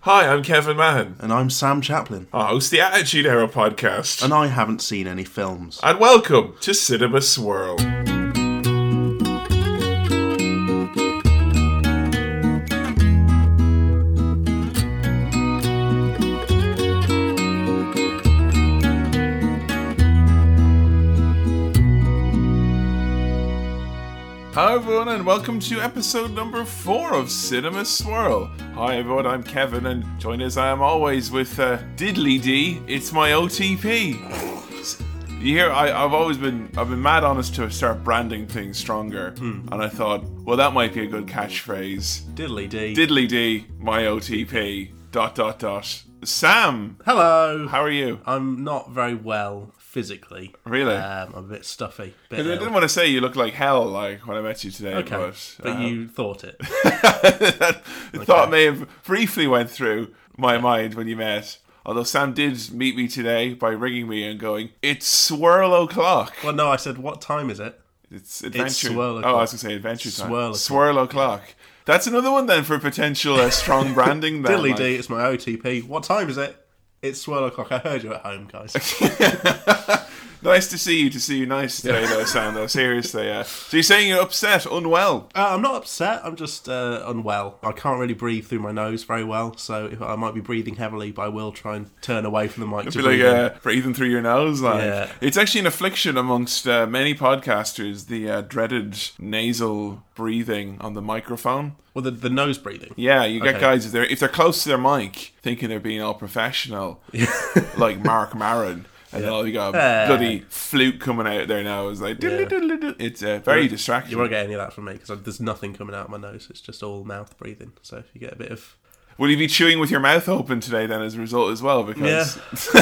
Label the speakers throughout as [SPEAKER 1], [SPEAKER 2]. [SPEAKER 1] Hi, I'm Kevin Mahan.
[SPEAKER 2] And I'm Sam Chaplin.
[SPEAKER 1] I host the Attitude Era podcast.
[SPEAKER 2] And I haven't seen any films.
[SPEAKER 1] And welcome to Cinema Swirl. Hi everyone, and welcome to episode number four of Cinema Swirl. Hi everyone, I'm Kevin, and join as I am always with uh, Diddly D. It's my OTP. You hear, I, I've always been, I've been mad honest to start branding things stronger,
[SPEAKER 2] Hmm.
[SPEAKER 1] and I thought, well, that might be a good catchphrase.
[SPEAKER 2] Diddly dee.
[SPEAKER 1] Diddly D, my OTP. Dot dot dot. Sam,
[SPEAKER 2] Hello.
[SPEAKER 1] how are you?
[SPEAKER 2] I'm not very well physically.
[SPEAKER 1] Really?
[SPEAKER 2] Um, I'm a bit stuffy. Bit
[SPEAKER 1] I
[SPEAKER 2] ill.
[SPEAKER 1] didn't want to say you look like hell, like when I met you today,
[SPEAKER 2] okay.
[SPEAKER 1] but,
[SPEAKER 2] But,
[SPEAKER 1] uh,
[SPEAKER 2] you thought it.
[SPEAKER 1] that thought may have briefly went through my mind when you met. Although Sam did meet me today by ringing me and going, "It's swirl o'clock."
[SPEAKER 2] well, no, I said, what time is it?
[SPEAKER 1] It's adventure. oh,
[SPEAKER 2] swirl
[SPEAKER 1] I
[SPEAKER 2] o'clock.
[SPEAKER 1] was gonna say adventure time.
[SPEAKER 2] Swirl o'clock.
[SPEAKER 1] Swirl o'clock. That's another one then for potential uh, strong branding. Then,
[SPEAKER 2] Diddly
[SPEAKER 1] like-
[SPEAKER 2] dee, it's my OTP. What time is it? It's 12 o'clock. I heard you at home, guys.
[SPEAKER 1] Nice to see you. To see you nice today, though, Sam. Though seriously, yeah. So you're saying you're upset, unwell?
[SPEAKER 2] Uh, I'm not upset. I'm just uh, unwell. I can't really breathe through my nose very well, so if, I might be breathing heavily, but I will try and turn away from the mic to
[SPEAKER 1] Be
[SPEAKER 2] breathe
[SPEAKER 1] like
[SPEAKER 2] in.
[SPEAKER 1] uh, breathing through your nose, like
[SPEAKER 2] Yeah.
[SPEAKER 1] it's actually an affliction amongst uh, many podcasters. The uh, dreaded nasal breathing on the microphone.
[SPEAKER 2] Well, the, the nose breathing.
[SPEAKER 1] Yeah, you get
[SPEAKER 2] Okay.
[SPEAKER 1] guys if they're if they're close to their mic, thinking they're being all professional, like Mark Maron, and then all you got a
[SPEAKER 2] Hey.
[SPEAKER 1] bloody flute coming out their nose. Like diddly diddly diddly. it's uh, very
[SPEAKER 2] You
[SPEAKER 1] distracting.
[SPEAKER 2] won't get any of that from me because there's nothing coming out of my nose. It's just all mouth breathing. So if you get a bit of
[SPEAKER 1] Will you be chewing with your mouth open today then, as a result as well? Because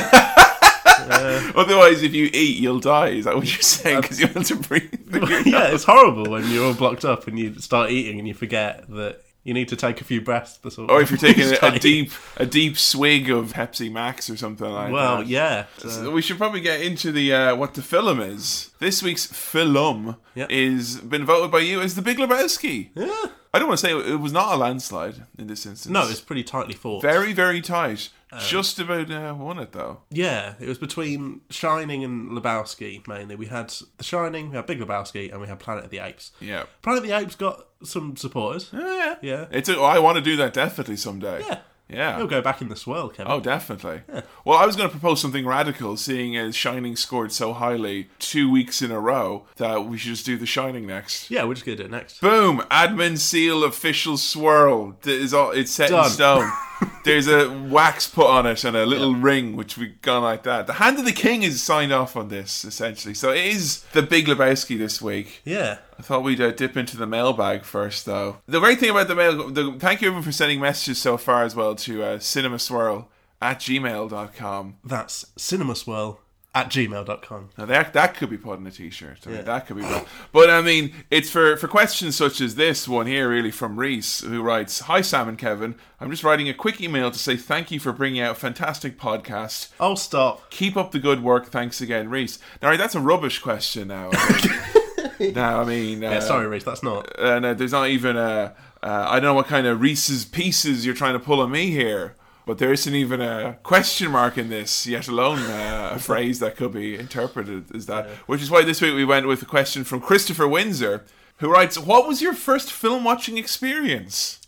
[SPEAKER 1] otherwise, if you eat, you'll die. Is that what you're saying? Because you want to breathe. through your
[SPEAKER 2] yeah, it's horrible when you're all blocked up and you start eating and you forget that you need to take a few breaths. Before,
[SPEAKER 1] or if you're taking a,
[SPEAKER 2] start
[SPEAKER 1] a
[SPEAKER 2] eating.
[SPEAKER 1] deep a deep swig of Pepsi Max or something like that.
[SPEAKER 2] Well, yeah.
[SPEAKER 1] So we should probably get into the uh, what the film is. This week's film
[SPEAKER 2] Yeah.
[SPEAKER 1] is been voted by you as The Big Lebowski.
[SPEAKER 2] yeah.
[SPEAKER 1] I don't want to say it, it was not a landslide in this instance.
[SPEAKER 2] No, it's Um, pretty tightly fought.
[SPEAKER 1] very very tight. Just about uh, won it though.
[SPEAKER 2] yeah, it was between Shining and Lebowski mainly. We had The Shining, we had Big Lebowski, and we had Planet of the Apes.
[SPEAKER 1] Yeah.
[SPEAKER 2] Planet of the Apes got some supporters.
[SPEAKER 1] Yeah.
[SPEAKER 2] Yeah.
[SPEAKER 1] It's a, I want to do that definitely someday.
[SPEAKER 2] Yeah.
[SPEAKER 1] Yeah.
[SPEAKER 2] He'll go back in the swirl, Kevin.
[SPEAKER 1] Oh, definitely. Well, I was going to propose something radical, seeing as Shining scored so highly two weeks in a row that we should just do The Shining next.
[SPEAKER 2] Yeah, we're just going to do it next.
[SPEAKER 1] Boom! Admin seal, official swirl. That is all. It's set in
[SPEAKER 2] Done.
[SPEAKER 1] stone. There's a wax put on it and a little ring, which we gone like that. The hand of the king is signed off on this essentially. So it is the Big Lebowski this week.
[SPEAKER 2] Yeah.
[SPEAKER 1] I thought we'd uh, dip into the mailbag first, though. The great thing about the mail, the, thank you everyone for sending messages so far as well to uh, cinemaswirl at gmail.com.
[SPEAKER 2] That's cinemaswirl at gmail.com.
[SPEAKER 1] Now that that could be put in a t-shirt. I mean, That could be, put- but I mean, it's for for questions such as this one here, really from Reese, who writes, "Hi Sam and Kevin, I'm just writing a quick email to say thank you for bringing out a fantastic podcast.
[SPEAKER 2] Oh, stop.
[SPEAKER 1] Keep up the good work. Thanks again, Reese." Now right, that's a rubbish question. Now, now I mean, uh,
[SPEAKER 2] Yeah, sorry, Reese, that's not.
[SPEAKER 1] uh, no, there's not even a. Uh, I don't know what kind of Reese's pieces you're trying to pull on me here, but there isn't even a question mark in this, yet alone uh, a phrase that could be interpreted as that. Which is why this week we went with a question from Christopher Windsor, who writes, "What was your first film watching experience?"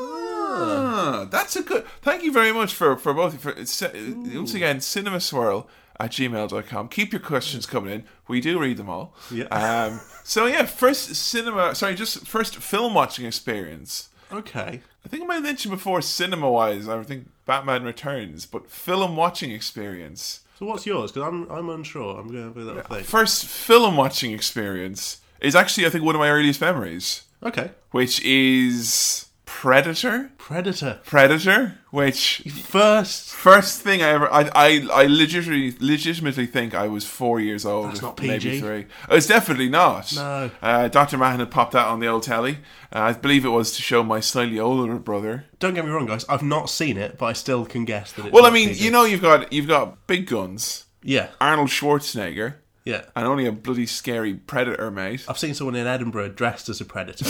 [SPEAKER 1] Ah, That's a good. Thank you very much for for both. For, it's, uh, once again, cinema swirl at gmail.com. Keep your questions coming in. We do read them all.
[SPEAKER 2] Yeah.
[SPEAKER 1] Um, so yeah, first cinema. Sorry, just first film watching experience.
[SPEAKER 2] Okay.
[SPEAKER 1] I think I might have mentioned before cinema wise. I think Batman Returns, but film watching experience.
[SPEAKER 2] So what's yours? Because I'm I'm unsure. I'm going to do that thing.
[SPEAKER 1] First film watching experience is actually I think one of my earliest memories,
[SPEAKER 2] Okay.
[SPEAKER 1] which is Predator.
[SPEAKER 2] Predator.
[SPEAKER 1] Predator, which
[SPEAKER 2] First.
[SPEAKER 1] First thing I ever, I, I, I legitimately, legitimately think I was four years old.
[SPEAKER 2] That's
[SPEAKER 1] if-
[SPEAKER 2] not
[SPEAKER 1] Maybe
[SPEAKER 2] PG.
[SPEAKER 1] three. Oh, it's definitely not.
[SPEAKER 2] No.
[SPEAKER 1] Uh, Dr. Mahan had popped that on the old telly. Uh, I believe it was to show my slightly older brother.
[SPEAKER 2] Don't get me wrong, guys. I've not seen it, but I still can guess that. It's
[SPEAKER 1] Well, I
[SPEAKER 2] not
[SPEAKER 1] mean,
[SPEAKER 2] PG.
[SPEAKER 1] you know, you've got you've got big guns,
[SPEAKER 2] Yeah.
[SPEAKER 1] Arnold Schwarzenegger,
[SPEAKER 2] Yeah.
[SPEAKER 1] and only a bloody scary predator, mate.
[SPEAKER 2] I've seen someone in Edinburgh dressed as a predator.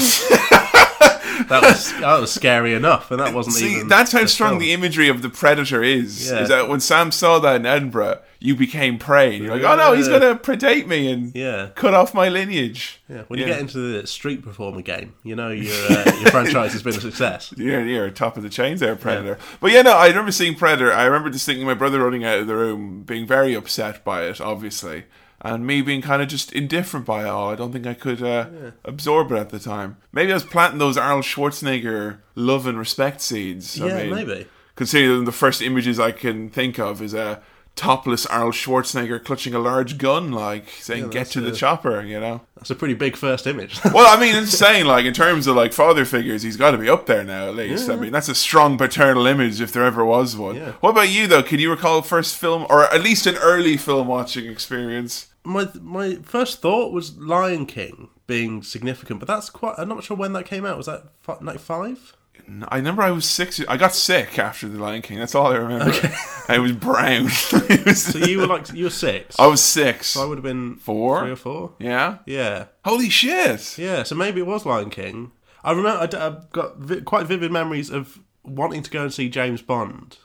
[SPEAKER 2] That was that was scary enough, and that wasn't
[SPEAKER 1] See,
[SPEAKER 2] even.
[SPEAKER 1] that's how
[SPEAKER 2] a
[SPEAKER 1] strong
[SPEAKER 2] film.
[SPEAKER 1] the imagery of the predator is.
[SPEAKER 2] Yeah.
[SPEAKER 1] Is that when Sam saw that in Edinburgh, you became prey. You're like, oh no, he's
[SPEAKER 2] Yeah.
[SPEAKER 1] gonna predate me and
[SPEAKER 2] Yeah.
[SPEAKER 1] cut off my lineage.
[SPEAKER 2] Yeah, when you
[SPEAKER 1] Yeah.
[SPEAKER 2] get into the street performer game, you know your uh, your franchise has been a success.
[SPEAKER 1] You're, you're top of the chains there, Predator. But yeah, no, I remember seeing Predator. I remember distinctly my brother running out of the room, being very upset by it, obviously, and me being kind of just indifferent by it all. I don't think I could uh, absorb it at the time. Maybe I was planting those Arnold Schwarzenegger love and respect seeds. I
[SPEAKER 2] yeah,
[SPEAKER 1] mean,
[SPEAKER 2] maybe.
[SPEAKER 1] Considering the first images I can think of is a topless Arnold Schwarzenegger clutching a large gun, like saying, get
[SPEAKER 2] that's
[SPEAKER 1] to the
[SPEAKER 2] a-
[SPEAKER 1] chopper, you know?
[SPEAKER 2] That's a pretty big first image.
[SPEAKER 1] Well, I mean, it's saying like in terms of like father figures, he's got to be up there now at least. I mean, that's a strong paternal image if there ever was one.
[SPEAKER 2] Yeah.
[SPEAKER 1] What about you though? Can you recall first film or at least an early film watching experience?
[SPEAKER 2] my my first thought was Lion King being significant, but that's quite. I'm not sure when that came out. Was that fi- like five?
[SPEAKER 1] No, I remember I was six. I got sick after The Lion King. That's all I remember. I was brown. It was-
[SPEAKER 2] So you were like you were six.
[SPEAKER 1] I was six.
[SPEAKER 2] I would have been
[SPEAKER 1] Four?
[SPEAKER 2] three or four.
[SPEAKER 1] yeah.
[SPEAKER 2] Yeah,
[SPEAKER 1] Holy shit.
[SPEAKER 2] yeah. So maybe it was Lion King. I remember. I d- I've got vi- quite vivid memories of wanting to go and see James Bond,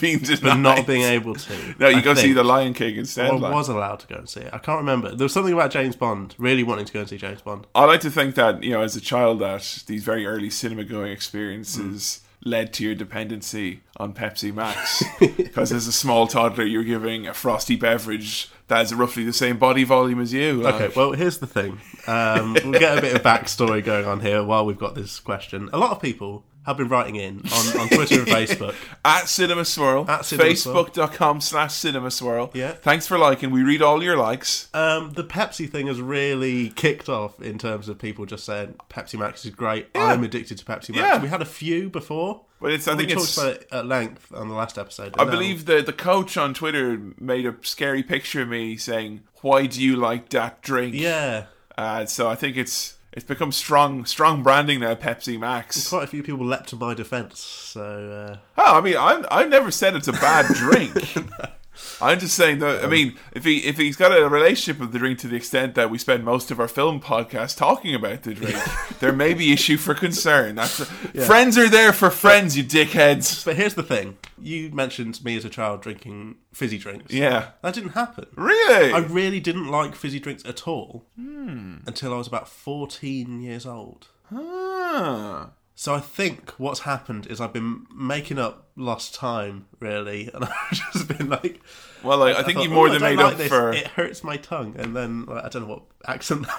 [SPEAKER 1] Being
[SPEAKER 2] but
[SPEAKER 1] denied.
[SPEAKER 2] not being able to.
[SPEAKER 1] No, you
[SPEAKER 2] I
[SPEAKER 1] go see
[SPEAKER 2] think.
[SPEAKER 1] The Lion King instead.
[SPEAKER 2] I
[SPEAKER 1] like.
[SPEAKER 2] was allowed to go and see it. I can't remember. There was something about James Bond. Really wanting to go and see James Bond.
[SPEAKER 1] I like to think that you know, as a child, that these very early cinema going experiences
[SPEAKER 2] Mm.
[SPEAKER 1] led to your dependency on Pepsi Max, because as a small toddler, you're giving a frosty beverage that has roughly the same body volume as you. like-
[SPEAKER 2] Okay, well, here's the thing. Um, we'll get a bit of backstory going on here while we've got this question. A lot of people have been writing in on, on Twitter and Facebook.
[SPEAKER 1] At Cinema Swirl,
[SPEAKER 2] At Cinema Swirl.
[SPEAKER 1] facebook.com slash Cinema Swirl.
[SPEAKER 2] Yeah.
[SPEAKER 1] Thanks for liking. We read all your likes.
[SPEAKER 2] Um, the Pepsi thing has really kicked off in terms of people just saying Pepsi Max is great. I'm addicted to Pepsi Max.
[SPEAKER 1] Yeah.
[SPEAKER 2] We had a few before.
[SPEAKER 1] But it's, I
[SPEAKER 2] we
[SPEAKER 1] think
[SPEAKER 2] talked
[SPEAKER 1] it's.
[SPEAKER 2] about it at length on the last episode.
[SPEAKER 1] I believe the, the coach on Twitter made a scary picture of me saying, Why do you like that drink?
[SPEAKER 2] Yeah.
[SPEAKER 1] Uh, so I think it's it's become strong strong branding now. Pepsi Max.
[SPEAKER 2] Quite a few people leapt to my defence. So, uh,
[SPEAKER 1] Oh, I mean, I'm, I've never said it's a bad drink. I'm just saying
[SPEAKER 2] Um,
[SPEAKER 1] that. I mean, if he if he's got a relationship with the drink to the extent that we spend most of our film podcast talking about the drink, there may be issue for concern. That's friends are there for friends, you dickheads.
[SPEAKER 2] but here's the thing. You mentioned me as a child drinking fizzy drinks.
[SPEAKER 1] Yeah,
[SPEAKER 2] That didn't happen.
[SPEAKER 1] really.
[SPEAKER 2] I really didn't like fizzy drinks at all
[SPEAKER 1] Hmm.
[SPEAKER 2] until I was about 14 years old.
[SPEAKER 1] Ah.
[SPEAKER 2] So I think what's happened is I've been making up lost time, really, and I've just been like,
[SPEAKER 1] Well, I, I think
[SPEAKER 2] thought,
[SPEAKER 1] you more
[SPEAKER 2] "Ooh, I
[SPEAKER 1] than
[SPEAKER 2] don't
[SPEAKER 1] made
[SPEAKER 2] like
[SPEAKER 1] up
[SPEAKER 2] this.
[SPEAKER 1] for
[SPEAKER 2] It hurts my tongue, and then like, I don't know what accent that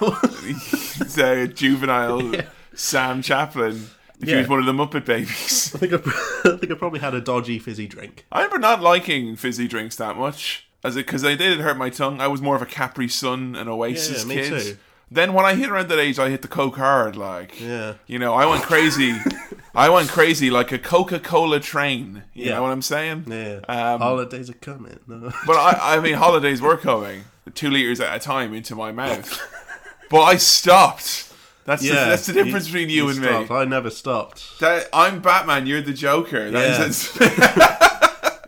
[SPEAKER 2] was.
[SPEAKER 1] the juvenile Sam Chaplin. If he
[SPEAKER 2] Yeah.
[SPEAKER 1] was one of the Muppet Babies.
[SPEAKER 2] I think I, I think I probably had a dodgy fizzy drink.
[SPEAKER 1] I remember not liking fizzy drinks that much, as because they did hurt my tongue. I was more of a Capri Sun and Oasis
[SPEAKER 2] Yeah, me
[SPEAKER 1] kid.
[SPEAKER 2] too.
[SPEAKER 1] Then when I hit around that age, I hit the Coke hard. Like,
[SPEAKER 2] Yeah.
[SPEAKER 1] you know, I went crazy. I went crazy like a Coca Cola train. You
[SPEAKER 2] Yeah.
[SPEAKER 1] know what I'm saying?
[SPEAKER 2] Yeah,
[SPEAKER 1] Um,
[SPEAKER 2] holidays are coming. No.
[SPEAKER 1] But I, I mean, holidays were coming, two liters at a time into my mouth. but I stopped. That's the, that's the difference between you, and
[SPEAKER 2] stopped.
[SPEAKER 1] me.
[SPEAKER 2] I never stopped.
[SPEAKER 1] That- I'm Batman. You're the Joker. That is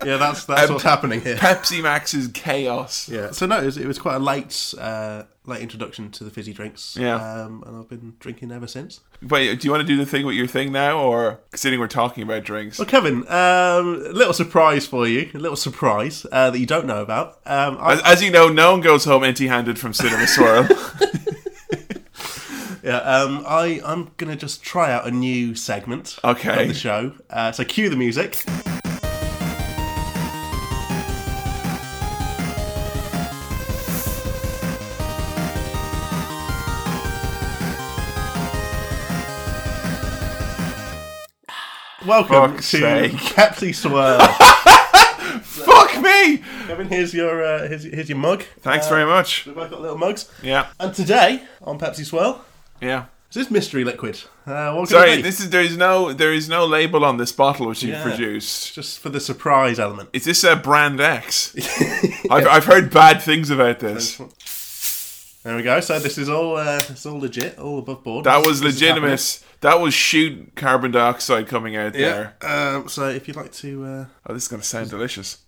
[SPEAKER 2] Yeah, that's
[SPEAKER 1] Um,
[SPEAKER 2] that's what's happening here.
[SPEAKER 1] Pepsi Max's chaos.
[SPEAKER 2] Yeah. So no, it was, it was quite a late, uh, late introduction to the fizzy drinks.
[SPEAKER 1] Yeah.
[SPEAKER 2] Um, and I've been drinking ever since.
[SPEAKER 1] Wait, do you want to do the thing with your thing now, or considering we're talking about drinks?
[SPEAKER 2] Well, Kevin, um, a little surprise for you, a little surprise uh, that you don't know about. Um, I,
[SPEAKER 1] As, as you know, no one goes home empty-handed from Cinema Swirl.
[SPEAKER 2] yeah, um, I I'm gonna just try out a new segment.
[SPEAKER 1] Okay.
[SPEAKER 2] Of the show. Uh, so cue the music. Welcome
[SPEAKER 1] Fuck's
[SPEAKER 2] to
[SPEAKER 1] sake.
[SPEAKER 2] Pepsi Swirl.
[SPEAKER 1] Fuck me!
[SPEAKER 2] Kevin, here's your uh, here's, here's your mug.
[SPEAKER 1] Thanks very much.
[SPEAKER 2] We've both got little mugs.
[SPEAKER 1] Yeah,
[SPEAKER 2] And today on Pepsi Swirl
[SPEAKER 1] yeah.
[SPEAKER 2] is this mystery liquid. Uh, what could it
[SPEAKER 1] Sorry,
[SPEAKER 2] be?
[SPEAKER 1] this is there is no there is no label on this bottle which you've
[SPEAKER 2] Yeah.
[SPEAKER 1] produced.
[SPEAKER 2] just for the surprise element.
[SPEAKER 1] Is this a brand X? I've, I've heard bad things about this.
[SPEAKER 2] There we go. So this is all uh, it's all legit, all above board.
[SPEAKER 1] That was
[SPEAKER 2] This is happening.
[SPEAKER 1] legitimate. That was shoot carbon dioxide coming out there.
[SPEAKER 2] Yeah. Um, so if you'd like to, uh,
[SPEAKER 1] Oh, this is gonna sound delicious.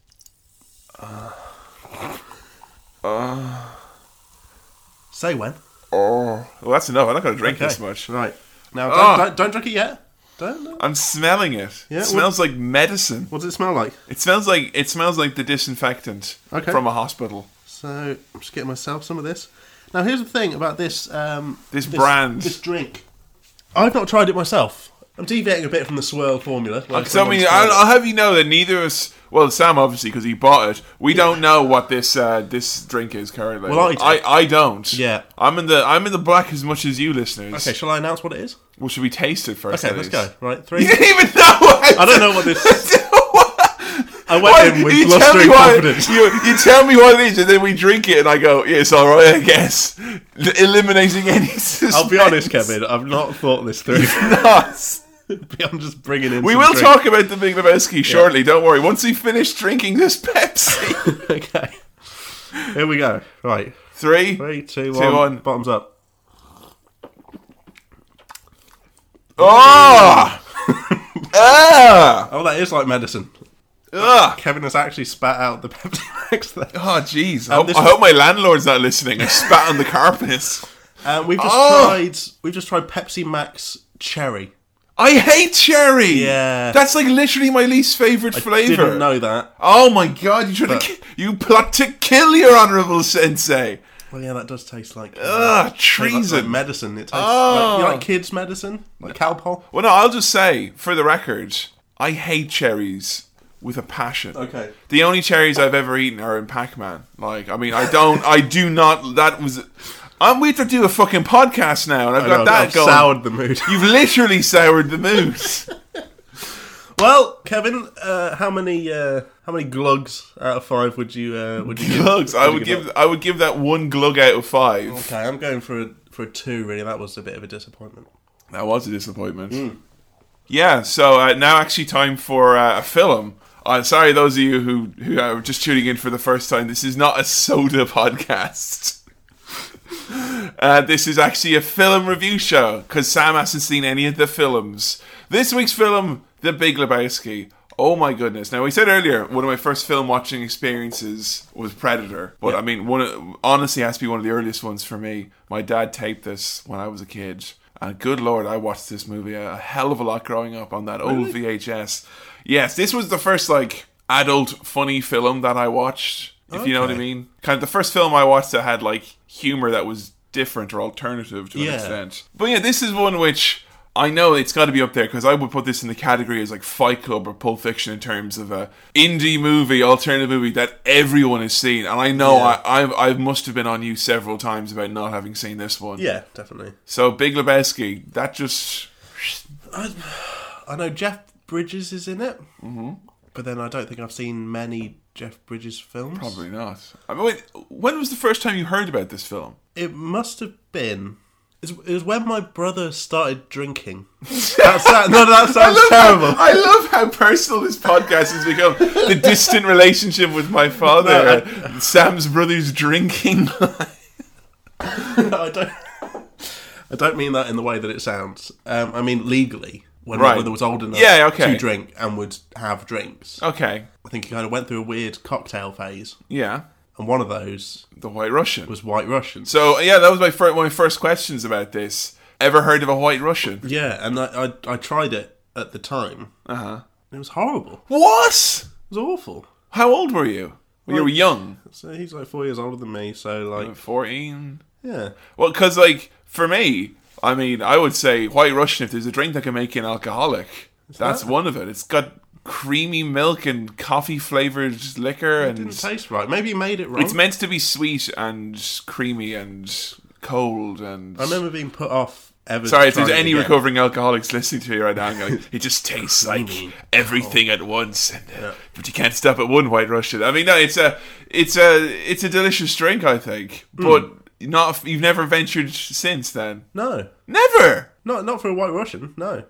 [SPEAKER 2] say when.
[SPEAKER 1] Oh, well, that's enough. I'm not gonna drink
[SPEAKER 2] Okay.
[SPEAKER 1] this much.
[SPEAKER 2] Right. Now, don't,
[SPEAKER 1] Ah.
[SPEAKER 2] don't, don't drink it yet. Don't. don't.
[SPEAKER 1] I'm smelling it.
[SPEAKER 2] Yeah,
[SPEAKER 1] it
[SPEAKER 2] what-
[SPEAKER 1] smells like medicine.
[SPEAKER 2] What does it smell like?
[SPEAKER 1] It smells like it smells like the disinfectant
[SPEAKER 2] Okay.
[SPEAKER 1] from a hospital.
[SPEAKER 2] So I'm just getting myself some of this. Now here's the thing about this um,
[SPEAKER 1] This brand.
[SPEAKER 2] this drink. I've not tried it myself. I'm deviating a bit from the swirl formula. like
[SPEAKER 1] So I mean,
[SPEAKER 2] everyone's
[SPEAKER 1] I'll,
[SPEAKER 2] tried.
[SPEAKER 1] I'll have you know that neither of us, well, Sam obviously because he bought it. We don't know what this uh, this drink is currently.
[SPEAKER 2] Well, I do.
[SPEAKER 1] I, I don't.
[SPEAKER 2] Yeah.
[SPEAKER 1] I'm in the I'm in the black as much as you listeners.
[SPEAKER 2] Okay, shall I announce what it is?
[SPEAKER 1] Well, should we taste it first?
[SPEAKER 2] Okay,
[SPEAKER 1] at
[SPEAKER 2] let's
[SPEAKER 1] least?
[SPEAKER 2] go. Right, three.
[SPEAKER 1] You didn't even know. I,
[SPEAKER 2] I don't know what this. I went
[SPEAKER 1] Why-
[SPEAKER 2] in with
[SPEAKER 1] you tell me
[SPEAKER 2] blustering
[SPEAKER 1] what-
[SPEAKER 2] confidence.
[SPEAKER 1] You, you tell me what it is, and then we drink it, and I go, yeah, "It's all right, I guess." L- eliminating any.
[SPEAKER 2] I'll be honest, Kevin. I've not thought this through.
[SPEAKER 1] honest.
[SPEAKER 2] I'm just bringing in.
[SPEAKER 1] We
[SPEAKER 2] some
[SPEAKER 1] will
[SPEAKER 2] drink.
[SPEAKER 1] talk about the Big Lebowski shortly. Don't worry. Once we finish drinking this Pepsi,
[SPEAKER 2] okay. Here we go. Right,
[SPEAKER 1] three.
[SPEAKER 2] three, two, one.
[SPEAKER 1] one.
[SPEAKER 2] Bottoms up.
[SPEAKER 1] Ah! ah!
[SPEAKER 2] Oh, that is like medicine.
[SPEAKER 1] Ugh.
[SPEAKER 2] Kevin has actually spat out the Pepsi Max there.
[SPEAKER 1] Oh, jeez. I, hope-
[SPEAKER 2] this
[SPEAKER 1] I
[SPEAKER 2] is-
[SPEAKER 1] hope my landlord's not listening. I spat on the carpet.
[SPEAKER 2] Uh, we've just
[SPEAKER 1] Oh!
[SPEAKER 2] tried. We've just tried Pepsi Max Cherry.
[SPEAKER 1] I hate cherry.
[SPEAKER 2] Yeah.
[SPEAKER 1] That's like literally my least favorite flavor.
[SPEAKER 2] Didn't know that.
[SPEAKER 1] Oh my god, you trying to ki- you plot to kill your honorable sensei.
[SPEAKER 2] Well, yeah, that does taste like
[SPEAKER 1] Ugh,
[SPEAKER 2] like- like,
[SPEAKER 1] treason.
[SPEAKER 2] medicine. It tastes
[SPEAKER 1] Oh.
[SPEAKER 2] like, you like kids' medicine, like cowpole.
[SPEAKER 1] Well, no, I'll just say for the record, I hate cherries with a passion.
[SPEAKER 2] Okay.
[SPEAKER 1] The only cherries I've ever eaten are in Pac-Man. Like, I mean, I don't I do not that was I'm we have to do a fucking podcast now and I've got
[SPEAKER 2] No,
[SPEAKER 1] that
[SPEAKER 2] I've
[SPEAKER 1] going.
[SPEAKER 2] soured the mood.
[SPEAKER 1] You've literally soured the mood.
[SPEAKER 2] well, Kevin, uh, how many uh, how many glugs out of five would you uh, would you give-
[SPEAKER 1] Glugs. I
[SPEAKER 2] you
[SPEAKER 1] would give
[SPEAKER 2] that?
[SPEAKER 1] I would give that one glug out of five.
[SPEAKER 2] Okay, I'm going for a for a two. Really, that was a bit of a disappointment.
[SPEAKER 1] That was a disappointment. Hmm. Yeah, so uh, now actually time for uh, a film. Uh, sorry, those of you who, who are just tuning in for the first time, this is not a soda podcast. uh, this is actually a film review show because Sam hasn't seen any of the films. This week's film, The Big Lebowski. Oh my goodness! Now we said earlier one of my first film watching experiences was Predator, but I mean, one of, honestly it has to be one of the earliest ones for me. My dad taped this when I was a kid, and good lord, I watched this movie a hell of a lot growing up on that old VHS. Yes, this was the first like adult funny film that I watched. If you know what I
[SPEAKER 2] Okay.
[SPEAKER 1] mean, kind of the first film I watched that had like humor that was different or alternative to an
[SPEAKER 2] Yeah.
[SPEAKER 1] extent. But yeah, this is one which I know it's got to be up there because I would put this in the category as like Fight Club or Pulp Fiction in terms of a indie movie, alternative movie that everyone has seen. And I know
[SPEAKER 2] Yeah.
[SPEAKER 1] I, I I must have been on you several times about not having seen this one.
[SPEAKER 2] Yeah, definitely.
[SPEAKER 1] So Big Lebowski, that just
[SPEAKER 2] I know Jeff Bridges is in it, mm-hmm. but then I don't think I've seen many Jeff Bridges films.
[SPEAKER 1] probably not. I mean, wait, when was the first time you heard about this film?
[SPEAKER 2] It must have been. It was- it was when my brother started drinking. That sound, no, that sounds terrible.
[SPEAKER 1] I love how personal this podcast has become. The distant relationship with my father,
[SPEAKER 2] No,
[SPEAKER 1] uh, Sam's brother's drinking.
[SPEAKER 2] I don't. I don't mean that in the way that it sounds. Um, I mean legally, when
[SPEAKER 1] Right.
[SPEAKER 2] my brother was old enough
[SPEAKER 1] Yeah, okay. Oh.
[SPEAKER 2] to drink and would have drinks.
[SPEAKER 1] okay,
[SPEAKER 2] I think he kind of went through a weird cocktail phase,
[SPEAKER 1] yeah,
[SPEAKER 2] and one of those
[SPEAKER 1] the White Russian.
[SPEAKER 2] was White Russians.
[SPEAKER 1] So yeah, that was my first, one of my first questions about this. Ever heard of a White Russian?
[SPEAKER 2] Yeah, and I I, I tried it at the time. Uh huh.
[SPEAKER 1] Uh-huh.
[SPEAKER 2] It was horrible.
[SPEAKER 1] What?
[SPEAKER 2] It was awful.
[SPEAKER 1] How old were you? Well, you were young,
[SPEAKER 2] So he's like four years older than me. So
[SPEAKER 1] Oh.
[SPEAKER 2] like,
[SPEAKER 1] fourteen.
[SPEAKER 2] yeah.
[SPEAKER 1] Well, because like for me, I mean, I would say White Russian. If there's a drink that can make you an alcoholic, that's one of it. It's got creamy milk and coffee flavored liquor,
[SPEAKER 2] Didn't
[SPEAKER 1] and
[SPEAKER 2] taste right. Maybe you made it wrong.
[SPEAKER 1] it's meant to be sweet and creamy and cold and.
[SPEAKER 2] I remember being put off ever.
[SPEAKER 1] Sorry, if there's
[SPEAKER 2] trying it
[SPEAKER 1] any
[SPEAKER 2] again.
[SPEAKER 1] recovering alcoholics listening to me right now, I'm going, it just tastes like everything at once, and, uh, but you can't stop at one White Russian. I mean, no, it's a, it's a, it's a delicious drink, I think,
[SPEAKER 2] Hmm.
[SPEAKER 1] but not if you've never ventured since then.
[SPEAKER 2] No,
[SPEAKER 1] Never.
[SPEAKER 2] not not for a White Russian. No,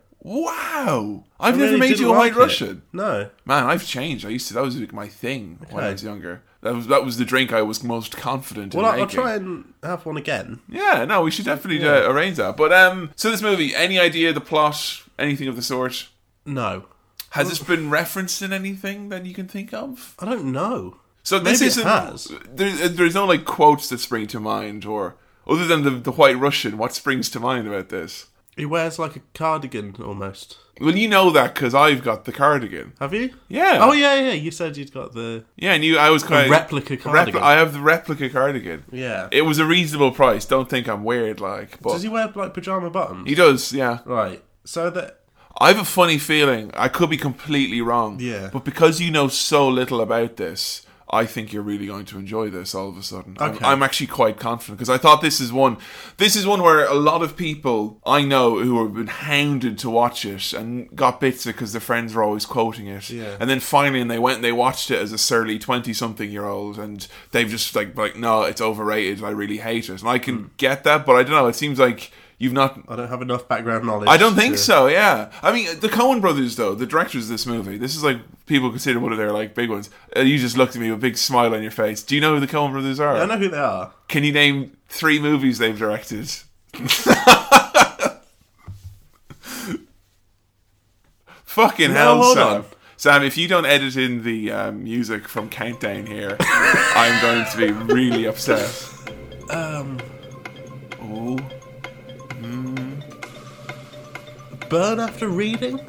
[SPEAKER 1] Wow, I've
[SPEAKER 2] I
[SPEAKER 1] never
[SPEAKER 2] really
[SPEAKER 1] made
[SPEAKER 2] didn't
[SPEAKER 1] you a White
[SPEAKER 2] like it.
[SPEAKER 1] Russian.
[SPEAKER 2] No,
[SPEAKER 1] Man, I've changed. I used to that was like my thing when I
[SPEAKER 2] Okay.
[SPEAKER 1] was younger. That was that was the drink I was most confident
[SPEAKER 2] well,
[SPEAKER 1] in
[SPEAKER 2] I,
[SPEAKER 1] making.
[SPEAKER 2] I'll try and have one again.
[SPEAKER 1] Yeah, no, we should definitely uh, arrange that. But um, so this movie, any idea the plot, anything of the sort?
[SPEAKER 2] No,
[SPEAKER 1] Has this been referenced in anything that you can think of?
[SPEAKER 2] I don't know.
[SPEAKER 1] So this
[SPEAKER 2] Maybe it
[SPEAKER 1] isn't.
[SPEAKER 2] has.
[SPEAKER 1] There's, there's no like quotes that spring to mind, or other than the, the White Russian. What springs to mind about this?
[SPEAKER 2] He wears like a cardigan almost.
[SPEAKER 1] Well, you know that because I've got the cardigan.
[SPEAKER 2] Have you?
[SPEAKER 1] Yeah.
[SPEAKER 2] Oh yeah, yeah. You said you'd got the
[SPEAKER 1] Yeah, and you, I was quite.
[SPEAKER 2] replica
[SPEAKER 1] Repli-
[SPEAKER 2] cardigan.
[SPEAKER 1] I have the replica cardigan.
[SPEAKER 2] yeah.
[SPEAKER 1] It was a reasonable price. Don't think I'm weird, like. But
[SPEAKER 2] Does he wear like pajama bottoms?
[SPEAKER 1] he does, yeah.
[SPEAKER 2] right. So that
[SPEAKER 1] I have a funny feeling. I could be completely wrong.
[SPEAKER 2] Yeah.
[SPEAKER 1] But because you know so little about this, I think you're really going to enjoy this all of a sudden. I'm-
[SPEAKER 2] Okay.
[SPEAKER 1] I'm, actually quite confident because I thought this is one. This is one where a lot of people I know who have been hounded to watch it and got bits of it because their friends were always quoting it.
[SPEAKER 2] Yeah.
[SPEAKER 1] And then finally, and they went and they watched it as a surly twenty-something year old, and they've just like like no, it's overrated. I really hate it, and I
[SPEAKER 2] Hmm.
[SPEAKER 1] can get that, but I don't know. It seems like. You've not
[SPEAKER 2] I don't have enough background knowledge.
[SPEAKER 1] I don't think
[SPEAKER 2] to-
[SPEAKER 1] so. Yeah, I mean the Cohen brothers, though the directors of this movie. This is like people consider one of their like big ones. Uh, you just looked at me with a big smile on your face. Do you know who the Cohen brothers are?
[SPEAKER 2] I know who they are.
[SPEAKER 1] Can you name three movies they've directed? Fucking hell,
[SPEAKER 2] hold
[SPEAKER 1] Sam.
[SPEAKER 2] on.
[SPEAKER 1] Sam, if you don't edit in the um, music from Countdown here, I'm going to be really upset.
[SPEAKER 2] Um,
[SPEAKER 1] Oh,
[SPEAKER 2] burn after reading.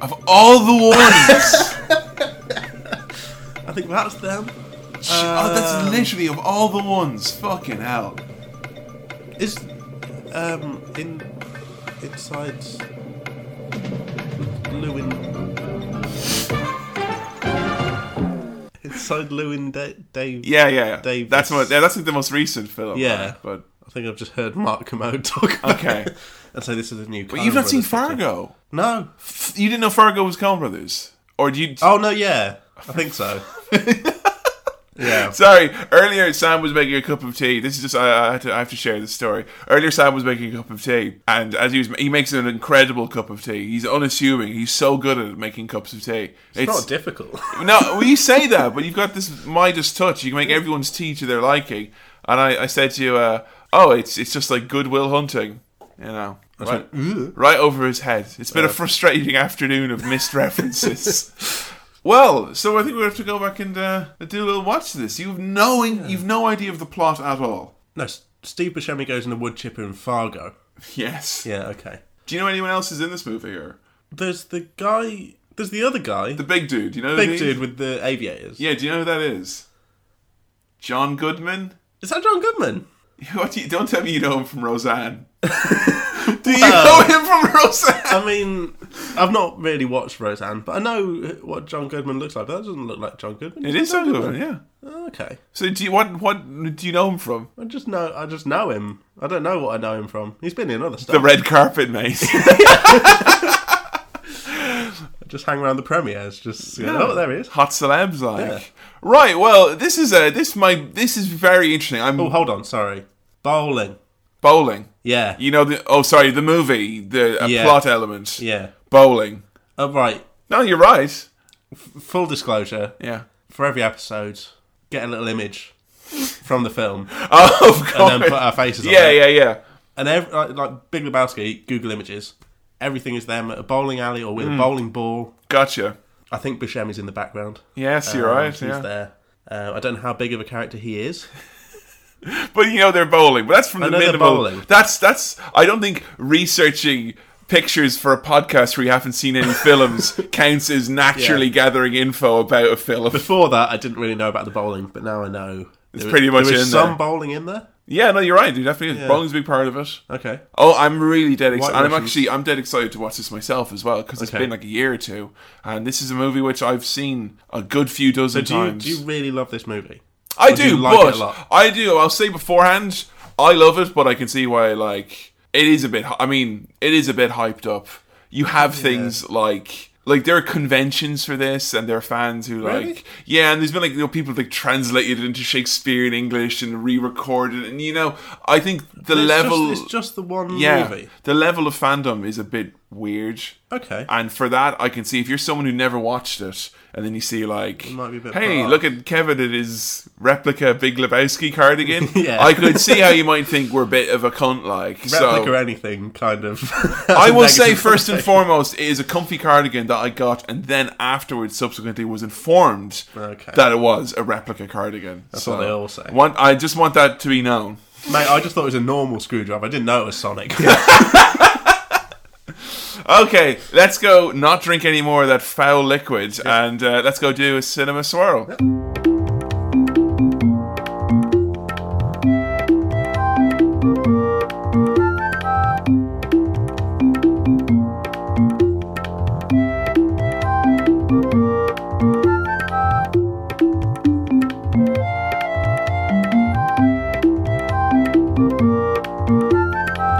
[SPEAKER 1] of all the ones.
[SPEAKER 2] I think that's them.
[SPEAKER 1] oh, that's literally of all the ones. Fucking hell.
[SPEAKER 2] Is um in inside Lewin. Inside Lewin da- Dave.
[SPEAKER 1] Yeah, yeah, yeah.
[SPEAKER 2] Davis.
[SPEAKER 1] That's what. Yeah, that's like the most recent film.
[SPEAKER 2] Yeah.
[SPEAKER 1] right? but
[SPEAKER 2] I think I've just heard Mark Commode talk about
[SPEAKER 1] Okay.
[SPEAKER 2] it. and say this is a new.
[SPEAKER 1] but you've not seen Fargo.
[SPEAKER 2] No.
[SPEAKER 1] F- You didn't know Fargo was Coen Brothers, or do you?
[SPEAKER 2] Oh no. Yeah. I think so. yeah.
[SPEAKER 1] Sorry, earlier Sam was making a cup of tea. This is just I, I, have to, I have to share this story. Earlier Sam was making a cup of tea, and as he was, he makes an incredible cup of tea. He's unassuming. He's so good at making cups of tea.
[SPEAKER 2] It's not difficult.
[SPEAKER 1] No, well, you say that, but you've got this Midas touch. You can make everyone's tea to their liking. And I, I said to you, uh, oh, it's it's just like Goodwill Hunting, you know, right,
[SPEAKER 2] "Ugh."
[SPEAKER 1] right over his head. It's been a frustrating afternoon of missed references. well, so I think we have to go back and uh, do a little watch of this. You've no in- you've no idea of the plot at all.
[SPEAKER 2] No, S- Steve Buscemi goes in a wood chipper in Fargo.
[SPEAKER 1] Yes.
[SPEAKER 2] Yeah, okay.
[SPEAKER 1] Do you know anyone else who's in this movie or
[SPEAKER 2] There's the guy. There's the other guy,
[SPEAKER 1] the
[SPEAKER 2] the
[SPEAKER 1] big dude? Do you know who
[SPEAKER 2] big
[SPEAKER 1] he-
[SPEAKER 2] dude with the aviators.
[SPEAKER 1] Yeah. Do you know who that is? John Goodman.
[SPEAKER 2] Is that John Goodman?
[SPEAKER 1] What do you, don't tell me you know him from Roseanne. do you
[SPEAKER 2] Well-
[SPEAKER 1] know him from Roseanne?
[SPEAKER 2] I mean, I've not really watched Roseanne, but I know what John Goodman looks like. But that doesn't look like John Goodman.
[SPEAKER 1] It is John Goodman, yeah.
[SPEAKER 2] Okay,
[SPEAKER 1] So do you what what do you know him from?
[SPEAKER 2] I just know. I just know him. I don't know what I know him from. He's been in other stuff.
[SPEAKER 1] The red carpet, mate.
[SPEAKER 2] I just hang around the premieres. Just you know, oh, there he is.
[SPEAKER 1] Hot celebs like.
[SPEAKER 2] Yeah.
[SPEAKER 1] Right, well, this is a this my this is very interesting. I'm
[SPEAKER 2] Oh, hold on. Sorry, bowling.
[SPEAKER 1] bowling.
[SPEAKER 2] Yeah,
[SPEAKER 1] You know the oh sorry, the movie, the a
[SPEAKER 2] Yeah.
[SPEAKER 1] plot element.
[SPEAKER 2] yeah.
[SPEAKER 1] Bowling.
[SPEAKER 2] Oh, right.
[SPEAKER 1] No, you're right.
[SPEAKER 2] Full disclosure.
[SPEAKER 1] Yeah.
[SPEAKER 2] For every episode, get a little image from the film
[SPEAKER 1] Oh, of course.
[SPEAKER 2] and then put our faces on
[SPEAKER 1] yeah,
[SPEAKER 2] it.
[SPEAKER 1] yeah, yeah.
[SPEAKER 2] And ev like, like Big Lebowski, Google Images. Everything is them at a bowling alley or with
[SPEAKER 1] Hmm.
[SPEAKER 2] a bowling ball.
[SPEAKER 1] Gotcha.
[SPEAKER 2] I think Buscemi's in the background.
[SPEAKER 1] Yes, you're
[SPEAKER 2] Um,
[SPEAKER 1] right.
[SPEAKER 2] He's
[SPEAKER 1] Yeah.
[SPEAKER 2] there. Uh, I don't know how big of a character he is.
[SPEAKER 1] But you know they're bowling. But that's from the
[SPEAKER 2] know they're
[SPEAKER 1] minimal.
[SPEAKER 2] bowling.
[SPEAKER 1] That's that's. I don't think researching pictures for a podcast where you haven't seen any films counts as naturally gathering info about a film.
[SPEAKER 2] Before that, I didn't really know about the bowling, but now I know. It's
[SPEAKER 1] pretty much
[SPEAKER 2] there is
[SPEAKER 1] in
[SPEAKER 2] some
[SPEAKER 1] there.
[SPEAKER 2] bowling in there.
[SPEAKER 1] yeah, no, you're right. Dude, definitely bowling's a big part of it.
[SPEAKER 2] Okay.
[SPEAKER 1] Oh, I'm really dead excited.
[SPEAKER 2] White
[SPEAKER 1] And I'm
[SPEAKER 2] Russians.
[SPEAKER 1] actually I'm dead excited to watch this myself as well because it's
[SPEAKER 2] Okay.
[SPEAKER 1] been like a year or two, and this is a movie which I've seen a good few dozen
[SPEAKER 2] Do you,
[SPEAKER 1] times.
[SPEAKER 2] do you really love this movie?
[SPEAKER 1] I
[SPEAKER 2] Or
[SPEAKER 1] do,
[SPEAKER 2] you like it a
[SPEAKER 1] but
[SPEAKER 2] lot?
[SPEAKER 1] I do. I'll say beforehand, I love it, but I can see why. Like, it is a bit. hy- I mean, it is a bit hyped up. You have things like. Like there are conventions for this, and there are fans who like,
[SPEAKER 2] Really?
[SPEAKER 1] yeah, and there's been like you know people like translated it into Shakespearean English and re-recorded, it, and you know I think the
[SPEAKER 2] It's
[SPEAKER 1] level,
[SPEAKER 2] Just, it's just the one
[SPEAKER 1] yeah,
[SPEAKER 2] movie.
[SPEAKER 1] the level of fandom is a bit weird.
[SPEAKER 2] Okay.
[SPEAKER 1] And for that, I can see if you're someone who never watched it, and then you see like,
[SPEAKER 2] might be a bit
[SPEAKER 1] hey,
[SPEAKER 2] far.
[SPEAKER 1] look at Kevin in his replica Big Lebowski cardigan.
[SPEAKER 2] Yeah.
[SPEAKER 1] I could see how you might think we're a bit of a cunt, like.
[SPEAKER 2] Replica
[SPEAKER 1] So
[SPEAKER 2] anything, kind of.
[SPEAKER 1] I will say first and foremost, it is a comfy cardigan that I got, and then afterwards, subsequently, was informed
[SPEAKER 2] Okay.
[SPEAKER 1] that it was a replica cardigan. That's
[SPEAKER 2] what they all say.
[SPEAKER 1] One, I just want that to be known.
[SPEAKER 2] Mate, I just thought it was a normal screwdriver. I didn't know it was Sonic.
[SPEAKER 1] Okay, let's go not drink any more of that foul liquid and uh, let's go do a cinema swirl.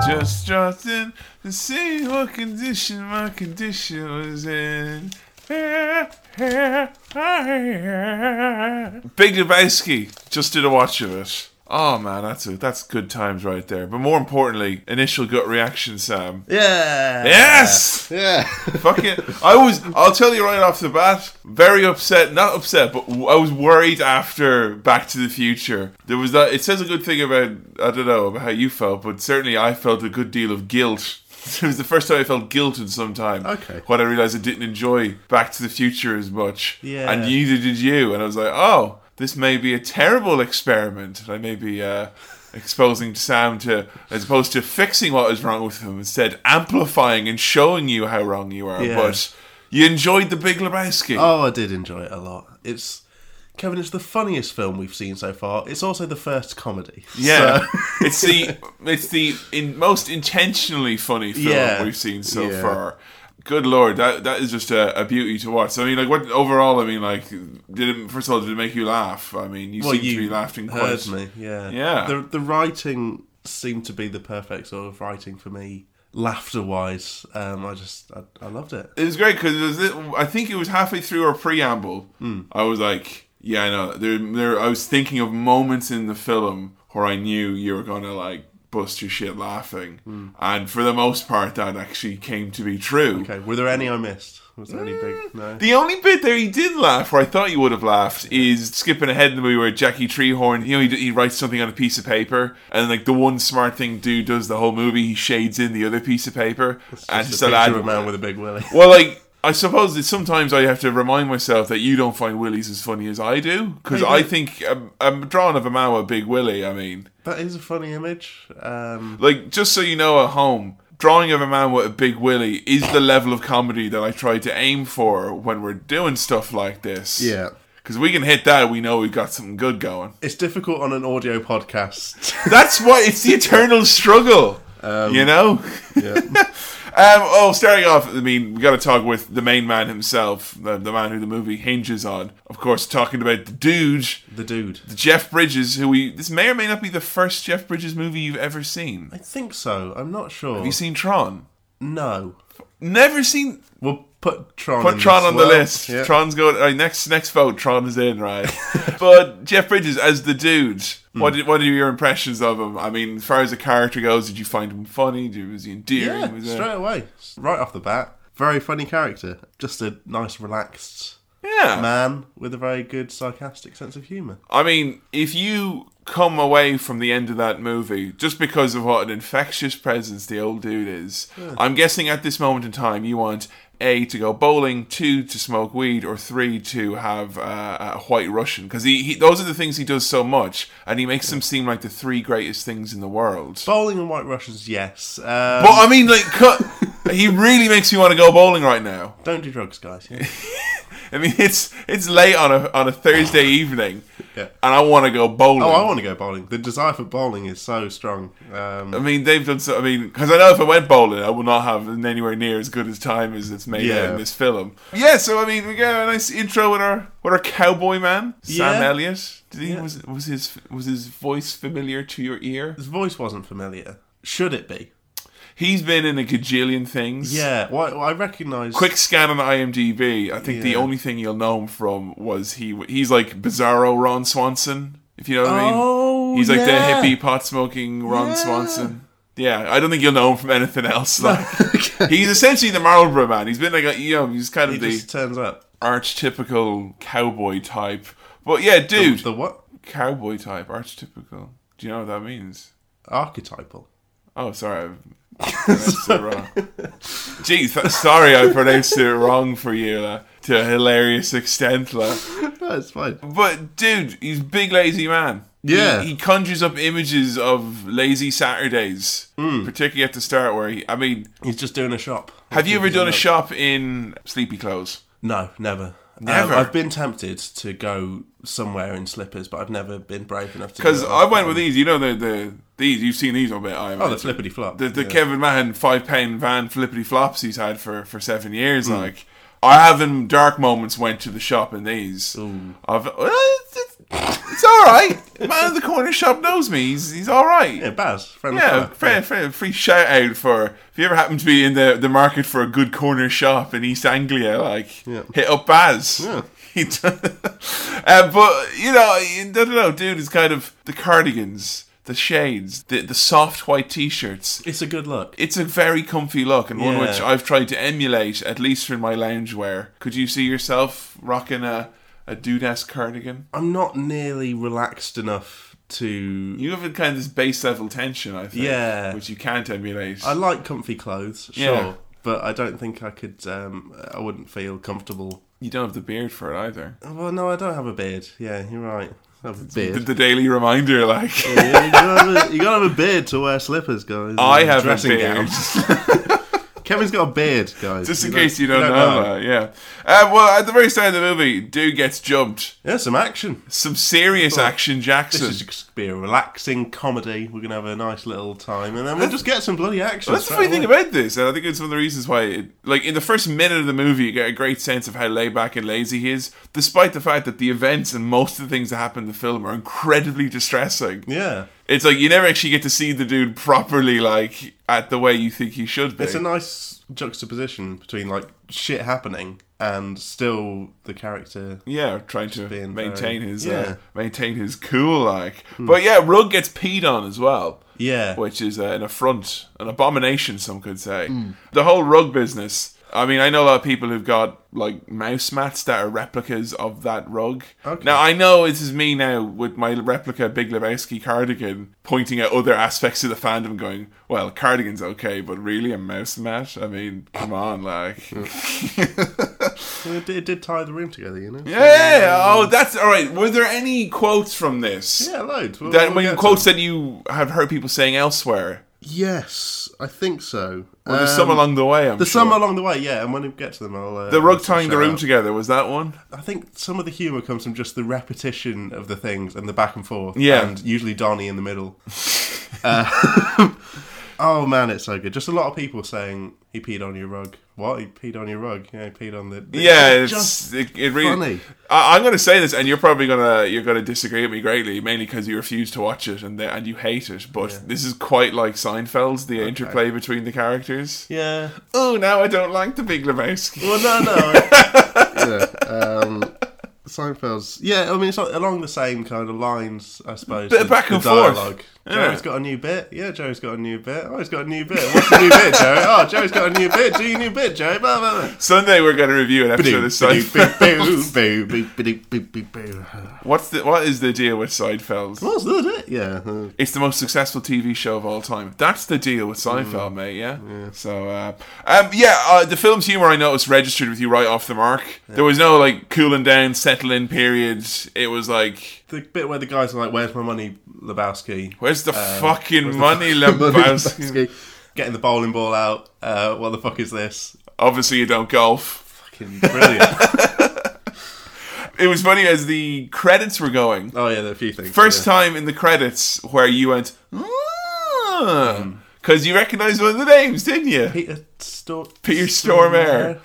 [SPEAKER 1] Just dropped in to see what condition my condition was in. Big Lebowski. Just did a watch of it. Oh man, that's a, that's good times right there. But more importantly, initial gut reaction, Sam.
[SPEAKER 2] Yeah.
[SPEAKER 1] Yes.
[SPEAKER 3] Yeah.
[SPEAKER 1] Fuck it. I was. I'll tell you right off the bat. Very upset. Not upset, but w- I was worried after Back to the Future. There was that. It says a good thing about. I don't know about how you felt, but certainly I felt a good deal of guilt. It was the first time I felt guilt in some time.
[SPEAKER 2] Okay.
[SPEAKER 1] When I realized I didn't enjoy Back to the Future as much.
[SPEAKER 2] Yeah.
[SPEAKER 1] And neither did you. And I was like, oh, this may be a terrible experiment. I may be uh, exposing Sam to, as opposed to fixing what is wrong with him, instead amplifying and showing you how wrong you are.
[SPEAKER 2] Yeah.
[SPEAKER 1] But you enjoyed The Big Lebowski.
[SPEAKER 2] Oh, I did enjoy it a lot. It's Kevin. It's the funniest film we've seen so far. It's also the first comedy.
[SPEAKER 1] yeah,
[SPEAKER 2] So-
[SPEAKER 1] it's the it's the in, most intentionally funny film
[SPEAKER 2] Yeah.
[SPEAKER 1] we've seen so
[SPEAKER 2] Yeah.
[SPEAKER 1] far. Good lord, that that is just a, a beauty to watch. I mean, like what overall? I mean, like did it, first of all, did it make you laugh? I mean, you
[SPEAKER 2] well,
[SPEAKER 1] seem
[SPEAKER 2] you
[SPEAKER 1] to be laughing
[SPEAKER 2] heard
[SPEAKER 1] quite.
[SPEAKER 2] me. Yeah.
[SPEAKER 1] Yeah.
[SPEAKER 2] The the writing seemed to be the perfect sort of writing for me. Laughter wise, um, I just I, I loved it.
[SPEAKER 1] It was great because I think it was halfway through our preamble.
[SPEAKER 2] Hmm.
[SPEAKER 1] I was like, yeah, I know. There, there. I was thinking of moments in the film where I knew you were gonna like bust your shit laughing,
[SPEAKER 2] Hmm.
[SPEAKER 1] and for the most part, that actually came to be true.
[SPEAKER 2] Okay. Were there any I missed? Was there any big? No.
[SPEAKER 1] The only bit there he did laugh, where I thought you would have laughed, is skipping ahead in the movie where Jackie Treehorn, you know, he, he writes something on a piece of paper, and like the one smart thing dude does the whole movie, he shades in the other piece of paper, and
[SPEAKER 2] Just
[SPEAKER 1] just
[SPEAKER 2] a
[SPEAKER 1] that ad-
[SPEAKER 2] picture of a man with a big willy.
[SPEAKER 1] well, like I suppose that sometimes I have to remind myself that you don't find Willies as funny as I do because
[SPEAKER 2] Maybe.
[SPEAKER 1] I think um, I'm drawn of a Mawa Big Willie. I mean,
[SPEAKER 2] That is a funny image. Um,
[SPEAKER 1] like just so you know at home. Drawing of a man with a big willy is the level of comedy that I try to aim for when we're doing stuff like this.
[SPEAKER 3] Yeah.
[SPEAKER 1] Because we can hit that, we know we've got something good going.
[SPEAKER 2] it's difficult on an audio podcast.
[SPEAKER 1] That's why it's the eternal struggle. you know?
[SPEAKER 3] Yeah.
[SPEAKER 1] Um, oh, starting off, I mean, we got to talk with the main man himself, the, the man who the movie hinges on. Of course, talking about the dude,
[SPEAKER 2] the dude.
[SPEAKER 1] Jeff Bridges, who we. This may or may not be the first Jeff Bridges movie you've ever seen.
[SPEAKER 2] I think so. I'm not sure.
[SPEAKER 1] Have you seen Tron?
[SPEAKER 2] no.
[SPEAKER 1] Never seen.
[SPEAKER 2] We'll put Tron.
[SPEAKER 1] Put
[SPEAKER 2] in
[SPEAKER 1] Tron
[SPEAKER 2] this.
[SPEAKER 1] on the
[SPEAKER 2] Well,
[SPEAKER 1] list.
[SPEAKER 3] yeah.
[SPEAKER 1] Tron's going. Right, next next vote, Tron is in, right? but Jeff Bridges as the dude.
[SPEAKER 2] Hmm.
[SPEAKER 1] What did, what are your impressions of him? I mean, as far as the character goes, did you find him funny? Did, was he endearing?
[SPEAKER 2] Yeah,
[SPEAKER 1] was there-
[SPEAKER 2] straight away, right off the bat. Very funny character. Just a nice, relaxed
[SPEAKER 1] yeah.
[SPEAKER 2] man with a very good sarcastic sense of humour.
[SPEAKER 1] I mean, if you come away from the end of that movie just because of what an infectious presence the old dude is, I'm guessing at this moment in time you want a to go bowling, two to smoke weed, or three to have uh, a white Russian because he, he those are the things he does so much, and he makes them seem like the three greatest things in the world. But,
[SPEAKER 2] Bowling and White Russians, yes. Um,
[SPEAKER 1] I mean, like, cut. he really makes me want to go bowling right now.
[SPEAKER 2] don't do drugs, guys. Yeah.
[SPEAKER 1] I mean, it's it's late on a on a Thursday evening,
[SPEAKER 2] Yeah.
[SPEAKER 1] and I want to go bowling.
[SPEAKER 2] oh, I want to go bowling. The desire for bowling is so strong. Um,
[SPEAKER 1] I mean, they've done so. I mean, because I know if I went bowling, I would not have anywhere near as good as time as it's made out
[SPEAKER 2] Yeah.
[SPEAKER 1] in this film. Yeah, so I mean, we got a nice intro with our with our cowboy man, Sam
[SPEAKER 2] Yeah.
[SPEAKER 1] Elliott. Did he
[SPEAKER 2] Yeah.
[SPEAKER 1] was was his was his voice familiar to your ear?
[SPEAKER 2] his voice wasn't familiar. Should it be?
[SPEAKER 1] He's been in a gajillion things.
[SPEAKER 2] Yeah. Well, I recognise.
[SPEAKER 1] Quick scan on IMDb. I think the
[SPEAKER 2] Yeah.
[SPEAKER 1] only thing you'll know him from was he he's like Bizarro Ron Swanson, if you know what I mean.
[SPEAKER 2] Oh,
[SPEAKER 1] He's like
[SPEAKER 2] yeah.
[SPEAKER 1] the hippie pot smoking Ron
[SPEAKER 2] Yeah.
[SPEAKER 1] Swanson. Yeah, I don't think you'll know him from anything else. Like, he's essentially the Marlboro man. He's been like, a, you know, he's kind of
[SPEAKER 2] He
[SPEAKER 1] the
[SPEAKER 2] just turns up.
[SPEAKER 1] archetypical cowboy type. But yeah, dude,
[SPEAKER 2] The what?
[SPEAKER 1] cowboy type, archetypical. Do you know what that means?
[SPEAKER 2] Archetypal.
[SPEAKER 1] Oh, sorry, I've pronounced it wrong. Jeez, th- sorry I pronounced it wrong for you la, to a hilarious extent. La.
[SPEAKER 2] No, it's fine.
[SPEAKER 1] But dude, he's a big lazy man.
[SPEAKER 2] Yeah.
[SPEAKER 1] He, he conjures up images of lazy Saturdays,
[SPEAKER 2] Hmm.
[SPEAKER 1] particularly at the start where he, I mean,
[SPEAKER 2] He's just doing a shop.
[SPEAKER 1] have you ever done a
[SPEAKER 2] shop?
[SPEAKER 1] shop in sleepy clothes?
[SPEAKER 2] No, never.
[SPEAKER 1] Never?
[SPEAKER 2] I've been tempted to go somewhere in slippers, but I've never been brave enough to. do
[SPEAKER 1] Because
[SPEAKER 2] it.
[SPEAKER 1] I went with these, you know, the, the these, you've seen these, I bet. I
[SPEAKER 2] oh,
[SPEAKER 1] imagine.
[SPEAKER 2] the flippity flop.
[SPEAKER 1] the, the Kevin Mahan five pound van flippity flops he's had for, for seven years.
[SPEAKER 2] Hmm.
[SPEAKER 1] Like I have in dark moments went to the shop in these.
[SPEAKER 2] Hmm.
[SPEAKER 1] I've well, it's, it's, it's all right. Man in the corner shop knows me. He's he's all right.
[SPEAKER 2] yeah, Baz, friend of
[SPEAKER 1] Yeah,
[SPEAKER 2] the
[SPEAKER 1] free, free, free shout out for if you ever happen to be in the, the market for a good corner shop in East Anglia, like
[SPEAKER 2] Yeah.
[SPEAKER 1] hit up Baz.
[SPEAKER 2] Yeah.
[SPEAKER 1] He d- uh, but you know, I don't know, dude. It's kind of the cardigans, the shades, the the soft white t-shirts
[SPEAKER 2] It's a good look.
[SPEAKER 1] it's a very comfy look and one
[SPEAKER 2] Yeah.
[SPEAKER 1] which I've tried to emulate, at least for my loungewear. Could you see yourself rocking a, a dudesque cardigan?
[SPEAKER 2] I'm not nearly relaxed enough to.
[SPEAKER 1] You have a kind of this base level tension, I think,
[SPEAKER 2] Yeah.
[SPEAKER 1] which you can't emulate.
[SPEAKER 2] I like comfy clothes, sure,
[SPEAKER 1] Yeah.
[SPEAKER 2] but I don't think I could. Um, I wouldn't feel comfortable.
[SPEAKER 1] you don't have the beard for it either.
[SPEAKER 2] Well, no, I don't have a beard. Yeah, you're right. I have a
[SPEAKER 1] The,
[SPEAKER 2] beard.
[SPEAKER 1] the daily reminder, like
[SPEAKER 2] Yeah, you, gotta have a, you gotta have a beard to wear slippers, guys.
[SPEAKER 1] I have a
[SPEAKER 2] dressing
[SPEAKER 1] beard.
[SPEAKER 2] gowns. Kevin's got a beard, guys.
[SPEAKER 1] Just in
[SPEAKER 2] don't-
[SPEAKER 1] case you don't, know, that, yeah. Uh, well, at the very start of the movie, dude gets jumped.
[SPEAKER 2] Yeah, some action.
[SPEAKER 1] Some serious action,
[SPEAKER 2] Oh, This
[SPEAKER 1] Jackson.
[SPEAKER 2] is just gonna be a relaxing comedy. We're gonna have a nice little time, and then we'll just get some bloody action.
[SPEAKER 1] That's the funny thing about this, and I think it's one of the reasons why, it, like in the first minute of the movie, you get a great sense of how laid back and lazy he is, despite the fact that the events and most of the things that happen in the film are incredibly distressing.
[SPEAKER 2] Yeah,
[SPEAKER 1] It's like you never actually get to see the dude properly, like at the way you think he should be.
[SPEAKER 2] it's a nice juxtaposition between like shit happening and still the character.
[SPEAKER 1] yeah, trying to
[SPEAKER 2] being
[SPEAKER 1] maintain
[SPEAKER 2] very-
[SPEAKER 1] his
[SPEAKER 2] yeah. Hmm.
[SPEAKER 1] uh, maintain his cool, like. But yeah, Rug gets peed on as well.
[SPEAKER 2] Yeah,
[SPEAKER 1] which is uh, an affront, an abomination, some could say.
[SPEAKER 2] Hmm.
[SPEAKER 1] The whole rug business. I mean, I know a lot of people who've got like mouse mats that are replicas of that rug.
[SPEAKER 2] Okay.
[SPEAKER 1] Now I know this is me now with my replica Big Lebowski cardigan, pointing at other aspects of the fandom, going, "Well, cardigan's okay, but really a mouse mat? I mean, come on, like."
[SPEAKER 2] it, did, it did tie the room together, you know.
[SPEAKER 1] yeah.
[SPEAKER 2] um,
[SPEAKER 1] Oh, that's all right. Were there any quotes from this?
[SPEAKER 2] yeah, loads. We'll-
[SPEAKER 1] That
[SPEAKER 2] we'll
[SPEAKER 1] when
[SPEAKER 2] get to
[SPEAKER 1] quotes
[SPEAKER 2] them.
[SPEAKER 1] that you have heard people saying elsewhere,
[SPEAKER 2] Yes, I think so.
[SPEAKER 1] or there's
[SPEAKER 2] Um,
[SPEAKER 1] some along the way. I'm
[SPEAKER 2] There's
[SPEAKER 1] sure.
[SPEAKER 2] some along the way, yeah. And when we get to them, I'll uh,
[SPEAKER 1] The rug
[SPEAKER 2] I'll
[SPEAKER 1] tying the
[SPEAKER 2] shout
[SPEAKER 1] room
[SPEAKER 2] out.
[SPEAKER 1] together was that one.
[SPEAKER 2] I think some of the humour comes from just the repetition of the things and the back and forth.
[SPEAKER 1] Yeah.
[SPEAKER 2] And usually Donnie in the middle. uh, oh man, it's so good. Just a lot of people saying, he peed on your rug. What? He peed on your rug. Yeah, he peed on the.
[SPEAKER 1] Yeah, it's,
[SPEAKER 2] just.
[SPEAKER 1] it, it really.
[SPEAKER 2] funny.
[SPEAKER 1] I, I'm going to say this, and you're probably gonna you're gonna disagree with me greatly, mainly because you refuse to watch it and the, and you hate it. But this is quite like Seinfeld's the interplay between the characters.
[SPEAKER 2] Yeah.
[SPEAKER 1] Oh, now I don't like the Big Lebowski.
[SPEAKER 2] Well, no, no. yeah. Um, Seinfeld's. Yeah, I mean, it's like along the same kind of lines, I suppose.
[SPEAKER 1] Bit of back and forth. Yeah.
[SPEAKER 2] Joey's got a new bit. Yeah, Joey's got a new bit. Oh, he's got a new bit. What's a new bit, Joey? Oh, Joey's got a new bit. Do your new bit, Joey. Blah, blah, blah.
[SPEAKER 1] Sunday we're going to review an episode of Seinfeld.
[SPEAKER 2] What's
[SPEAKER 1] What's the what is the deal with Seinfeld?
[SPEAKER 2] that? It? Yeah. uh,
[SPEAKER 1] It's the most successful TV show of all time. That's the deal with Seinfeld, mate. Hmm. Yeah. So, uh, um, yeah, uh, the film's humor I noticed registered with you right off the mark. There was no like cooling down, settling periods. It was like,
[SPEAKER 2] The bit where the guys are like, "Where's my money, Lebowski?"
[SPEAKER 1] Uh, where's the fucking money, Lebowski?
[SPEAKER 2] Getting the bowling ball out. Uh, what the fuck is this?
[SPEAKER 1] Obviously, you don't golf.
[SPEAKER 2] Fucking brilliant.
[SPEAKER 1] It was funny as the credits were going.
[SPEAKER 2] oh yeah, there are a few things.
[SPEAKER 1] First time in the credits where you went, Hmm. because you recognized one of the names, didn't you?
[SPEAKER 2] yeah. Peter Stor-
[SPEAKER 1] Peter Stormare.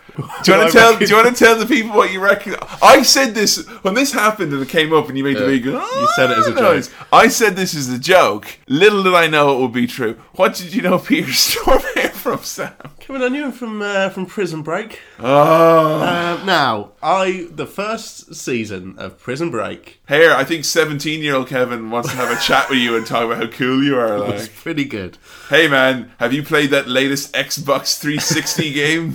[SPEAKER 2] Stormare.
[SPEAKER 1] Do you want
[SPEAKER 2] I
[SPEAKER 1] to tell?
[SPEAKER 2] reckon-
[SPEAKER 1] Do you want to tell the people what you reckon? I said this when this happened and it came up, and you made the big. You
[SPEAKER 2] said it as a
[SPEAKER 1] joke. I said this is a joke. Little did I know it would be true. What did you know, Peter Stormare from Sam?
[SPEAKER 2] Kevin, I knew him from uh, from Prison Break.
[SPEAKER 1] Oh,
[SPEAKER 2] Um, now, I the first season of Prison Break
[SPEAKER 1] here I think seventeen-year-old Kevin wants to have a chat with you and talk about how cool you are.
[SPEAKER 2] was
[SPEAKER 1] Like,
[SPEAKER 2] pretty good.
[SPEAKER 1] hey man, have you played that latest Xbox 360 game?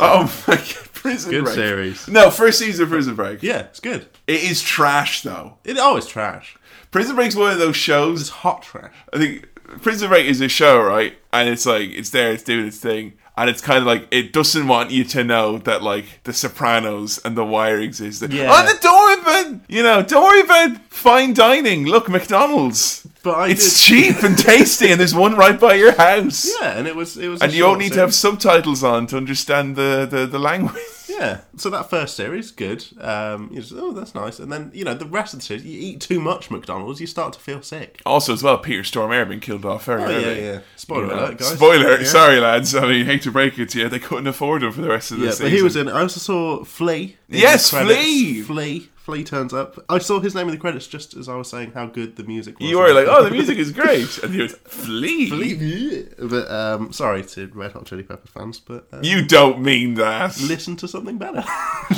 [SPEAKER 1] Oh my god, Prison
[SPEAKER 2] Good
[SPEAKER 1] Break.
[SPEAKER 2] series.
[SPEAKER 1] No, first season of Prison Break.
[SPEAKER 2] Yeah, it's good.
[SPEAKER 1] It is trash though.
[SPEAKER 2] It always trash.
[SPEAKER 1] Prison Break's one of those shows.
[SPEAKER 2] It's hot trash.
[SPEAKER 1] I think Prison Break is a show, right? And it's like it's there, it's doing its thing, and it's kind of like it doesn't want you to know that like The Sopranos and The Wire exist.
[SPEAKER 2] Yeah.
[SPEAKER 1] Oh, the door even, you know, don't worry about fine dining. Look, McDonald's.
[SPEAKER 2] But I
[SPEAKER 1] it's
[SPEAKER 2] did-
[SPEAKER 1] cheap and tasty, and there's one right by your house.
[SPEAKER 2] Yeah, and it was it was. a
[SPEAKER 1] And you all
[SPEAKER 2] short
[SPEAKER 1] need to
[SPEAKER 2] series.
[SPEAKER 1] have subtitles on to understand the, the, the language.
[SPEAKER 2] Yeah, so that first series, good. Um, you just, oh, that's nice. And then you know the rest of the series, you eat too much McDonald's, you start to feel sick.
[SPEAKER 1] Also, as well, Peter Stormare being killed off very
[SPEAKER 2] Oh, yeah,
[SPEAKER 1] early.
[SPEAKER 2] yeah. Spoiler
[SPEAKER 1] You know,
[SPEAKER 2] alert, guys.
[SPEAKER 1] Spoiler.
[SPEAKER 2] Yeah.
[SPEAKER 1] Sorry, lads. I mean, hate to break it to you, they couldn't afford him for the rest of the
[SPEAKER 2] Yeah,
[SPEAKER 1] season.
[SPEAKER 2] but he was in. I also saw Flea. in the
[SPEAKER 1] Yes,
[SPEAKER 2] credits.
[SPEAKER 1] Flea!
[SPEAKER 2] Flea, Flea turns up. I saw his name in the credits just as I was saying how good the music was.
[SPEAKER 1] You were like, oh, the music is great, and he was flee.
[SPEAKER 2] Flea. But um, sorry to Red Hot Chili Pepper fans, but uh,
[SPEAKER 1] You don't mean that.
[SPEAKER 2] listen to something better.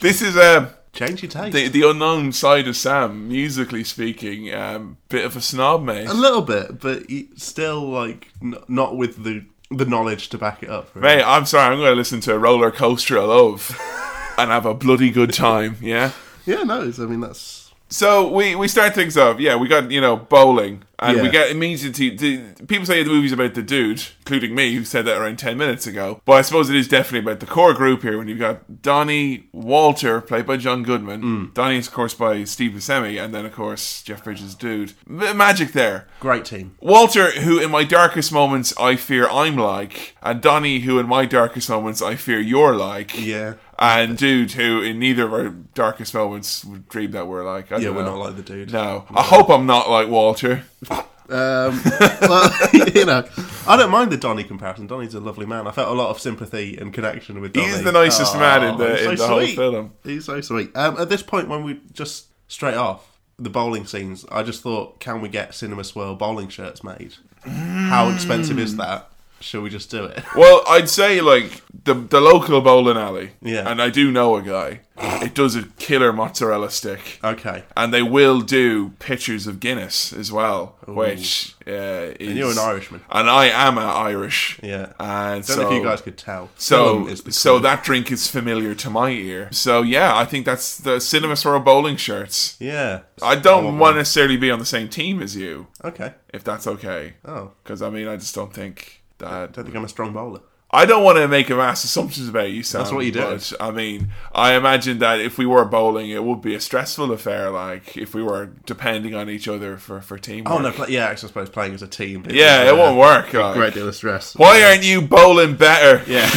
[SPEAKER 1] This is a.
[SPEAKER 2] Change your taste.
[SPEAKER 1] The, the unknown side of Sam, musically speaking, um, bit of a snob, mate.
[SPEAKER 2] A little bit, but you- still like n- not with the the knowledge to back it up. really.
[SPEAKER 1] Mate, I'm sorry, I'm going to listen to a roller coaster of love and have a bloody good time, yeah?
[SPEAKER 2] Yeah, no, it's, I mean that's
[SPEAKER 1] So we, we start things off. Yeah, we got you know bowling, and we
[SPEAKER 2] Yeah.
[SPEAKER 1] get immediately. The, people say the movie's about the dude, including me, who said that around ten minutes ago. But I suppose it is definitely about the core group here. When you've got Donnie Walter, played by John Goodman,
[SPEAKER 2] Mm.
[SPEAKER 1] Donnie is of course by Steve Buscemi, and then of course Jeff Bridges' dude. M- magic there.
[SPEAKER 2] great team.
[SPEAKER 1] Walter, who in my darkest moments I fear I'm like, and Donnie, who in my darkest moments I fear you're like.
[SPEAKER 2] Yeah.
[SPEAKER 1] And dude, who in neither of our darkest moments would dream that we're like. I
[SPEAKER 2] Yeah,
[SPEAKER 1] don't
[SPEAKER 2] we're
[SPEAKER 1] know.
[SPEAKER 2] not like the dude.
[SPEAKER 1] No, I hope I'm not like Walter.
[SPEAKER 2] Um, well, you know, I don't mind the Donny comparison. Donny's a lovely man. I felt a lot of sympathy and connection with Donny.
[SPEAKER 1] He's the nicest
[SPEAKER 2] Aw,
[SPEAKER 1] man in the,
[SPEAKER 2] he's so
[SPEAKER 1] in the whole
[SPEAKER 2] sweet.
[SPEAKER 1] film.
[SPEAKER 2] He's so sweet. Um, at this point, when we just straight off the bowling scenes, I just thought, can we get Cinema Swirl bowling shirts made? How expensive
[SPEAKER 1] Mm.
[SPEAKER 2] is that? Shall we just do it?
[SPEAKER 1] Well, I'd say like the the local bowling alley.
[SPEAKER 2] Yeah.
[SPEAKER 1] And I do know a guy. It does a killer mozzarella stick.
[SPEAKER 2] Okay.
[SPEAKER 1] And they will do pictures of Guinness as well, which uh, is. And
[SPEAKER 2] you're an Irishman.
[SPEAKER 1] and I am an Irish.
[SPEAKER 2] Yeah.
[SPEAKER 1] And
[SPEAKER 2] Don't
[SPEAKER 1] so,
[SPEAKER 2] know if you guys could tell.
[SPEAKER 1] So,
[SPEAKER 2] Film is the
[SPEAKER 1] so
[SPEAKER 2] clue.
[SPEAKER 1] that drink is familiar to my ear. So yeah, I think that's the cinema store bowling shirts.
[SPEAKER 2] yeah.
[SPEAKER 1] I don't want to necessarily be on the same team as you,
[SPEAKER 2] Okay.
[SPEAKER 1] if that's okay.
[SPEAKER 2] Oh,
[SPEAKER 1] Because I mean, I just don't think that
[SPEAKER 2] don't think I'm a strong bowler.
[SPEAKER 1] I don't want to make a mass assumptions about you. Sam,
[SPEAKER 2] That's what you do.
[SPEAKER 1] but, I mean, I imagine that if we were bowling, it would be a stressful affair. Like if we were depending on each other for for teamwork.
[SPEAKER 2] Oh no, play, yeah, I suppose playing as a team.
[SPEAKER 1] yeah, it won't work. like.
[SPEAKER 2] Great deal of stress.
[SPEAKER 1] Why aren't you bowling better?
[SPEAKER 2] Yeah,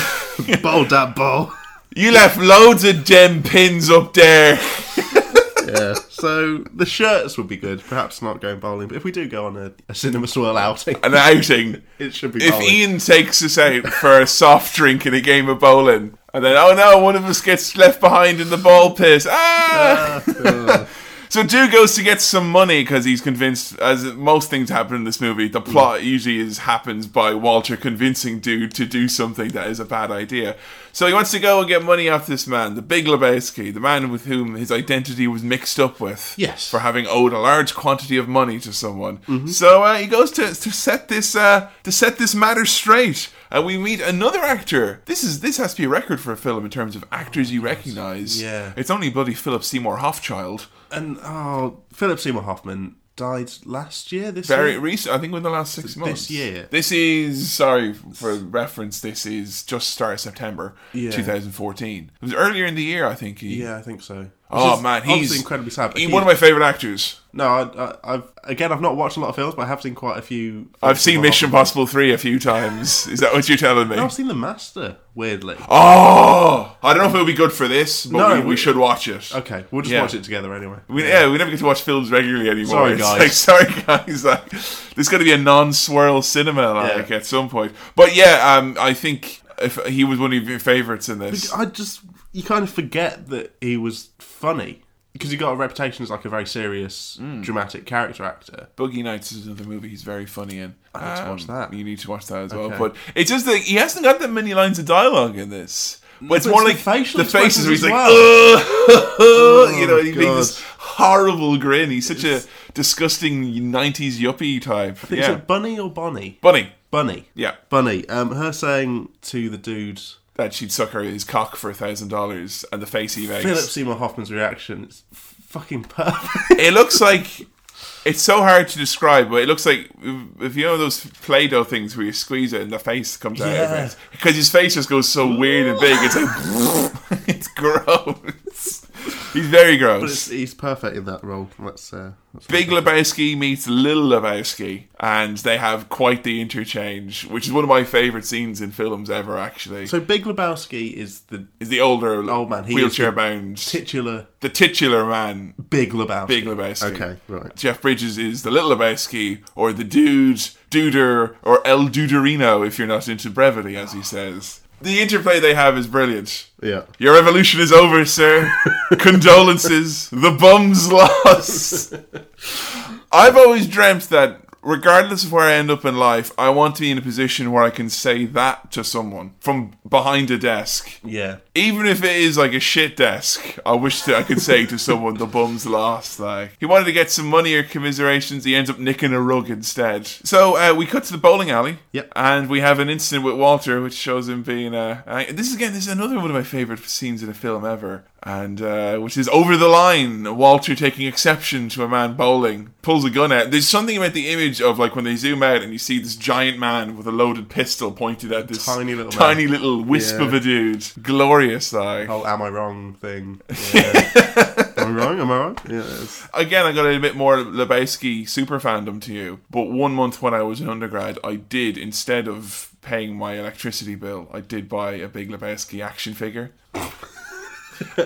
[SPEAKER 2] bowl that bowl.
[SPEAKER 1] You left loads of gem pins up there.
[SPEAKER 2] Yeah. So the shirts would be good. Perhaps not going bowling, but if we do go on a, a cinema swirl outing,
[SPEAKER 1] An outing.
[SPEAKER 2] it should be
[SPEAKER 1] If
[SPEAKER 2] bowling.
[SPEAKER 1] Ian takes us out for a soft drink and a game of bowling, and then oh no, one of us gets left behind in the ball pit. Ah!
[SPEAKER 2] Ah, ah.
[SPEAKER 1] So Drew goes to get some money because he's convinced, as most things happen in this movie,
[SPEAKER 2] Mm.
[SPEAKER 1] the plot usually is happens by Walter convincing Dude to do something that is a bad idea. So he wants to go and get money off this man, the Big Lebowski, the man with whom his identity was mixed up with,
[SPEAKER 2] Yes.
[SPEAKER 1] for having owed a large quantity of money to someone.
[SPEAKER 2] Mm-hmm.
[SPEAKER 1] So uh, he goes to to set this uh, to set this matter straight, and we meet another actor. This is this has to be a record for a film in terms of actors you recognize.
[SPEAKER 2] Oh, Yeah.
[SPEAKER 1] it's only bloody Philip Seymour Hoffchild.
[SPEAKER 2] and oh, Philip Seymour Hoffman died last year. This
[SPEAKER 1] Very
[SPEAKER 2] year?
[SPEAKER 1] recent. I think within the last six months.
[SPEAKER 2] year.
[SPEAKER 1] This is sorry for reference. This is just start of September,
[SPEAKER 2] Yeah.
[SPEAKER 1] 2014. It was earlier in the year, I think. He.
[SPEAKER 2] Yeah, I think so. Which
[SPEAKER 1] Oh
[SPEAKER 2] is
[SPEAKER 1] man,
[SPEAKER 2] obviously
[SPEAKER 1] he's
[SPEAKER 2] incredibly sad. but
[SPEAKER 1] He,
[SPEAKER 2] he-
[SPEAKER 1] one of my favorite actors.
[SPEAKER 2] no, I, I, I've again, I've not watched a lot of films, but I have seen quite a few. Philip
[SPEAKER 1] I've seen
[SPEAKER 2] Seymour
[SPEAKER 1] Mission
[SPEAKER 2] Hoffman.
[SPEAKER 1] Impossible three a few times. Is that what you're telling me?
[SPEAKER 2] No, I've seen The Master. Weirdly,
[SPEAKER 1] Oh, I don't know if it'll be good for this, but
[SPEAKER 2] No,
[SPEAKER 1] we, we,
[SPEAKER 2] we-
[SPEAKER 1] should watch it.
[SPEAKER 2] okay, we'll just
[SPEAKER 1] Yeah.
[SPEAKER 2] watch it together anyway.
[SPEAKER 1] We, yeah, we never get to watch films regularly anymore.
[SPEAKER 2] Sorry,
[SPEAKER 1] It's
[SPEAKER 2] guys.
[SPEAKER 1] like, sorry, guys. Like, there's going to be a non-swirl cinema like
[SPEAKER 2] Yeah.
[SPEAKER 1] at some point. But yeah, um, I think if he was one of your favorites in this.
[SPEAKER 2] I just you kind of forget that he was funny because he got a reputation as like a very serious,
[SPEAKER 1] Mm.
[SPEAKER 2] dramatic character actor.
[SPEAKER 1] Boogie Nights is another movie he's very funny in. I
[SPEAKER 2] need to watch that.
[SPEAKER 1] You need to watch that as well.
[SPEAKER 2] Okay.
[SPEAKER 1] But it's just that he hasn't got that many lines of dialogue in this. But it's
[SPEAKER 2] but
[SPEAKER 1] more
[SPEAKER 2] it's
[SPEAKER 1] like
[SPEAKER 2] the facial
[SPEAKER 1] the faces
[SPEAKER 2] expressions
[SPEAKER 1] where he's
[SPEAKER 2] as
[SPEAKER 1] like, "Ugh," Oh,
[SPEAKER 2] Oh,
[SPEAKER 1] you know, and he makes this horrible grin. He's such a disgusting '90s yuppie type.
[SPEAKER 2] Is
[SPEAKER 1] Yeah,
[SPEAKER 2] it Bunny or Bonnie?
[SPEAKER 1] Bunny.
[SPEAKER 2] Bunny.
[SPEAKER 1] Yeah.
[SPEAKER 2] Bunny. Um, her saying to the dude
[SPEAKER 1] that she'd suck her his cock for a thousand dollars and the face he makes.
[SPEAKER 2] Philip Seymour Hoffman's reaction is f- fucking perfect.
[SPEAKER 1] It looks like It's so hard to describe, but it looks like if you know those Play-Doh things where you squeeze it and the face comes out of
[SPEAKER 2] Yeah.
[SPEAKER 1] it because his face just goes so weird and big. It's like it's gross. He's very gross.
[SPEAKER 2] But it's, he's perfect in that role. That's, uh, that's
[SPEAKER 1] Big Lebowski meets Little Lebowski, and they have quite the interchange, which is one of my favorite scenes in films ever. Actually,
[SPEAKER 2] So Big Lebowski is the
[SPEAKER 1] is the older
[SPEAKER 2] Old man, he is
[SPEAKER 1] wheelchair
[SPEAKER 2] the
[SPEAKER 1] bound,
[SPEAKER 2] titular
[SPEAKER 1] the titular man,
[SPEAKER 2] Big Lebowski.
[SPEAKER 1] Big Lebowski.
[SPEAKER 2] Okay, right.
[SPEAKER 1] Jeff Bridges is the Little Lebowski, or the Dude, Duder, or El Duderino, if you're not into brevity, as he says. The interplay they have is brilliant.
[SPEAKER 2] Yeah.
[SPEAKER 1] Your evolution is over, sir. Condolences. The bum's lost. I've always dreamt that, regardless of where I end up in life, I want to be in a position where I can say that to someone from behind a desk.
[SPEAKER 2] Yeah.
[SPEAKER 1] Even if it is like a shit desk, I wish that I could say to someone, the bum's lost. Like, he wanted to get some money or commiserations, he ends up nicking a rug instead. So, uh, we cut to the bowling alley.
[SPEAKER 2] Yep.
[SPEAKER 1] And we have an incident with Walter, which shows him being, uh, I, this is again, this is another one of my favorite scenes in a film ever. And, uh, which is over the line, Walter taking exception to a man bowling, pulls a gun out. There's something about the image of, like, when they zoom out and you see this giant man with a loaded pistol pointed at this
[SPEAKER 2] Tiny little man.
[SPEAKER 1] tiny little wisp
[SPEAKER 2] Yeah.
[SPEAKER 1] of a dude. Glorious, like.
[SPEAKER 2] Oh, am I wrong thing? Yeah. am I wrong? Am I wrong? Yeah. it's-
[SPEAKER 1] Again, I got a bit more Lebowski super fandom to you, but one month when I was an undergrad, I did, instead of paying my electricity bill, I did buy a big Lebowski action figure.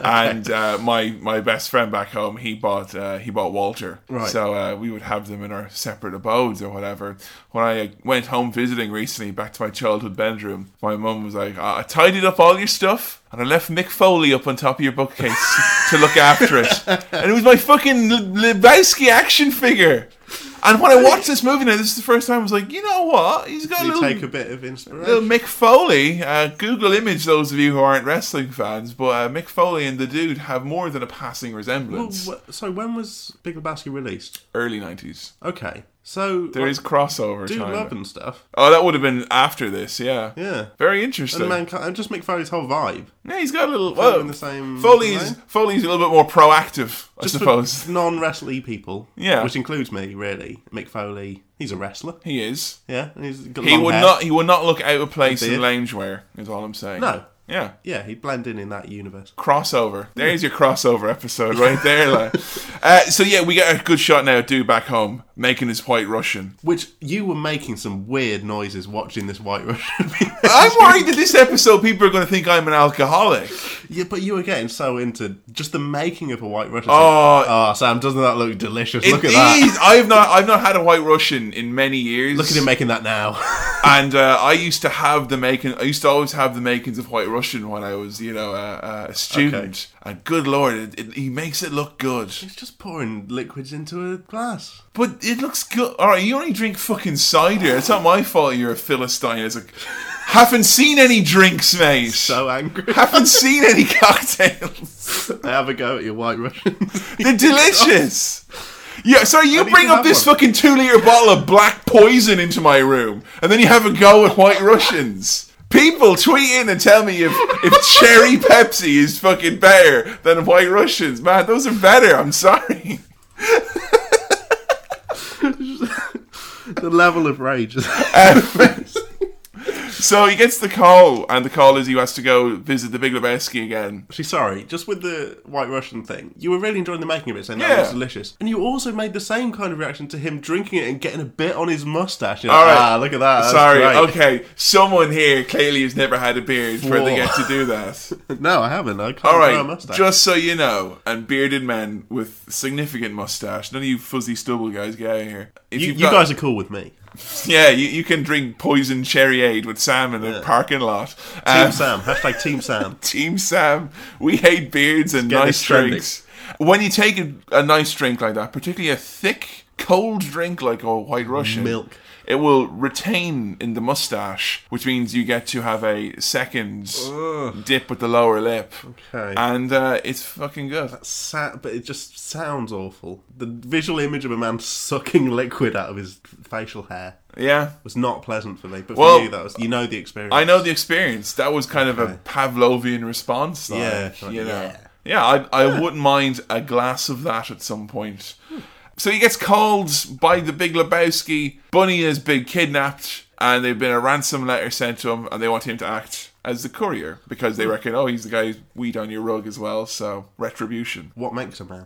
[SPEAKER 1] and uh, my my best friend back home, he bought uh, he bought Walter.
[SPEAKER 2] Right.
[SPEAKER 1] So uh, we would have them in our separate abodes or whatever. When I went home visiting recently, back to my childhood bedroom, my mum was like, "I I tidied up all your stuff." And I left Mick Foley up on top of your bookcase to look after it. And it was my fucking L- Lebowski action figure. And when I watched this movie now, this is the first time I was like, you know what? He's got a
[SPEAKER 2] You
[SPEAKER 1] little
[SPEAKER 2] take a bit of
[SPEAKER 1] Little
[SPEAKER 2] inspiration.
[SPEAKER 1] Mick Foley, uh, Google image those of you who aren't wrestling fans, but uh, Mick Foley and the dude have more than a passing
[SPEAKER 2] Well,
[SPEAKER 1] resemblance.
[SPEAKER 2] wh- So when was Big Lebowski released?
[SPEAKER 1] Early 90s.
[SPEAKER 2] Okay. So
[SPEAKER 1] There is crossover
[SPEAKER 2] do
[SPEAKER 1] time.
[SPEAKER 2] love and stuff.
[SPEAKER 1] Oh, that would have been after this, yeah.
[SPEAKER 2] Yeah.
[SPEAKER 1] Very
[SPEAKER 2] And the
[SPEAKER 1] interesting.
[SPEAKER 2] man and just McFoley's whole vibe.
[SPEAKER 1] yeah, he's got a little.
[SPEAKER 2] Well,
[SPEAKER 1] Well,
[SPEAKER 2] in the same
[SPEAKER 1] Foley's,
[SPEAKER 2] line.
[SPEAKER 1] Foley's a little bit more proactive, I
[SPEAKER 2] Just
[SPEAKER 1] suppose.
[SPEAKER 2] for non-wrestling people.
[SPEAKER 1] Yeah.
[SPEAKER 2] Which includes me, really. Mick Foley, he's a wrestler.
[SPEAKER 1] He is.
[SPEAKER 2] Yeah, and he's got
[SPEAKER 1] He
[SPEAKER 2] long
[SPEAKER 1] would
[SPEAKER 2] hair.
[SPEAKER 1] not. He would not look out of place in
[SPEAKER 2] beard.
[SPEAKER 1] loungewear. Is all I'm saying.
[SPEAKER 2] No.
[SPEAKER 1] Yeah.
[SPEAKER 2] Yeah, he'd blend in in that universe.
[SPEAKER 1] crossover. There's your crossover episode right there. Like. Uh, so yeah, we get a good shot now. Dude back home making his white Russian.
[SPEAKER 2] Which you were making some weird noises watching this White Russian. video.
[SPEAKER 1] I'm worried that this episode people are going to think I'm an alcoholic.
[SPEAKER 2] yeah, but you were getting so into just the making of a White Russian.
[SPEAKER 1] Oh.
[SPEAKER 2] oh, Sam, doesn't that look delicious?
[SPEAKER 1] It
[SPEAKER 2] Look at that.
[SPEAKER 1] is- I've not I've not had a white Russian in many years.
[SPEAKER 2] Look at him making that now.
[SPEAKER 1] And uh, I used to have the making. I used to always have the makings of white Russian when I was, you know, uh, uh, a student. And good lord, it, it, he makes it look good.
[SPEAKER 2] He's just pouring liquids into a glass.
[SPEAKER 1] But it looks good. All right, you only drink fucking cider. It's not my fault you're a philistine. It's like, haven't seen any drinks, mate.
[SPEAKER 2] So angry.
[SPEAKER 1] haven't seen any cocktails.
[SPEAKER 2] Have a go at your White Russian.
[SPEAKER 1] They're delicious. Yeah, sorry, you
[SPEAKER 2] need
[SPEAKER 1] bring
[SPEAKER 2] to
[SPEAKER 1] up
[SPEAKER 2] have
[SPEAKER 1] this
[SPEAKER 2] one.
[SPEAKER 1] fucking two liter bottle of black poison into my room, and then you have a go at White Russians. People tweet in and tell me if, if cherry Pepsi is fucking better than White Russians. Man, those are better. I'm sorry.
[SPEAKER 2] the level of rage.
[SPEAKER 1] So he gets the call, and the call is he has to go visit the Big Lebowski again.
[SPEAKER 2] Actually, sorry, just with the White Russian thing, you were really enjoying the making of it, saying
[SPEAKER 1] Yeah.
[SPEAKER 2] that was delicious. And you also made the same kind of reaction to him drinking it and getting a bit on his mustache. You're like,
[SPEAKER 1] All right.
[SPEAKER 2] Ah, look at that. that's
[SPEAKER 1] Sorry,
[SPEAKER 2] great."
[SPEAKER 1] okay. Someone here clearly has never had a beard where they
[SPEAKER 2] Whoa.
[SPEAKER 1] get to do that.
[SPEAKER 2] No, I haven't. I can't
[SPEAKER 1] All
[SPEAKER 2] grow a
[SPEAKER 1] right,
[SPEAKER 2] mustache.
[SPEAKER 1] just so you know, and bearded men with significant mustache. None of you fuzzy stubble guys get out of here. If
[SPEAKER 2] you,
[SPEAKER 1] you've
[SPEAKER 2] you
[SPEAKER 1] got-
[SPEAKER 2] guys are cool with me.
[SPEAKER 1] yeah, you, you can drink poison cherryade with Sam in a parking lot.
[SPEAKER 2] Team
[SPEAKER 1] Um,
[SPEAKER 2] Sam. Hashtag Team Sam.
[SPEAKER 1] Team Sam. We hate beards and
[SPEAKER 2] get
[SPEAKER 1] nice
[SPEAKER 2] this trending.
[SPEAKER 1] drinks. When you take a, a nice drink like that, particularly a thick, cold drink like a White Russian,
[SPEAKER 2] Milk.
[SPEAKER 1] it will retain in the mustache, which means you get to have a second dip with the lower lip.
[SPEAKER 2] Okay.
[SPEAKER 1] And uh, it's fucking good.
[SPEAKER 2] Sa- but it just sounds awful. The visual image of a man sucking liquid out of his facial hair
[SPEAKER 1] Yeah.
[SPEAKER 2] was not pleasant for me. But for
[SPEAKER 1] Well,
[SPEAKER 2] you, that was you know the experience.
[SPEAKER 1] I know the experience. That was kind of a Pavlovian response. Like,
[SPEAKER 2] Yeah,
[SPEAKER 1] you know.
[SPEAKER 2] yeah.
[SPEAKER 1] Yeah, I, I wouldn't mind a glass of that at some point. So he gets called by the Big Lebowski. Bunny has been kidnapped, and they've been a ransom letter sent to him, and they want him to act as the courier because
[SPEAKER 2] Hmm.
[SPEAKER 1] they reckon, oh, he's the guy who weed on your rug as well. So retribution.
[SPEAKER 2] What makes a man?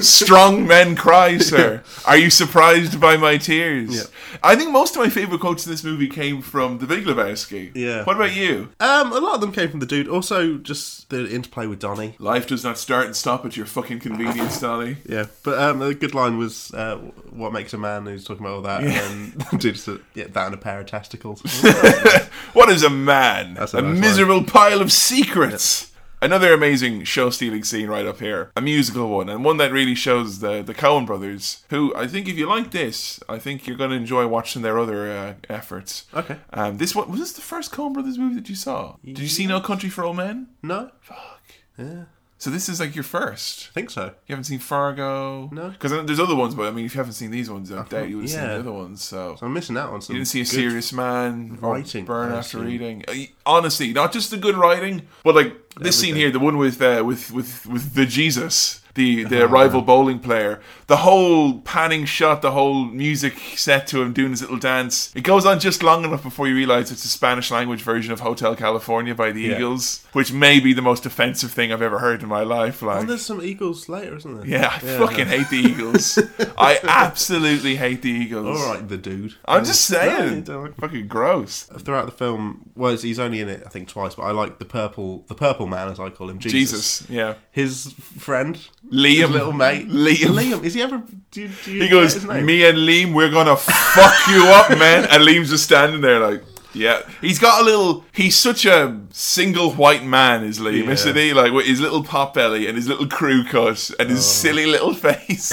[SPEAKER 1] Strong men cry, sir. Are you surprised by my tears? I think most of my favorite quotes in this movie came from The Big Lebowski.
[SPEAKER 2] Yeah.
[SPEAKER 1] What about you?
[SPEAKER 2] Um, a lot of them came from the dude. Also, just the interplay with Donnie.
[SPEAKER 1] Life does not start and stop at your fucking convenience, Dolly.
[SPEAKER 2] Yeah, but um, the good line was uh, "What makes a man?" Who's talking about all that, and then dude said, "Yeah, that and a pair of testicles."
[SPEAKER 1] What is a man?
[SPEAKER 2] That's a
[SPEAKER 1] a
[SPEAKER 2] nice
[SPEAKER 1] miserable pile of secrets. Another amazing show-stealing scene right up here, a musical one, and one that really shows the the Coen brothers. Who I think, if you like this, I think you're going to enjoy watching their other uh, efforts.
[SPEAKER 2] Okay.
[SPEAKER 1] Um, this one was this the first Coen brothers movie that you saw? Did you see No Country for Old Men?
[SPEAKER 2] no, I
[SPEAKER 1] Fuck. Yeah. So this is like your first.
[SPEAKER 2] think so.
[SPEAKER 1] You haven't seen Fargo?
[SPEAKER 2] No. Uh-huh.
[SPEAKER 1] Because uh, there's other ones, but I mean, if you haven't seen these ones, I doubt you would have seen
[SPEAKER 2] yeah.
[SPEAKER 1] the other ones. So
[SPEAKER 2] I'm missing out on some.
[SPEAKER 1] you didn't see a
[SPEAKER 2] good-
[SPEAKER 1] serious man or
[SPEAKER 2] writing,
[SPEAKER 1] burn
[SPEAKER 2] I
[SPEAKER 1] after
[SPEAKER 2] assume.
[SPEAKER 1] eating. Uh, Honestly, not just the good writing, but like this scene
[SPEAKER 2] Everything.
[SPEAKER 1] here, the one with uh, with with with the Jesus, the the
[SPEAKER 2] Uh-huh.
[SPEAKER 1] rival bowling player, the whole panning shot, the whole music set to him doing his little dance. It goes on just long enough before you realize it's a Spanish language version of Hotel California by the Eagles, which may be the most offensive thing I've ever heard in my life. Like.
[SPEAKER 2] Oh, there's some Eagles later, isn't there?
[SPEAKER 1] yeah, I fucking hate the Eagles. I absolutely hate the Eagles.
[SPEAKER 2] All right, the dude.
[SPEAKER 1] I'm just
[SPEAKER 2] No,
[SPEAKER 1] saying.
[SPEAKER 2] don't like-
[SPEAKER 1] fucking gross.
[SPEAKER 2] Throughout the film, well, he's only in it I think twice, but I like the purple, the purple man as I call him, Jesus.
[SPEAKER 1] Jesus. Yeah.
[SPEAKER 2] His friend, his
[SPEAKER 1] Liam.
[SPEAKER 2] little mate,
[SPEAKER 1] Liam.
[SPEAKER 2] Liam, is he ever? Do, you- do you
[SPEAKER 1] He goes,
[SPEAKER 2] get his name?
[SPEAKER 1] Me and Liam, we're gonna fuck you up, man. And Liam's just standing there like, yeah. He's got a little he's such a single white man, is Liam,
[SPEAKER 2] Yeah.
[SPEAKER 1] isn't he? Like with his little pot belly and his little crew cut and
[SPEAKER 2] Oh.
[SPEAKER 1] his silly little face.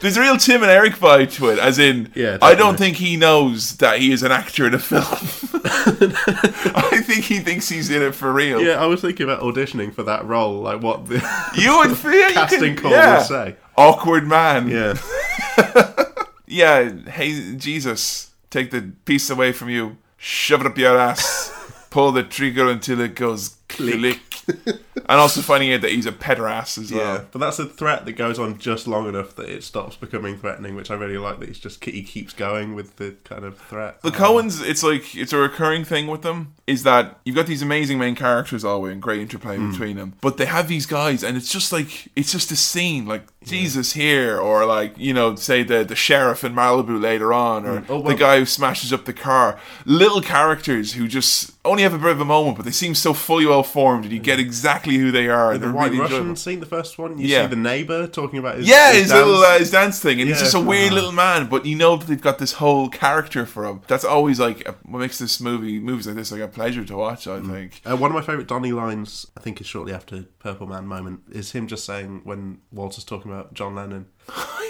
[SPEAKER 1] There's a real Tim and Eric vibe to it, as in,
[SPEAKER 2] Yeah,
[SPEAKER 1] I don't
[SPEAKER 2] definitely.
[SPEAKER 1] think he knows that he is an actor in a film. I think he thinks he's in it for real.
[SPEAKER 2] Yeah, I was thinking about auditioning for that role, like what the
[SPEAKER 1] You would fear you
[SPEAKER 2] casting
[SPEAKER 1] could,
[SPEAKER 2] call
[SPEAKER 1] yeah.
[SPEAKER 2] would say.
[SPEAKER 1] Awkward man.
[SPEAKER 2] Yeah.
[SPEAKER 1] yeah, hey Jesus, take the piece away from you, shove it up your ass, pull the trigger until it goes click. and also finding out that he's a pederast as well.
[SPEAKER 2] But that's a threat that goes on just long enough that it stops becoming threatening, which I really like that he's just he keeps going with the kind of threat.
[SPEAKER 1] The Coens, it's like it's a recurring thing with them is that you've got these amazing main characters always and great interplay
[SPEAKER 2] Hmm.
[SPEAKER 1] between them, but they have these guys, and it's just like it's just a scene like Jesus here, or like you know, say the the sheriff in Malibu later on, or
[SPEAKER 2] Oh,
[SPEAKER 1] the
[SPEAKER 2] well-
[SPEAKER 1] guy who smashes up the car. Little characters who just only have a bit of a moment, but they seem so fully well formed, and you get exactly who they are. and
[SPEAKER 2] the
[SPEAKER 1] they're
[SPEAKER 2] White
[SPEAKER 1] really
[SPEAKER 2] Russian
[SPEAKER 1] enjoyable.
[SPEAKER 2] scene, the first one, you
[SPEAKER 1] Yeah.
[SPEAKER 2] see the neighbour talking about his
[SPEAKER 1] Yeah,
[SPEAKER 2] his
[SPEAKER 1] his,
[SPEAKER 2] dance.
[SPEAKER 1] little uh, his dance thing, and he's
[SPEAKER 2] Yeah. Uh-huh.
[SPEAKER 1] just a weird little man. But you know that they've got this whole character for him. That's always like a- what makes this movie movies like this like a pleasure to watch. I think.
[SPEAKER 2] Uh, one of my favourite Donnie lines, I think, is shortly after Purple Man moment, is him just saying when Walter's talking about John Lennon.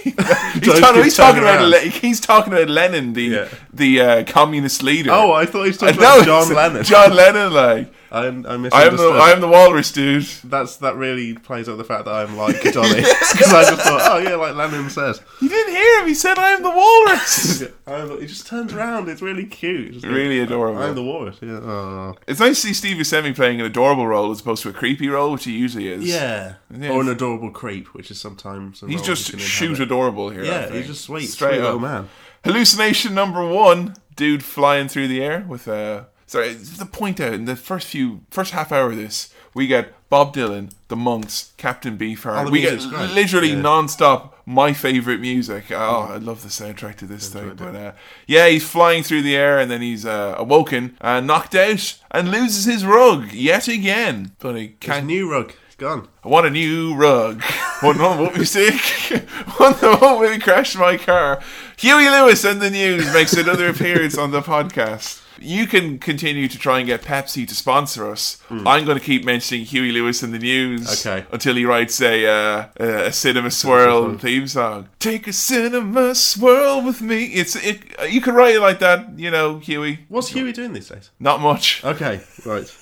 [SPEAKER 1] he's
[SPEAKER 2] Don't
[SPEAKER 1] talking,
[SPEAKER 2] keep
[SPEAKER 1] he's talking
[SPEAKER 2] turning
[SPEAKER 1] about
[SPEAKER 2] around.
[SPEAKER 1] Le- he's talking about Lenin, the
[SPEAKER 2] Yeah.
[SPEAKER 1] the uh, communist leader.
[SPEAKER 2] Oh, I thought he was talking
[SPEAKER 1] And now
[SPEAKER 2] about
[SPEAKER 1] it's
[SPEAKER 2] John Lennon.
[SPEAKER 1] John Lennon, like
[SPEAKER 2] I, I misunderstood.
[SPEAKER 1] I am the I am the walrus, dude.
[SPEAKER 2] that's that really plays up the fact that I'm like Donnie because I just thought, oh yeah, like Lennon says.
[SPEAKER 1] You didn't hear him. He said, "I am the walrus."
[SPEAKER 2] I thought- He just turns around. It's really cute. It's like,
[SPEAKER 1] really adorable.
[SPEAKER 2] I'm the walrus. Yeah. Oh.
[SPEAKER 1] it's nice to see Steve Buscemi playing an adorable role as opposed to a creepy role, which he usually is.
[SPEAKER 2] yeah.
[SPEAKER 1] Yeah.
[SPEAKER 2] Or an adorable creep, which is sometimes a
[SPEAKER 1] He's
[SPEAKER 2] role you
[SPEAKER 1] just
[SPEAKER 2] can
[SPEAKER 1] shoot
[SPEAKER 2] inhabit.
[SPEAKER 1] adorable here. I
[SPEAKER 2] Yeah,
[SPEAKER 1] think.
[SPEAKER 2] he's just sweet,
[SPEAKER 1] Straight
[SPEAKER 2] sweet
[SPEAKER 1] up.
[SPEAKER 2] little man.
[SPEAKER 1] Hallucination number one: dude flying through the air with a. Sorry, just to point out in the first few, first half hour of this, we get Bob Dylan, The Monks, Captain Beefheart.
[SPEAKER 2] the
[SPEAKER 1] we get
[SPEAKER 2] music's great.
[SPEAKER 1] literally
[SPEAKER 2] Yeah.
[SPEAKER 1] non-stop my favorite music. Oh, I love the soundtrack to this thing. But uh, yeah, he's flying through the air and then he's uh, awoken, uh, knocked out, and loses his rug yet again. But he
[SPEAKER 2] His
[SPEAKER 1] can't
[SPEAKER 2] new rug it's gone.
[SPEAKER 1] I want a new rug. One moment with music. One moment when he crashed my car. Huey Lewis and the News makes another appearance on the podcast. You can continue to try and get Pepsi to sponsor us. I'm going to keep mentioning Huey Lewis and the News
[SPEAKER 2] Okay.
[SPEAKER 1] until he writes a uh, a cinema swirl
[SPEAKER 2] swirl.
[SPEAKER 1] theme song. Take a cinema swirl with me. It's it, you can write it like that, you know, Huey.
[SPEAKER 2] What's Huey doing these days?
[SPEAKER 1] Not much.
[SPEAKER 2] Okay, right.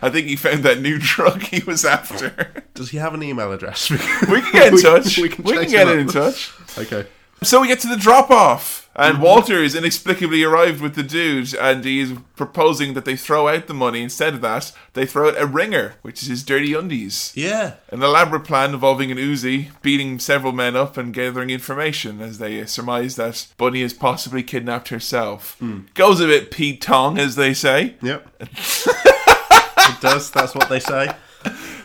[SPEAKER 1] I think he found that new drug he was after.
[SPEAKER 2] Does he have an email address?
[SPEAKER 1] We can get in touch. We can,
[SPEAKER 2] check
[SPEAKER 1] get
[SPEAKER 2] him
[SPEAKER 1] in
[SPEAKER 2] up.
[SPEAKER 1] touch.
[SPEAKER 2] Okay.
[SPEAKER 1] So we get to the drop off. And Walter is inexplicably arrived with the dude, and he is proposing that they throw out the money. Instead of that, they throw out a ringer, which is his dirty undies.
[SPEAKER 2] Yeah.
[SPEAKER 1] An elaborate plan involving an Uzi beating several men up and gathering information as they surmise that Bunny has possibly kidnapped herself. Goes a bit Pete Tong, as they say.
[SPEAKER 2] Yep. it does. That's what they say.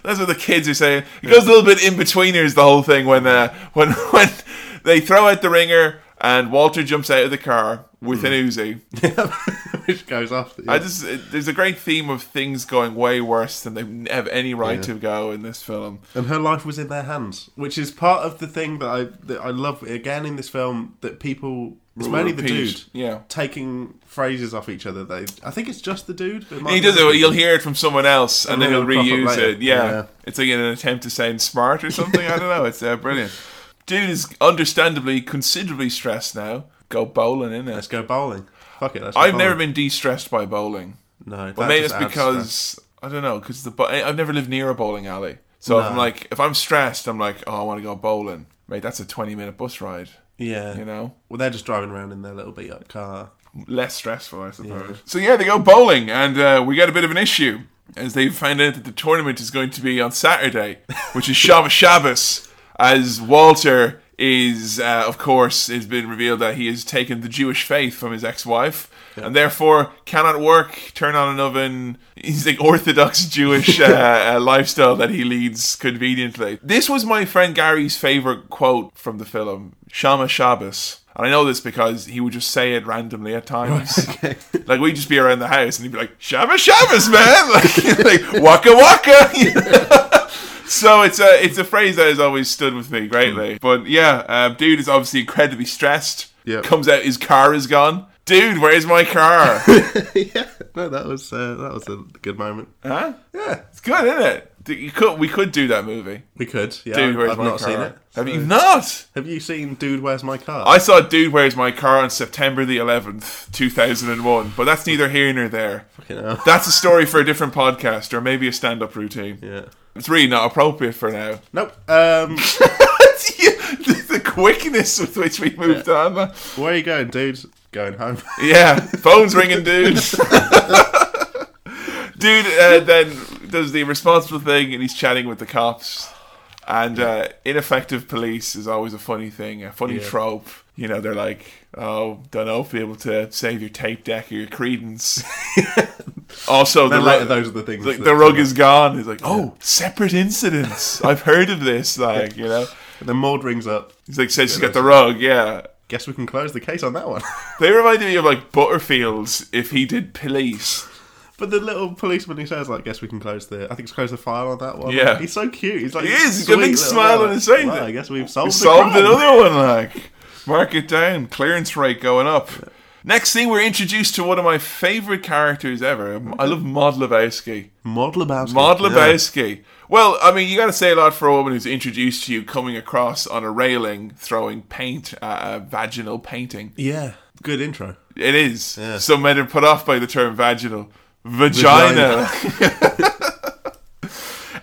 [SPEAKER 1] That's what the kids are saying. It goes a little bit in betweeners the whole thing when uh, when when they throw out the ringer and Walter jumps out of the car with
[SPEAKER 2] Mm.
[SPEAKER 1] an Uzi.
[SPEAKER 2] Which goes off.
[SPEAKER 1] I just it, there's a great theme of things going way worse than they have any right to go in this film.
[SPEAKER 2] and her life was in their hands, which is part of the thing that I that I love again in this film that people. It's
[SPEAKER 1] Will
[SPEAKER 2] mainly the
[SPEAKER 1] repeat,
[SPEAKER 2] dude.
[SPEAKER 1] yeah.
[SPEAKER 2] Taking phrases off each other. They, I think it's just the dude. but might
[SPEAKER 1] He
[SPEAKER 2] be
[SPEAKER 1] does
[SPEAKER 2] other
[SPEAKER 1] it.
[SPEAKER 2] people.
[SPEAKER 1] You'll hear it from someone else, and, then
[SPEAKER 2] then
[SPEAKER 1] he'll
[SPEAKER 2] it'll crop
[SPEAKER 1] reuse
[SPEAKER 2] up later.
[SPEAKER 1] it. Yeah.
[SPEAKER 2] Yeah.
[SPEAKER 1] it's like an attempt to sound smart or something. I don't know. It's uh, brilliant. Dude is understandably considerably stressed now. Go bowling, in
[SPEAKER 2] Let's
[SPEAKER 1] it.
[SPEAKER 2] go bowling. Fuck it. Let's go
[SPEAKER 1] I've never
[SPEAKER 2] bowling.
[SPEAKER 1] been de-stressed by bowling.
[SPEAKER 2] No,
[SPEAKER 1] Well,
[SPEAKER 2] that
[SPEAKER 1] maybe it's
[SPEAKER 2] just adds stress.
[SPEAKER 1] because I don't know because the bo- I- I've never lived near a bowling alley, so if I'm
[SPEAKER 2] No.
[SPEAKER 1] like if I'm stressed, I'm like, oh, I want to go bowling. Mate, that's a twenty minute bus ride.
[SPEAKER 2] Yeah.
[SPEAKER 1] You know,
[SPEAKER 2] Well, they're just driving around in their little beat up car.
[SPEAKER 1] less stressful, I suppose. So yeah, they go bowling, and uh, we get a bit of an issue as they find out that the tournament is going to be on Saturday, which is Shabbos Shabbos, as Walter is, uh, of course, it's been revealed that he has taken the Jewish faith from his ex-wife. And therefore cannot work, turn on an oven. He's the Orthodox Jewish uh, uh, lifestyle that he leads conveniently. This was my friend Gary's favorite quote from the film, Shama Shabbos. And I know this because he would just say it randomly at times. Like we'd just be around the house and he'd be like, Shabba Shabbos, man! Like, like waka waka! you know? so it's a, it's a phrase that has always stood with me greatly. But yeah, uh, dude is obviously incredibly stressed.
[SPEAKER 2] Yep.
[SPEAKER 1] Comes out, his car is gone. Dude, where's my car?
[SPEAKER 2] yeah. No, that was uh, that was a good moment.
[SPEAKER 1] huh?
[SPEAKER 2] Yeah.
[SPEAKER 1] It's good, isn't it? D- You could, we could do that movie.
[SPEAKER 2] We could. Yeah.
[SPEAKER 1] Dude, where's
[SPEAKER 2] I've
[SPEAKER 1] my
[SPEAKER 2] not
[SPEAKER 1] car?
[SPEAKER 2] seen it.
[SPEAKER 1] Have you not?
[SPEAKER 2] Have you seen Dude, Where's My Car?
[SPEAKER 1] I saw Dude Where's My Car on September the 11th, 2001, but that's neither here nor there.
[SPEAKER 2] Fucking hell.
[SPEAKER 1] That's a story for a different podcast or maybe a stand up routine.
[SPEAKER 2] Yeah.
[SPEAKER 1] It's really not appropriate for now.
[SPEAKER 2] Nope. Um,
[SPEAKER 1] the, the quickness with which we moved on.
[SPEAKER 2] where are you going, dude? Going home.
[SPEAKER 1] Yeah, phone's ringing, dude. dude uh, then does the responsible thing and he's chatting with the cops. And uh, ineffective police is always a funny thing, a funny
[SPEAKER 2] Yeah.
[SPEAKER 1] trope. You know, they're like, oh, don't know if you'll be able to save your tape deck or your credence. also, the
[SPEAKER 2] Then later,
[SPEAKER 1] ru-
[SPEAKER 2] those are the things.
[SPEAKER 1] like
[SPEAKER 2] that-
[SPEAKER 1] the rug is gone. He's like, oh, separate incidents. I've heard of this. Like, you know,
[SPEAKER 2] Then Maud rings up.
[SPEAKER 1] he's like, says she's got the rug. Yeah,
[SPEAKER 2] Guess we can close the case on that one.
[SPEAKER 1] they reminded me of like Butterfield's if he did police.
[SPEAKER 2] but the little policeman who says, like, guess we can close the. I think it's close the file on that one.
[SPEAKER 1] Yeah.
[SPEAKER 2] He's so cute. He's like,
[SPEAKER 1] He is, he's got a big
[SPEAKER 2] sweet little
[SPEAKER 1] smile
[SPEAKER 2] guy,
[SPEAKER 1] on
[SPEAKER 2] like,
[SPEAKER 1] his face.
[SPEAKER 2] "Wow, I guess we've solved,
[SPEAKER 1] Solved
[SPEAKER 2] the crime."
[SPEAKER 1] another one. Like, mark it down. Clearance rate going up. Next thing, we're introduced to one of my favorite characters ever. I love Maud Lebowski.
[SPEAKER 2] Maud Lebowski.
[SPEAKER 1] Maud
[SPEAKER 2] Yeah.
[SPEAKER 1] Lebowski. Well, I mean, you got to say a lot for a woman who's introduced to you coming across on a railing, throwing paint at a vaginal painting.
[SPEAKER 2] Yeah. Good intro.
[SPEAKER 1] It is.
[SPEAKER 2] Yeah.
[SPEAKER 1] Some men are put off by the term vaginal. Vagina.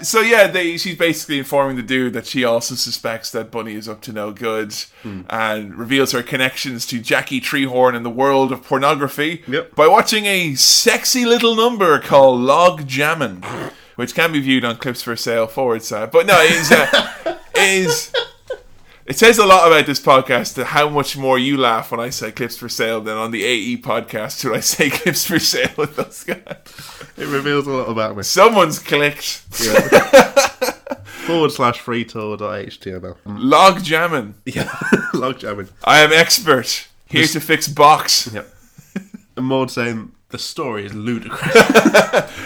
[SPEAKER 1] so yeah, they, she's basically informing the dude that she also suspects that Bunny is up to no good, and reveals her connections to Jackie Treehorn and the world of pornography
[SPEAKER 2] Yep.
[SPEAKER 1] by watching a sexy little number called Log Jammin', which can be viewed on clips for sale forward side. But no, it's uh, it is. It says a lot about this podcast that how much more you laugh when I say clips for sale than on the AE podcast when I say clips for sale with those guys.
[SPEAKER 2] It reveals a lot about me.
[SPEAKER 1] Someone's clicked.
[SPEAKER 2] Forward slash freetour.html.
[SPEAKER 1] Log jamming.
[SPEAKER 2] Yeah. Log jamming.
[SPEAKER 1] I am expert. Here to fix box.
[SPEAKER 2] Yep. And Maud saying, the story is ludicrous.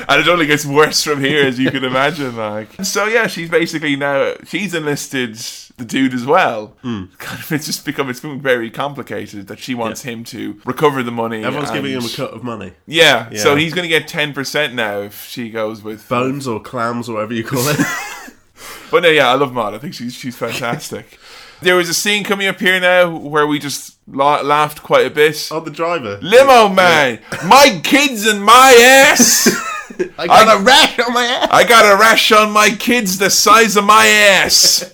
[SPEAKER 1] And it only gets worse from here, as you can imagine. Like, so yeah, she's basically now she's enlisted the dude as well.
[SPEAKER 2] Hmm.
[SPEAKER 1] Kind of, it's just become it's become very complicated that she wants him to recover the money.
[SPEAKER 2] Everyone's
[SPEAKER 1] and-
[SPEAKER 2] giving him a cut of money.
[SPEAKER 1] Yeah, so
[SPEAKER 2] Yeah.
[SPEAKER 1] he's going to get ten percent now if she goes with. But,
[SPEAKER 2] Bones or clams or whatever you call it.
[SPEAKER 1] no, yeah, I love Maud. I think she's she's fantastic. there was a scene coming up here now where we just la- laughed quite a bit.
[SPEAKER 2] on the driver.
[SPEAKER 1] Limo man, my kids and my ass.
[SPEAKER 2] I got
[SPEAKER 1] I-
[SPEAKER 2] a rash on my ass.
[SPEAKER 1] I got a rash on my kids the size of my ass.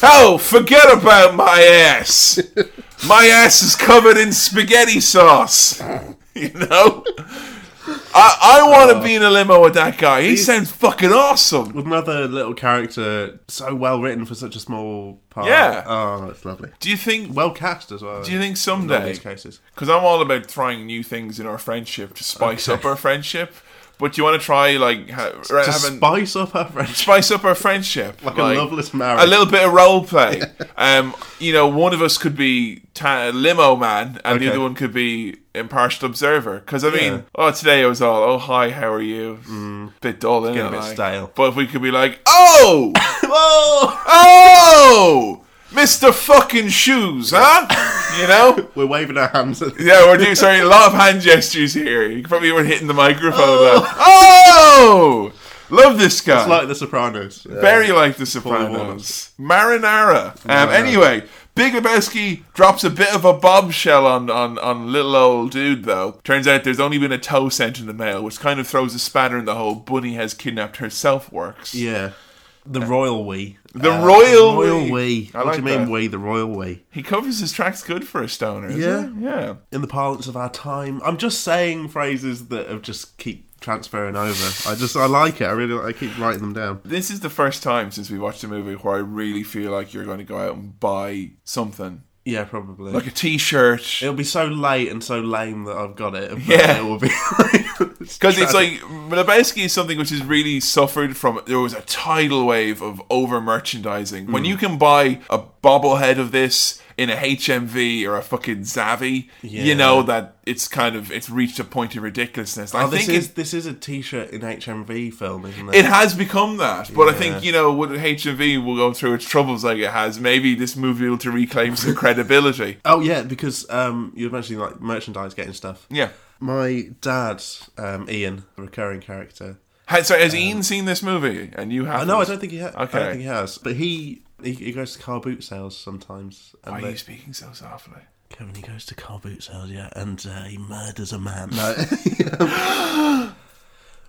[SPEAKER 1] Oh, forget about my ass. My ass is covered in spaghetti sauce. You know? I, I want to be in a limo with that guy. He sounds fucking awesome.
[SPEAKER 2] Another little character, so well written for such a small part.
[SPEAKER 1] Yeah.
[SPEAKER 2] Oh, that's lovely.
[SPEAKER 1] Do you think?
[SPEAKER 2] Well cast as well.
[SPEAKER 1] Do you think
[SPEAKER 2] in all
[SPEAKER 1] someday?
[SPEAKER 2] these cases?
[SPEAKER 1] Because I'm all about trying new things in our friendship to spice up our friendship. But you want to try like ha- ra-
[SPEAKER 2] To
[SPEAKER 1] having
[SPEAKER 2] spice up our friendship.
[SPEAKER 1] spice up our friendship,
[SPEAKER 2] Like a loveless marriage.
[SPEAKER 1] a little bit of role play. um, you know, one of us could be ta- limo man, and the
[SPEAKER 2] Okay.
[SPEAKER 1] other one could be impartial observer. Because I mean,
[SPEAKER 2] Yeah. Mm.
[SPEAKER 1] oh, today I was all, oh hi, how are you? Bit dull, isn't it?
[SPEAKER 2] a bit
[SPEAKER 1] like?
[SPEAKER 2] stale.
[SPEAKER 1] But if we could be like, oh,
[SPEAKER 2] Whoa!
[SPEAKER 1] oh, Mister Fucking Shoes, huh? You know.
[SPEAKER 2] We're waving our hands. At
[SPEAKER 1] Yeah, we're doing sorry, a lot of hand gestures here. You probably weren't hitting the microphone. Oh, oh! love this guy.
[SPEAKER 2] It's like The Sopranos.
[SPEAKER 1] Very like the
[SPEAKER 2] Warner.
[SPEAKER 1] Sopranos. Marinara. Um, anyway, Big Lebowski drops a bit of a bombshell on, on, on little old dude, though. Turns out there's only been a toe sent in the mail, which kind of throws a spanner in the whole Bunny has kidnapped herself works.
[SPEAKER 2] Yeah. The royal we. Uh,
[SPEAKER 1] The royal
[SPEAKER 2] royal
[SPEAKER 1] we.
[SPEAKER 2] we.
[SPEAKER 1] I
[SPEAKER 2] What
[SPEAKER 1] like
[SPEAKER 2] do you mean
[SPEAKER 1] that.
[SPEAKER 2] we? The royal we.
[SPEAKER 1] He covers his tracks good for a stoner, isn't
[SPEAKER 2] Yeah.
[SPEAKER 1] he? Yeah.
[SPEAKER 2] In the parlance of our time, I'm just saying phrases that have just keep transferring over. I just I like it. I really I keep writing them down.
[SPEAKER 1] This is the first time since we watched a movie where I really feel like you're going to go out and buy something.
[SPEAKER 2] Yeah, probably.
[SPEAKER 1] Like a t shirt.
[SPEAKER 2] It'll be so late and so lame that I've got it. but
[SPEAKER 1] Yeah.
[SPEAKER 2] it will be. Because
[SPEAKER 1] Because it's like Lebowski is something which has really suffered from. There was a tidal wave of over merchandising.
[SPEAKER 2] Hmm.
[SPEAKER 1] When you can buy a bobblehead of this in a HMV or a fucking Zavi, you
[SPEAKER 2] Yeah.
[SPEAKER 1] know that it's kind of it's reached a point of ridiculousness. I
[SPEAKER 2] Oh, this
[SPEAKER 1] think
[SPEAKER 2] is
[SPEAKER 1] it,
[SPEAKER 2] this is a T-shirt in HMV film, isn't it?
[SPEAKER 1] it has become that, but I
[SPEAKER 2] Yeah.
[SPEAKER 1] think you know with HMV will go through its troubles like it has. Maybe this movie will to reclaim some credibility.
[SPEAKER 2] oh yeah, because um, you were mentioning like merchandise getting stuff.
[SPEAKER 1] Yeah.
[SPEAKER 2] My dad, um, Ian, the recurring character.
[SPEAKER 1] Ha- So has Ian seen this movie? And you have?
[SPEAKER 2] No, Um, I don't think he. Ha- I
[SPEAKER 1] Okay.
[SPEAKER 2] don't think he has. But he, he he goes to car boot sales sometimes. And
[SPEAKER 1] Why
[SPEAKER 2] they-
[SPEAKER 1] are you speaking so softly?
[SPEAKER 2] Kevin, he goes to car boot sales, yeah, and uh, he murders a man. No.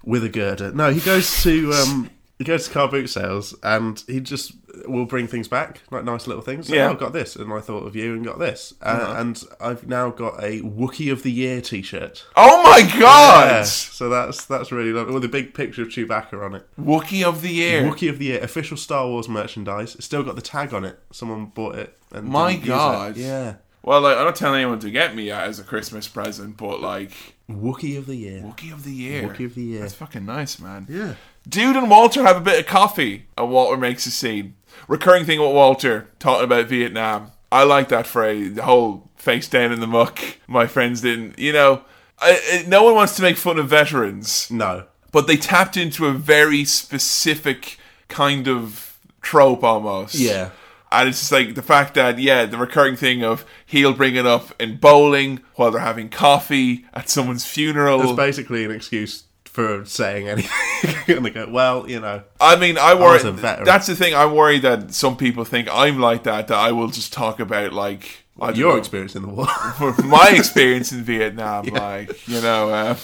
[SPEAKER 2] With a girder. No, he goes to um, he goes to car boot sales, and he just will bring things back, like nice little things.
[SPEAKER 1] Yeah. Uh-huh.
[SPEAKER 2] oh, I've got this, and I thought of you and got this, uh, and I've now got a Wookie of the Year T-shirt.
[SPEAKER 1] Oh my
[SPEAKER 2] Yeah,
[SPEAKER 1] god!
[SPEAKER 2] so that's that's really lovely. With a big picture of Chewbacca on it.
[SPEAKER 1] Wookie of the year.
[SPEAKER 2] Wookie of the Year, official Star Wars merchandise. It's still got the tag on it. Someone bought it. And
[SPEAKER 1] My
[SPEAKER 2] didn't use it.
[SPEAKER 1] God.
[SPEAKER 2] Yeah.
[SPEAKER 1] Well, like I'm not telling anyone to get me that as a Christmas present, but like
[SPEAKER 2] Wookie of the Year.
[SPEAKER 1] Wookie of the Year.
[SPEAKER 2] Wookiee of the Year.
[SPEAKER 1] That's fucking nice, man.
[SPEAKER 2] Yeah.
[SPEAKER 1] Dude and Walter have a bit of coffee, and Walter makes a scene. Recurring thing with Walter talking about Vietnam. I like that phrase. The whole face down in the muck. My friends didn't. You know, I, I, no one wants to make fun of veterans.
[SPEAKER 2] No.
[SPEAKER 1] but they tapped into a very specific kind of trope almost.
[SPEAKER 2] Yeah.
[SPEAKER 1] And it's just like the fact that, yeah, the recurring thing of he'll bring it up in bowling while they're having coffee at someone's
[SPEAKER 2] It's
[SPEAKER 1] funeral.
[SPEAKER 2] basically an excuse for saying anything. and they go, well, you know.
[SPEAKER 1] I mean, I worry.
[SPEAKER 2] was a veteran.
[SPEAKER 1] that's the thing. I worry that some people think I'm like that, that I will just talk about, like, I don't
[SPEAKER 2] Your
[SPEAKER 1] know,
[SPEAKER 2] experience in the war.
[SPEAKER 1] my experience in Vietnam. Like, you know.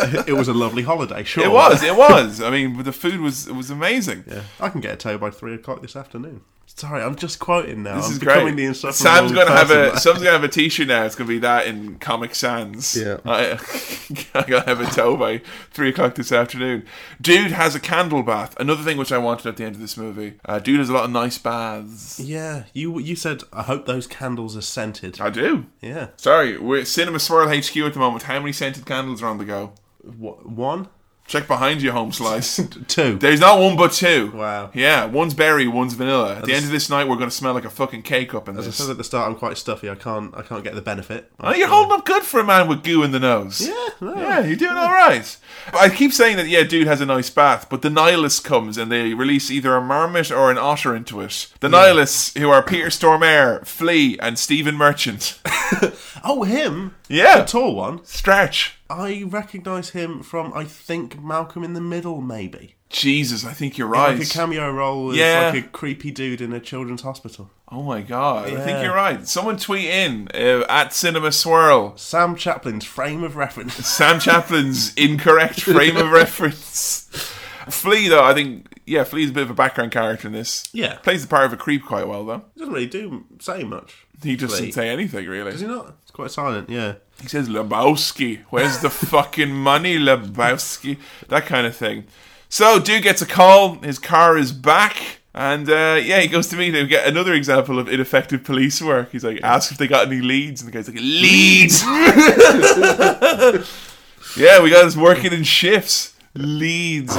[SPEAKER 1] Uh,
[SPEAKER 2] it was a lovely holiday, sure.
[SPEAKER 1] it was, it was. I mean, but the food was it was amazing.
[SPEAKER 2] Yeah. I can get a tow by three o'clock this afternoon. Sorry, I'm just quoting now.
[SPEAKER 1] This
[SPEAKER 2] I'm
[SPEAKER 1] is
[SPEAKER 2] becoming
[SPEAKER 1] great.
[SPEAKER 2] the insufferable
[SPEAKER 1] Sam's gonna have
[SPEAKER 2] person
[SPEAKER 1] a Sam's gonna have a T-shirt now. It's gonna be that in Comic Sans.
[SPEAKER 2] Yeah.
[SPEAKER 1] I, I gotta have a tow by three o'clock this afternoon. Dude has a candle bath. Another thing which I wanted at the end of this movie. Uh, dude has a lot of nice baths.
[SPEAKER 2] Yeah, you you said I hope those candles are scented.
[SPEAKER 1] I do.
[SPEAKER 2] Yeah,
[SPEAKER 1] Sorry, we're Cinema Swirl HQ at the moment. How many scented candles are on the go?
[SPEAKER 2] Wha- one,
[SPEAKER 1] Check behind you, home slice.
[SPEAKER 2] two.
[SPEAKER 1] There's not one but two.
[SPEAKER 2] Wow.
[SPEAKER 1] Yeah, one's berry, one's vanilla. At the end of this night, we're gonna smell like a fucking cake up in
[SPEAKER 2] I
[SPEAKER 1] this.
[SPEAKER 2] said at the start I'm quite stuffy. I can't I can't get the benefit.
[SPEAKER 1] Oh, you're holding up good for a man with goo in the nose.
[SPEAKER 2] Yeah, no.
[SPEAKER 1] Yeah, you're doing all right. I keep saying that, yeah, dude has a nice bath, but the Nihilist comes and they release either a marmot or an otter into it. The Nihilists, who are Peter Stormare, Flea, and Stephen Merchant.
[SPEAKER 2] Oh, him.
[SPEAKER 1] Yeah.
[SPEAKER 2] the tall one.
[SPEAKER 1] Stretch.
[SPEAKER 2] I recognise him from I think Malcolm in the Middle, maybe.
[SPEAKER 1] Jesus, I think you're
[SPEAKER 2] Like a
[SPEAKER 1] right.
[SPEAKER 2] cameo role as
[SPEAKER 1] Yeah.
[SPEAKER 2] like a creepy dude in a children's hospital.
[SPEAKER 1] oh my god, I think
[SPEAKER 2] Yeah.
[SPEAKER 1] you're right. Someone tweet in uh, at Cinema Swirl.
[SPEAKER 2] Sam Chaplin's frame of reference.
[SPEAKER 1] Sam Chaplin's incorrect frame of reference. Flea, though, I think, yeah, Flea's a bit of a background character in this.
[SPEAKER 2] Yeah.
[SPEAKER 1] Plays the part of a creep quite well, though.
[SPEAKER 2] He doesn't really do say much.
[SPEAKER 1] He just
[SPEAKER 2] Flea.
[SPEAKER 1] doesn't say anything, really.
[SPEAKER 2] Is he not? It's quite silent, yeah.
[SPEAKER 1] He says, Lebowski, where's the fucking money, Lebowski? That kind of thing. So, dude gets a call, his car is back, and uh, yeah, he goes to meet him. Get another example of ineffective police work. He's like, ask if they got any leads, and the guy's like, leads! yeah, we got us working in shifts. Leads.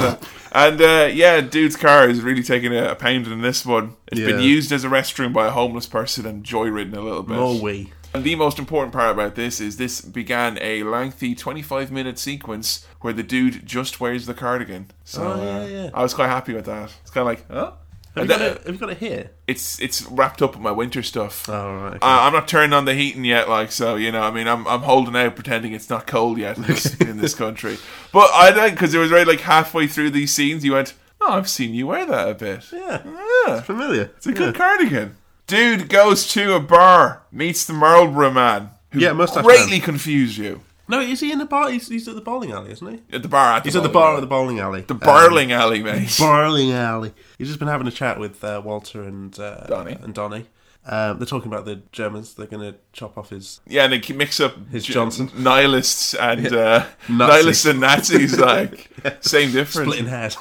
[SPEAKER 1] And uh, yeah, dude's car is really taking a, a pound in this one. It's been
[SPEAKER 2] Yeah.
[SPEAKER 1] used as a restroom by a homeless person and joyridden a little bit.
[SPEAKER 2] Or we.
[SPEAKER 1] And the most important part about this is this began a lengthy 25 minute sequence where the dude just wears the cardigan. So
[SPEAKER 2] Oh, yeah,
[SPEAKER 1] uh,
[SPEAKER 2] yeah.
[SPEAKER 1] I was quite happy with that. It's kind of like, huh?
[SPEAKER 2] Have
[SPEAKER 1] And
[SPEAKER 2] you, got
[SPEAKER 1] that-
[SPEAKER 2] it, have you got it here?
[SPEAKER 1] it's it's wrapped up with my winter stuff.
[SPEAKER 2] Oh, right. okay.
[SPEAKER 1] I, I'm not turning on the heating yet, like so. You know, I mean, I'm I'm holding out, pretending it's not cold yet in this, in this country. But I don't because it was right like halfway through these scenes, you went, "Oh, I've seen you wear that a bit."
[SPEAKER 2] yeah.
[SPEAKER 1] Yeah.
[SPEAKER 2] Familiar.
[SPEAKER 1] It's a good cardigan. Dude goes to a bar, meets the Marlboro man, who
[SPEAKER 2] Yeah, mustache
[SPEAKER 1] greatly confused you.
[SPEAKER 2] No, is he in the bar? He's, he's at the bowling alley, isn't he?
[SPEAKER 1] At the bar, at the
[SPEAKER 2] He's at the bar
[SPEAKER 1] bowling
[SPEAKER 2] at the bowling alley. The
[SPEAKER 1] alley. Barling alley, mate.
[SPEAKER 2] Barling Alley. He's just been having a chat with uh, Walter and uh,
[SPEAKER 1] Donnie.
[SPEAKER 2] And Donnie. Um, they're talking about the Germans. They're going to chop off his.
[SPEAKER 1] yeah, and they mix up
[SPEAKER 2] His
[SPEAKER 1] J-
[SPEAKER 2] Johnson.
[SPEAKER 1] nihilists and uh,
[SPEAKER 2] Nazis.
[SPEAKER 1] nihilists and Nazis. Like same difference.
[SPEAKER 2] Splitting hairs.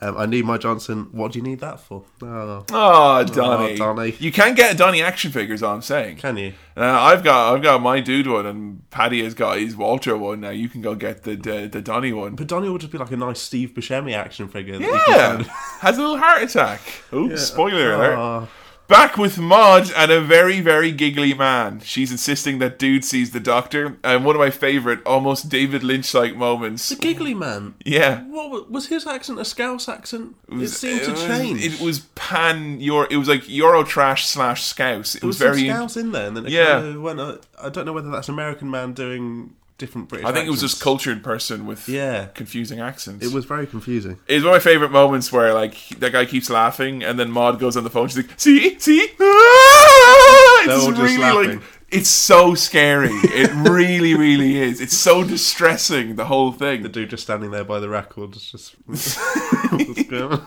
[SPEAKER 2] um, I need my Johnson. What do you need that for? Oh,
[SPEAKER 1] Oh, Donnie.
[SPEAKER 2] Oh, Donnie.
[SPEAKER 1] You can get a Donnie action figure, is all I'm saying.
[SPEAKER 2] can you?
[SPEAKER 1] Uh, I've got I've got my dude one, and Paddy has got his Walter one. Now you can go get the the, the Donnie one.
[SPEAKER 2] But Donnie would just be like a nice Steve Buscemi action figure. That You
[SPEAKER 1] Yeah,
[SPEAKER 2] can
[SPEAKER 1] has a little heart attack. Ooh, spoiler alert.
[SPEAKER 2] Oh.
[SPEAKER 1] Back with Maud and a very, very giggly man. She's insisting that dude sees the doctor, and one of my favourite, almost David Lynch like moments.
[SPEAKER 2] the giggly man.
[SPEAKER 1] Yeah.
[SPEAKER 2] What wa- was his accent? A Scouse accent? It,
[SPEAKER 1] was-
[SPEAKER 2] seemed to
[SPEAKER 1] was-
[SPEAKER 2] change.
[SPEAKER 1] It was pan your. It was like Euro trash slash Scouse. It
[SPEAKER 2] There
[SPEAKER 1] was,
[SPEAKER 2] was some
[SPEAKER 1] very.
[SPEAKER 2] Scouse in there, and then it
[SPEAKER 1] Yeah.
[SPEAKER 2] kind of went. uh, I don't know whether that's an American man doing different British.
[SPEAKER 1] I think it was
[SPEAKER 2] accents.
[SPEAKER 1] just cultured person with
[SPEAKER 2] Yeah.
[SPEAKER 1] confusing accents.
[SPEAKER 2] It was very confusing.
[SPEAKER 1] It's one of my favorite moments where like that guy keeps laughing and then Maud goes on the phone. She's like, "See, see." Ah! It's
[SPEAKER 2] They're all just laughing.
[SPEAKER 1] it's so scary. It really, really is. It's so distressing. The whole
[SPEAKER 2] The
[SPEAKER 1] thing.
[SPEAKER 2] dude just standing there by the records, just. What's going on?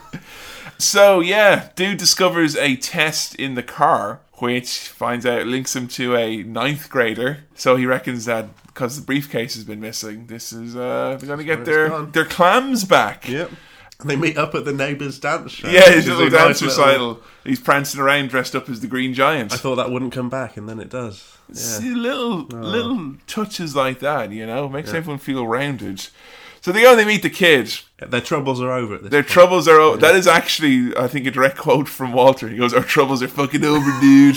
[SPEAKER 1] So yeah, dude discovers a test in the car, which finds out links him to a ninth grader. So he reckons that because the briefcase has been missing, this is uh, they're gonna get
[SPEAKER 2] it's
[SPEAKER 1] their
[SPEAKER 2] gone.
[SPEAKER 1] their clams back.
[SPEAKER 2] yep. And they meet up at the neighbour's dance show.
[SPEAKER 1] Yeah, his
[SPEAKER 2] which is
[SPEAKER 1] little
[SPEAKER 2] a nice
[SPEAKER 1] dance
[SPEAKER 2] little-
[SPEAKER 1] recital. He's prancing around dressed up as the Green Giant.
[SPEAKER 2] I thought that wouldn't come back, and then it does. Yeah. Uh.
[SPEAKER 1] See, little little touches like that, you know, makes everyone feel rounded. So they go and they meet the kid.
[SPEAKER 2] Their troubles are over at this
[SPEAKER 1] Their
[SPEAKER 2] point.
[SPEAKER 1] troubles are. o That is actually, I think, a direct quote from Walter. He goes, "Our troubles are fucking over, dude."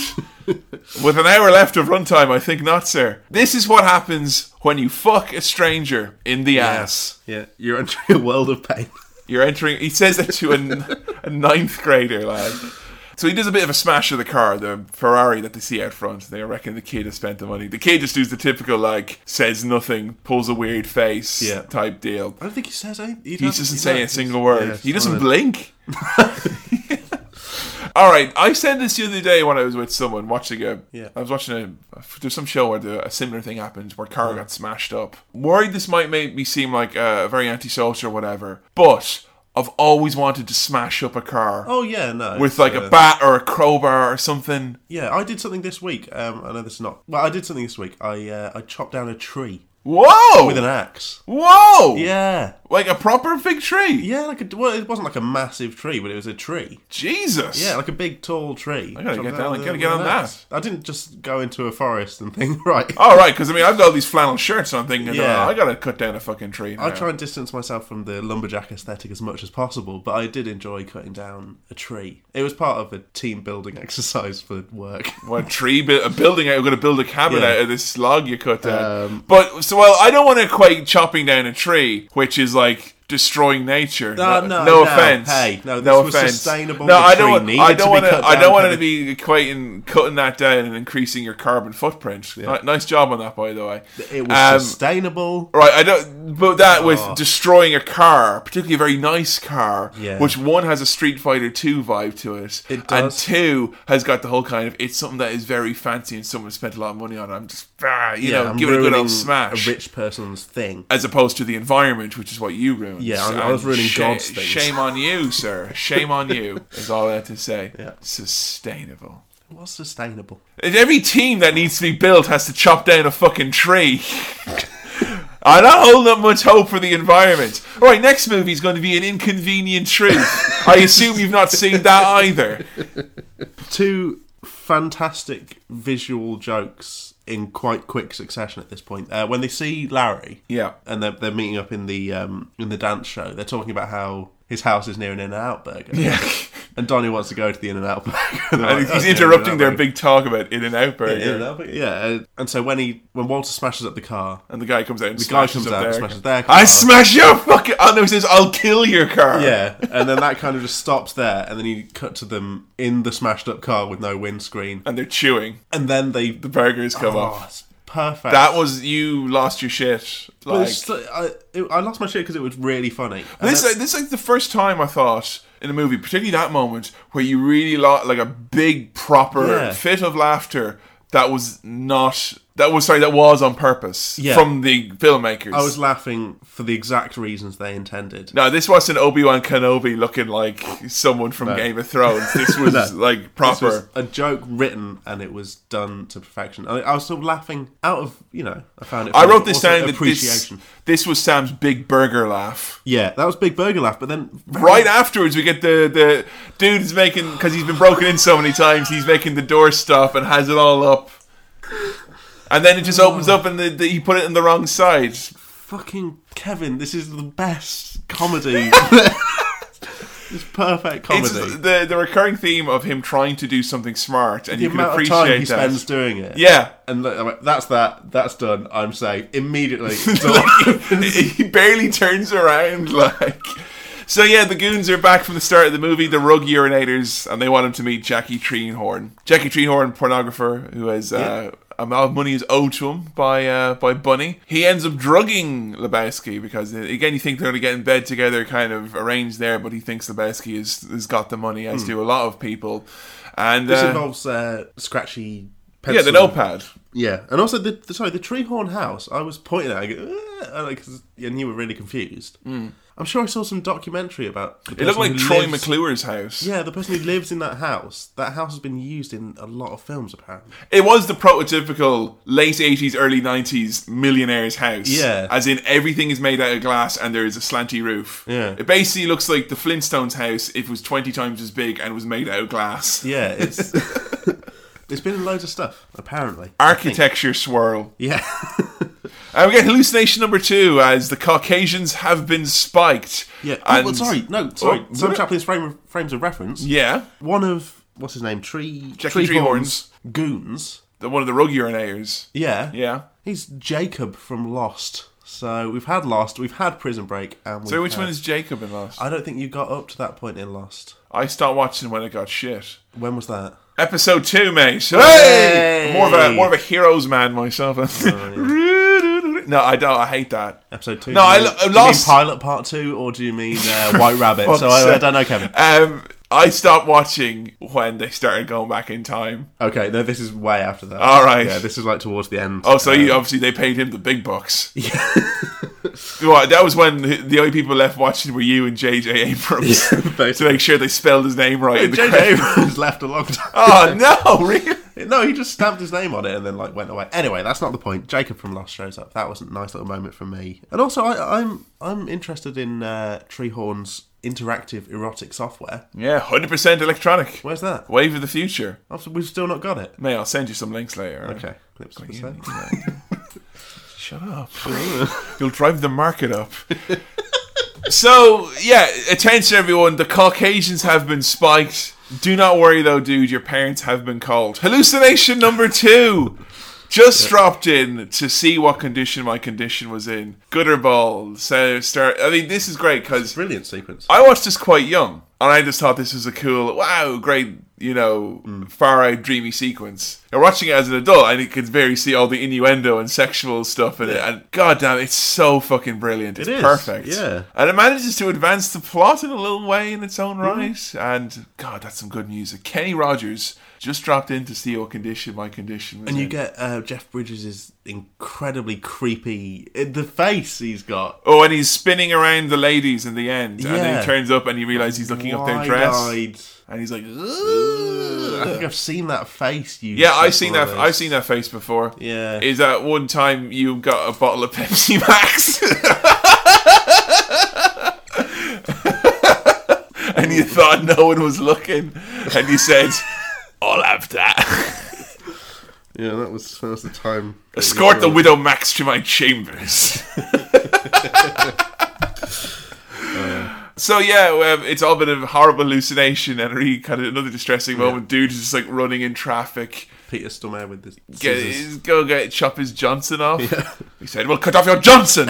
[SPEAKER 1] With an hour left of runtime, I think not, sir. This is what happens when you fuck a stranger in the ass.
[SPEAKER 2] yeah, you're entering a world of pain.
[SPEAKER 1] You're entering. He says that to a, a ninth grader, lad. So he does a bit of a smash of the car, the Ferrari that they see out front. They reckon the kid has spent the money. The kid just does the typical like says nothing, pulls a weird face,
[SPEAKER 2] Yeah.
[SPEAKER 1] type deal.
[SPEAKER 2] I don't think he says anything.
[SPEAKER 1] He just doesn't say a single word.
[SPEAKER 2] yeah, it's
[SPEAKER 1] he doesn't
[SPEAKER 2] fine.
[SPEAKER 1] blink. All right, I said this the other day when I was with someone watching a.
[SPEAKER 2] Yeah.
[SPEAKER 1] I was watching a. There's some show where the, a similar thing happened where a car got smashed up. Worried this might make me seem like uh, very antisocial or whatever, but I've always wanted to smash up a car
[SPEAKER 2] Oh yeah, no.
[SPEAKER 1] with like
[SPEAKER 2] Uh,
[SPEAKER 1] a bat or a crowbar or something.
[SPEAKER 2] Yeah, I did something this week. Um, I know this is not. Well, I did something this week. I uh, I chopped down a tree
[SPEAKER 1] Whoa!
[SPEAKER 2] with an axe.
[SPEAKER 1] Whoa!
[SPEAKER 2] Yeah,
[SPEAKER 1] Like a proper fig tree.
[SPEAKER 2] yeah. Like a, well, it wasn't like a massive tree, but it was a tree.
[SPEAKER 1] Jesus.
[SPEAKER 2] Yeah, like a big tall tree. I
[SPEAKER 1] gotta get down- gotta get on
[SPEAKER 2] I didn't just go into a forest and think right.
[SPEAKER 1] All right, because I mean, I've got all these flannel shirts, and I'm thinking,
[SPEAKER 2] Yeah.
[SPEAKER 1] oh, I gotta cut down a fucking tree. Now.
[SPEAKER 2] I try and distance myself from the lumberjack aesthetic as much as possible, but I did enjoy cutting down a tree. It was part of a team building exercise for work.
[SPEAKER 1] What tree? Bu- a building? out- I'm gonna build a cabin
[SPEAKER 2] Yeah. Um,
[SPEAKER 1] out of this log you cut down. but so, well, I don't want to equate chopping down a tree, which is like destroying nature.
[SPEAKER 2] No, no, no,
[SPEAKER 1] offense.
[SPEAKER 2] hey, no, this was sustainable.
[SPEAKER 1] No,
[SPEAKER 2] The
[SPEAKER 1] I
[SPEAKER 2] tree
[SPEAKER 1] don't. Want,
[SPEAKER 2] needed
[SPEAKER 1] I
[SPEAKER 2] to
[SPEAKER 1] don't
[SPEAKER 2] be
[SPEAKER 1] want to.
[SPEAKER 2] cut
[SPEAKER 1] I
[SPEAKER 2] down
[SPEAKER 1] don't want
[SPEAKER 2] for
[SPEAKER 1] to be equating cutting that down and increasing your carbon footprint. Ni- Nice job on that, by the way.
[SPEAKER 2] It was
[SPEAKER 1] Um,
[SPEAKER 2] sustainable.
[SPEAKER 1] Right, I don't. But that with
[SPEAKER 2] Oh.
[SPEAKER 1] destroying a car, particularly a very nice car,
[SPEAKER 2] Yeah.
[SPEAKER 1] which one has a Street Fighter Two vibe to it,
[SPEAKER 2] It
[SPEAKER 1] and
[SPEAKER 2] does.
[SPEAKER 1] two has got the whole kind of it's something that is very fancy and someone spent a lot of money on. it. I'm just, ah, you know,
[SPEAKER 2] I'm
[SPEAKER 1] give it a good
[SPEAKER 2] ruining
[SPEAKER 1] old smash,
[SPEAKER 2] A rich person's thing.
[SPEAKER 1] as opposed to the environment, which is what you ruined. influence.
[SPEAKER 2] Yeah, I- I was
[SPEAKER 1] and
[SPEAKER 2] ruining God's things.
[SPEAKER 1] Shame on you, sir. Shame on you. Is all I have to say.
[SPEAKER 2] Yeah.
[SPEAKER 1] Sustainable.
[SPEAKER 2] What's sustainable?
[SPEAKER 1] And Every team that needs to be built has to chop down a fucking tree. I don't hold up much hope for the environment. All right, next movie is going to be an inconvenient truth. I assume you've not seen that either.
[SPEAKER 2] Two fantastic visual jokes in quite quick succession at this point. Uh, when they see Larry,
[SPEAKER 1] Yeah.
[SPEAKER 2] and they're, they're meeting up in the um, in the dance show. They're talking about how his house is near an In-N-Out Burger.
[SPEAKER 1] Yeah.
[SPEAKER 2] And Donnie wants to go to the In-N-Out Burger.
[SPEAKER 1] And
[SPEAKER 2] "Oh,
[SPEAKER 1] he's interrupting their big talk about In and Out Burger.
[SPEAKER 2] In-N-Out Burger. Yeah, and- and so when he when Walter smashes up the car, uh,
[SPEAKER 1] And the guy comes out and the
[SPEAKER 2] guy
[SPEAKER 1] smashes
[SPEAKER 2] comes
[SPEAKER 1] up
[SPEAKER 2] out
[SPEAKER 1] their
[SPEAKER 2] and smashes their
[SPEAKER 1] I
[SPEAKER 2] car.
[SPEAKER 1] smash your fucking. Oh no, he says, I'll kill your car.
[SPEAKER 2] yeah, and then that kind of just stops there, and then you cut to them in the smashed up car with no windscreen,
[SPEAKER 1] And they're chewing.
[SPEAKER 2] and then they
[SPEAKER 1] The burgers come
[SPEAKER 2] oh,
[SPEAKER 1] off.
[SPEAKER 2] it's perfect.
[SPEAKER 1] That was. You lost your shit.
[SPEAKER 2] But
[SPEAKER 1] Like,
[SPEAKER 2] it's just, I, it- I lost my shit because it was really funny. And
[SPEAKER 1] This
[SPEAKER 2] that's-
[SPEAKER 1] is this is like the first time I thought in a movie, particularly that moment where you really lot like a big proper
[SPEAKER 2] Yeah.
[SPEAKER 1] fit of laughter that was not that was sorry that was on purpose
[SPEAKER 2] Yeah.
[SPEAKER 1] from the filmmakers.
[SPEAKER 2] I was laughing for the exact reasons they intended.
[SPEAKER 1] no, this wasn't Obi Wan Kenobi looking like someone from Game of Thrones. This was like
[SPEAKER 2] This
[SPEAKER 1] proper.
[SPEAKER 2] was a joke written and it was done to perfection. I, I was sort of laughing out of you know. I found it.
[SPEAKER 1] I
[SPEAKER 2] funny.
[SPEAKER 1] wrote this
[SPEAKER 2] Also
[SPEAKER 1] down that this,
[SPEAKER 2] appreciation.
[SPEAKER 1] this was Sam's big burger laugh.
[SPEAKER 2] Yeah, that was big burger laugh, but then
[SPEAKER 1] Right afterwards, we get the the dude's making because he's been broken in so many times. He's making the door stuff and has it all up, and then it just opens up and the, the, he put it in the wrong side.
[SPEAKER 2] fucking Kevin, this is the best comedy. it's perfect
[SPEAKER 1] It's
[SPEAKER 2] comedy.
[SPEAKER 1] the the recurring theme of him trying to do something smart, and
[SPEAKER 2] the
[SPEAKER 1] you can
[SPEAKER 2] amount of
[SPEAKER 1] appreciate
[SPEAKER 2] time
[SPEAKER 1] that.
[SPEAKER 2] he spends doing it.
[SPEAKER 1] yeah,
[SPEAKER 2] And look, I'm like, that's that. That's done. I'm safe immediately.
[SPEAKER 1] he barely turns around like. So yeah, the goons are back from the start of the movie, the rug urinators, and they want him to meet Jackie Treehorn. Jackie Treehorn, pornographer, who has uh, amount of money is owed to him by uh, by Bunny. He ends up drugging Lebowski because uh, again, you think they're going to get in bed together, kind of arranged there, but he thinks Lebowski has has got the money, as do a lot of people. And
[SPEAKER 2] this
[SPEAKER 1] uh,
[SPEAKER 2] involves uh, scratchy.
[SPEAKER 1] yeah, the
[SPEAKER 2] pencil.
[SPEAKER 1] notepad.
[SPEAKER 2] Yeah, and also the, the sorry the Treehorn House. I was pointing at, it, I go, "Ugh," and, I, 'cause- and you were really confused. Mm. I'm sure I saw some documentary about. The
[SPEAKER 1] Hmm. It looked
[SPEAKER 2] person
[SPEAKER 1] like
[SPEAKER 2] who
[SPEAKER 1] Troy
[SPEAKER 2] lives-
[SPEAKER 1] McClure's house.
[SPEAKER 2] Yeah, the person who lives in that house. That house has been used in a lot of films, apparently.
[SPEAKER 1] It was the prototypical late eighties, early nineties millionaire's house.
[SPEAKER 2] Yeah.
[SPEAKER 1] as in everything is made out of glass and there is a slanty roof.
[SPEAKER 2] Yeah.
[SPEAKER 1] it basically looks like the Flintstones house if it was twenty times as big and was made out of glass.
[SPEAKER 2] Yeah, it's it's been in loads of stuff, apparently.
[SPEAKER 1] Architecture swirl.
[SPEAKER 2] Yeah,
[SPEAKER 1] And we get hallucination number two as the Caucasians have been spiked.
[SPEAKER 2] yeah. Oh, well,
[SPEAKER 1] And-
[SPEAKER 2] sorry, no, sorry.
[SPEAKER 1] Oh,
[SPEAKER 2] Sam
[SPEAKER 1] what-
[SPEAKER 2] Chaplin's frame of, frames of reference.
[SPEAKER 1] Yeah,
[SPEAKER 2] One of what's his name, Tree
[SPEAKER 1] Jackie
[SPEAKER 2] Treehorn's goons.
[SPEAKER 1] the one of the rug urinators.
[SPEAKER 2] Yeah,
[SPEAKER 1] Yeah.
[SPEAKER 2] He's Jacob from Lost. So we've had Lost, we've had Prison Break, and we've
[SPEAKER 1] So which
[SPEAKER 2] had-
[SPEAKER 1] one is Jacob in Lost?
[SPEAKER 2] I don't think you got up to that point in Lost.
[SPEAKER 1] I stopped watching when it got shit.
[SPEAKER 2] When was that?
[SPEAKER 1] Episode two, mate. Hey!
[SPEAKER 2] Hey!
[SPEAKER 1] I'm More of a more of a heroes man myself. no, I don't. I hate that.
[SPEAKER 2] Episode two.
[SPEAKER 1] No,
[SPEAKER 2] Do
[SPEAKER 1] I
[SPEAKER 2] you
[SPEAKER 1] lo-
[SPEAKER 2] mean- do you
[SPEAKER 1] Lost-
[SPEAKER 2] mean Pilot Part Two, or do you mean uh, White Rabbit? so I, I don't know, Kevin.
[SPEAKER 1] Um, I stopped watching when they started going back in time.
[SPEAKER 2] Okay, no, this is way after that.
[SPEAKER 1] All right.
[SPEAKER 2] Yeah, this is like towards the end. Uh,
[SPEAKER 1] Oh, so you, obviously they paid him the big bucks. Yeah. well, that was when the the only people left watching were you and J.J. Abrams to
[SPEAKER 2] basically.
[SPEAKER 1] make sure they spelled his name right. in the
[SPEAKER 2] JJ
[SPEAKER 1] credits.
[SPEAKER 2] Abrams left a long time.
[SPEAKER 1] Oh no, really?
[SPEAKER 2] No, he just stamped his name on it and then like went away. Anyway, that's not the point. Jacob from Lost shows up. That was a nice little moment for me. And also, I, I'm I'm interested in uh, Treehorn's interactive erotic software.
[SPEAKER 1] Yeah, hundred percent electronic.
[SPEAKER 2] Where's that?
[SPEAKER 1] Wave of the future.
[SPEAKER 2] Also, We've still not got it.
[SPEAKER 1] May I'll send you some links later.
[SPEAKER 2] Okay. Clips of the
[SPEAKER 1] You
[SPEAKER 2] same.
[SPEAKER 1] need to- Shut up. You'll drive the market up. so, yeah, attention everyone. The Caucasians have been spiked. Do not worry though, dude. Your parents have been called. Hallucination number two. Just dropped in to see what condition my condition was in. Gooderball. So start. I mean, this is great because
[SPEAKER 2] Brilliant sequence.
[SPEAKER 1] I watched this quite young, and I just thought this was a cool, wow, great, you know,
[SPEAKER 2] Hmm.
[SPEAKER 1] far-eyed, dreamy sequence. And watching it as an adult, and you could very see all the innuendo and sexual stuff in it, and goddamn, it's so fucking brilliant. It's
[SPEAKER 2] is,
[SPEAKER 1] perfect.
[SPEAKER 2] yeah.
[SPEAKER 1] and it manages to
[SPEAKER 2] Mm-hmm.
[SPEAKER 1] advance the plot in a little way in its own right. And God, that's some good music. Kenny Rogers. Just dropped in to see your condition, my condition. was
[SPEAKER 2] And you
[SPEAKER 1] in."
[SPEAKER 2] get uh, Jeff Bridges' incredibly creepy uh, the face he's got.
[SPEAKER 1] Oh, and he's spinning around the ladies in the end, and then
[SPEAKER 2] Yeah.
[SPEAKER 1] he turns up and he realizes he's looking up their dress,
[SPEAKER 2] Wide-eyed.
[SPEAKER 1] and he's like,
[SPEAKER 2] I
[SPEAKER 1] "Ugh."
[SPEAKER 2] think I've seen that face. You.
[SPEAKER 1] "Yeah, I've seen that.
[SPEAKER 2] psycho
[SPEAKER 1] I've seen that face before."
[SPEAKER 2] Yeah.
[SPEAKER 1] Is that one time you got a bottle of Pepsi Max? and you thought no one was looking, and you said, "I'll have that."
[SPEAKER 2] Yeah, that was that was the time.
[SPEAKER 1] Escort the widow Max to my chambers. So yeah, um, it's all been a horrible hallucination and a really kind of another distressing moment. Dude is just like running in traffic.
[SPEAKER 2] Peter Stormare with the
[SPEAKER 1] Get
[SPEAKER 2] scissors.
[SPEAKER 1] his- go get chop his Johnson off. He said, "Well, cut off your Johnson."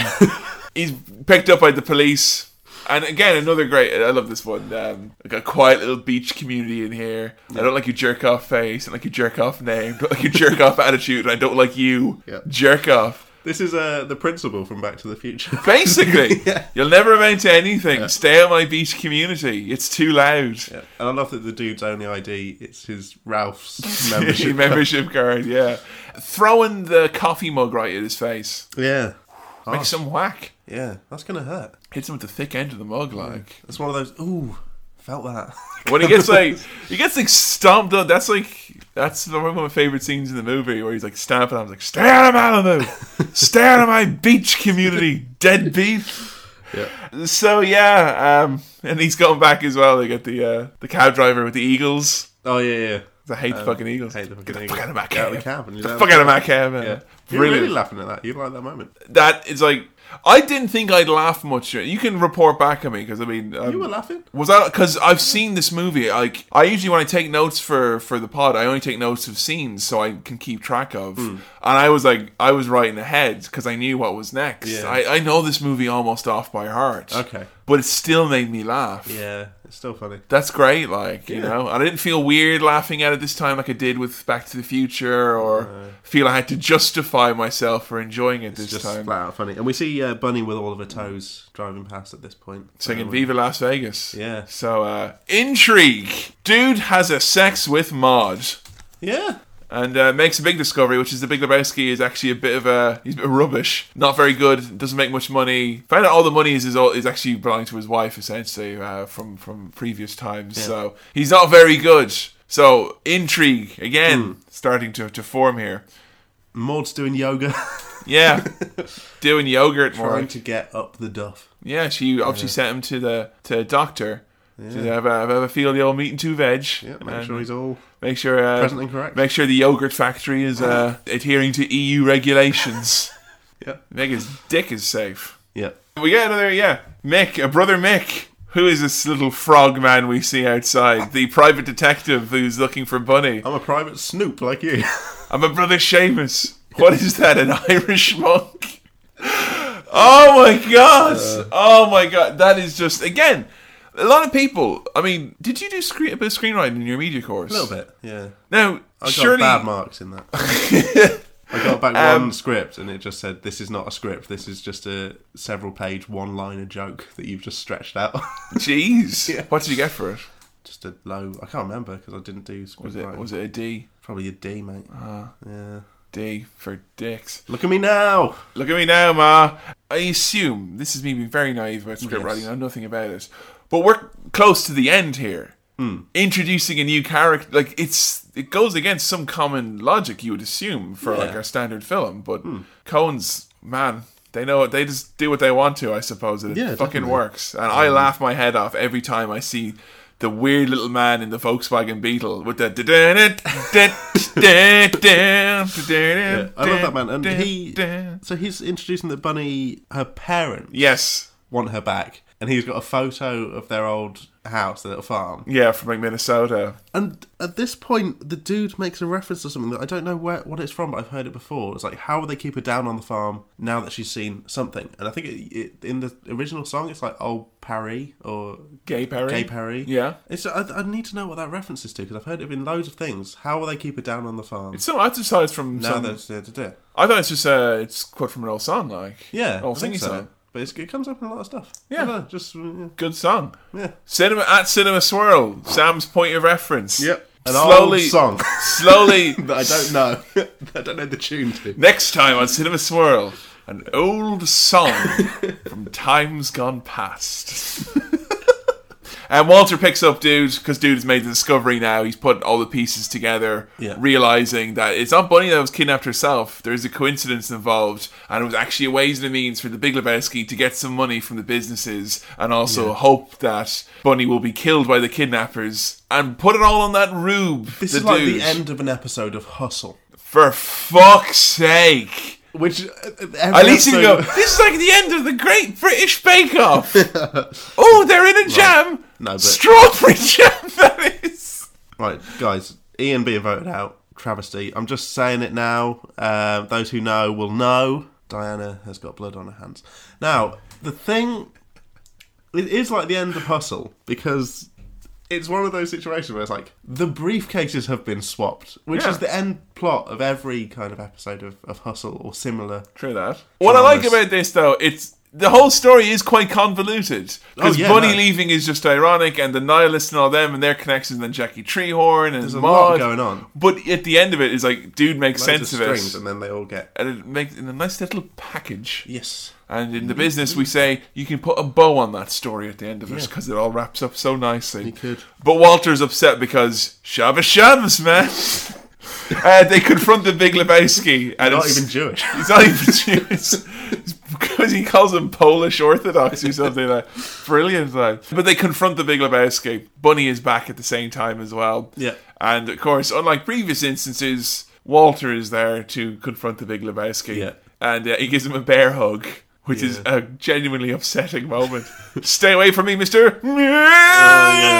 [SPEAKER 1] He's picked up by the police. And again, another great. I love this one. Um, like a quiet little beach community in here. I don't like your jerk off face. I don't like your jerk off name. Don't like your jerk off attitude. And I don't like you,
[SPEAKER 2] Yeah.
[SPEAKER 1] jerk off.
[SPEAKER 2] This is uh, the principal from Back to the Future.
[SPEAKER 1] Basically,
[SPEAKER 2] Yeah.
[SPEAKER 1] you'll never amount to anything. Stay on my beach community. It's too loud.
[SPEAKER 2] Yeah. And I love that the dude's only ID it's his Ralph's
[SPEAKER 1] Membership,
[SPEAKER 2] membership.
[SPEAKER 1] card, yeah. Throwing the coffee mug right at his face.
[SPEAKER 2] yeah. Oh,
[SPEAKER 1] Make some whack.
[SPEAKER 2] Yeah, that's gonna hurt.
[SPEAKER 1] Hits him with the thick end of the mug,
[SPEAKER 2] Mm.
[SPEAKER 1] like.
[SPEAKER 2] It's one of those. Ooh, felt that.
[SPEAKER 1] When he gets like, he gets like stomped on. That's like, that's the- one of my favorite scenes in the movie where he's like stamping. I was like, stay out of Malibu, stay out of my beach community, deadbeat. Yeah. So yeah, um, and he's going back as well. They get the uh, the cab driver with the eagles.
[SPEAKER 2] Oh yeah,
[SPEAKER 1] I
[SPEAKER 2] yeah.
[SPEAKER 1] hate the fucking Eagles.
[SPEAKER 2] Oh, hate the fucking
[SPEAKER 1] Get the
[SPEAKER 2] Eagles.
[SPEAKER 1] fuck out of my
[SPEAKER 2] Get out
[SPEAKER 1] cab.
[SPEAKER 2] of the cab
[SPEAKER 1] Get
[SPEAKER 2] and you
[SPEAKER 1] the
[SPEAKER 2] know-
[SPEAKER 1] fuck out of my cab. man.
[SPEAKER 2] Yeah. You're
[SPEAKER 1] Brilliant.
[SPEAKER 2] really laughing at that. You like that moment.
[SPEAKER 1] That is like, I didn't think I'd laugh much. You can report back at me because I mean, um,
[SPEAKER 2] You were laughing.
[SPEAKER 1] was I? Because I've seen this movie. Like, I usually when I take notes for for the pod, I only take notes of scenes so I can keep track of.
[SPEAKER 2] Hmm.
[SPEAKER 1] And I was like, I was writing ahead because I knew what was next.
[SPEAKER 2] Yeah.
[SPEAKER 1] I, I know this movie almost off by heart.
[SPEAKER 2] Okay.
[SPEAKER 1] but it still made me laugh.
[SPEAKER 2] Yeah, it's still funny.
[SPEAKER 1] That's great, like, you know. And I didn't feel weird laughing at it this time like I did with Back to the Future or feel I had to justify myself for enjoying it this
[SPEAKER 2] Just
[SPEAKER 1] time.
[SPEAKER 2] flat out funny. And we see uh, Bunny with all of her toes driving past at this point.
[SPEAKER 1] Singing
[SPEAKER 2] Um,
[SPEAKER 1] Viva Las Vegas.
[SPEAKER 2] Yeah.
[SPEAKER 1] So, uh, intrigue. Dude has a sex with Maud
[SPEAKER 2] Yeah.
[SPEAKER 1] and uh, makes a big discovery, which is the Big Lebowski is actually a bit of a, he's a bit of rubbish. Not very good, doesn't make much money. Found out all the money is, is, all, is actually belonging to his wife, essentially, uh, from, from previous times. So, he's not very good. So, intrigue,
[SPEAKER 2] Hmm.
[SPEAKER 1] again, starting to, to form here.
[SPEAKER 2] Maud's doing yoga,
[SPEAKER 1] Yeah. Doing yogurt more.
[SPEAKER 2] trying to get up the duff.
[SPEAKER 1] Yeah, she obviously sent him to the to a doctor. To have a, have a field old meat and two veg.
[SPEAKER 2] Yeah, make
[SPEAKER 1] And
[SPEAKER 2] sure he's all
[SPEAKER 1] make sure uh,
[SPEAKER 2] present and correct.
[SPEAKER 1] make sure the yogurt factory is uh, adhering to EU regulations.
[SPEAKER 2] Yeah.
[SPEAKER 1] Make his dick is safe.
[SPEAKER 2] Yeah.
[SPEAKER 1] We get another yeah, Mick, a brother Mick. Who is this little frog man we see outside? The private detective who's looking for Bunny.
[SPEAKER 2] I'm a private snoop like you.
[SPEAKER 1] I'm a brother Seamus. What is that, an Irish monk? Oh my god!
[SPEAKER 2] Uh.
[SPEAKER 1] oh my god! That is just again. A lot of people. I mean, did you do screen, a bit of screenwriting in your media course?
[SPEAKER 2] a little bit. Yeah.
[SPEAKER 1] Now,
[SPEAKER 2] I got
[SPEAKER 1] surely,
[SPEAKER 2] bad marks in that. I got back one script and it just said, "This is not a script. This is just a several-page one-liner joke that you've just stretched out."
[SPEAKER 1] jeez, what did you get for it?
[SPEAKER 2] just a low. I can't remember because I didn't do script.
[SPEAKER 1] Was it
[SPEAKER 2] writing.
[SPEAKER 1] was it a D?
[SPEAKER 2] probably a D, mate? yeah.
[SPEAKER 1] D for dicks.
[SPEAKER 2] Look at me now.
[SPEAKER 1] Look at me now, ma. I assume this is me being very naive about script
[SPEAKER 2] Yes.
[SPEAKER 1] writing. I know nothing about it, but we're close to the end here.
[SPEAKER 2] Hmm.
[SPEAKER 1] Introducing a new character, like it's it goes against some common logic you would assume for like
[SPEAKER 2] Yeah. Hmm.
[SPEAKER 1] a standard film. But Cohen's man, they know they just do what they want to, I suppose. And it
[SPEAKER 2] Yeah,
[SPEAKER 1] fucking
[SPEAKER 2] definitely.
[SPEAKER 1] works, and I laugh my head off every time I see. The weird little man in the Volkswagen Beetle with the.
[SPEAKER 2] Yeah, I love that man. And he, so he's introducing that Bunny. Her parents
[SPEAKER 1] Yes.
[SPEAKER 2] want her back, and he's got a photo of their old house, their little farm.
[SPEAKER 1] Yeah, from like Minnesota.
[SPEAKER 2] And at this point, the dude makes a reference to something that I don't know where what it's from, but I've heard it before. It's like, how will they keep her down on the farm now that she's seen something? And I think it, it, in the original song, it's like "Old Parry" or
[SPEAKER 1] Gay Perry.
[SPEAKER 2] "Gay Parry."
[SPEAKER 1] Yeah.
[SPEAKER 2] It's, I, I need to know what that reference is to because I've heard it in loads of things. How will they keep her down on the farm?
[SPEAKER 1] So I just thought it's from
[SPEAKER 2] now
[SPEAKER 1] some,
[SPEAKER 2] that da, da, da.
[SPEAKER 1] I thought it's just uh it's quote from an old song like.
[SPEAKER 2] yeah,
[SPEAKER 1] Old
[SPEAKER 2] I think
[SPEAKER 1] singy song.
[SPEAKER 2] but it's, it comes up in a lot of stuff.
[SPEAKER 1] Yeah.
[SPEAKER 2] I don't know, just yeah.
[SPEAKER 1] Good song.
[SPEAKER 2] yeah.
[SPEAKER 1] Cinema at Cinema Swirl, Sam's point of reference.
[SPEAKER 2] Yep. an
[SPEAKER 1] Slowly-
[SPEAKER 2] old song
[SPEAKER 1] Slowly,
[SPEAKER 2] that I don't know. I don't know the tune to.
[SPEAKER 1] next time on Cinema Swirl, an old song from times gone past. and Walter picks up Dude because Dude's made the discovery now. He's put all the pieces together,
[SPEAKER 2] Yeah.
[SPEAKER 1] realizing that it's not Bunny that was kidnapped herself. There is a coincidence involved, and it was actually a ways and a means for the Big Lebowski to get some money from the businesses and also hope that Bunny will be killed by the kidnappers. And put it all on that rube.
[SPEAKER 2] This
[SPEAKER 1] the
[SPEAKER 2] is like
[SPEAKER 1] dude.
[SPEAKER 2] the end of an episode of Hustle,
[SPEAKER 1] For fuck's sake!
[SPEAKER 2] which uh, every
[SPEAKER 1] At least you can go,
[SPEAKER 2] episode-
[SPEAKER 1] this is like the end of the Great British Bake Off. oh, they're in a jam.
[SPEAKER 2] No, but-
[SPEAKER 1] Strawberry jam, that is.
[SPEAKER 2] Right, guys, Ian being voted out, travesty. I'm just saying it now. Uh, those who know will know. Diana has got blood on her hands. Now, the thing. It is like the end of Hustle because it's one of those situations where it's like the briefcases have been swapped, which
[SPEAKER 1] Yeah.
[SPEAKER 2] is the end plot of every kind of episode of, of Hustle or similar.
[SPEAKER 1] True that. What I like
[SPEAKER 2] Dramas.
[SPEAKER 1] about this, though, it's. The whole story is quite convoluted because
[SPEAKER 2] Oh, yeah,
[SPEAKER 1] Bunny
[SPEAKER 2] no.
[SPEAKER 1] leaving is just ironic, and the nihilists and all them and their connections, and then Jackie Treehorn and
[SPEAKER 2] There's a lot
[SPEAKER 1] Maude.
[SPEAKER 2] going on.
[SPEAKER 1] But at the end of it, it's like dude makes
[SPEAKER 2] Loads
[SPEAKER 1] sense of,
[SPEAKER 2] of strings,
[SPEAKER 1] it,
[SPEAKER 2] and then they all get
[SPEAKER 1] and it makes in a nice little package.
[SPEAKER 2] yes.
[SPEAKER 1] And in the
[SPEAKER 2] Mm-hmm.
[SPEAKER 1] business, we say you can put a bow on that story at the end of it because it all wraps up so nicely. You
[SPEAKER 2] could.
[SPEAKER 1] But Walter's upset because Shabbos Shabbos, man. uh, they confront the Big Lebowski, and
[SPEAKER 2] Not
[SPEAKER 1] it's-
[SPEAKER 2] even Jewish.
[SPEAKER 1] He's not even Jewish. It's because he calls them Polish Orthodox or something like brilliant. Like. But they confront the Big Lebowski. Bunny is back at the same time as well.
[SPEAKER 2] Yeah.
[SPEAKER 1] And of course, unlike previous instances, Walter is there to confront the Big Lebowski.
[SPEAKER 2] Yeah.
[SPEAKER 1] And uh, he gives him a bear hug, which is a genuinely upsetting moment. Stay away from me, mister.
[SPEAKER 2] Oh,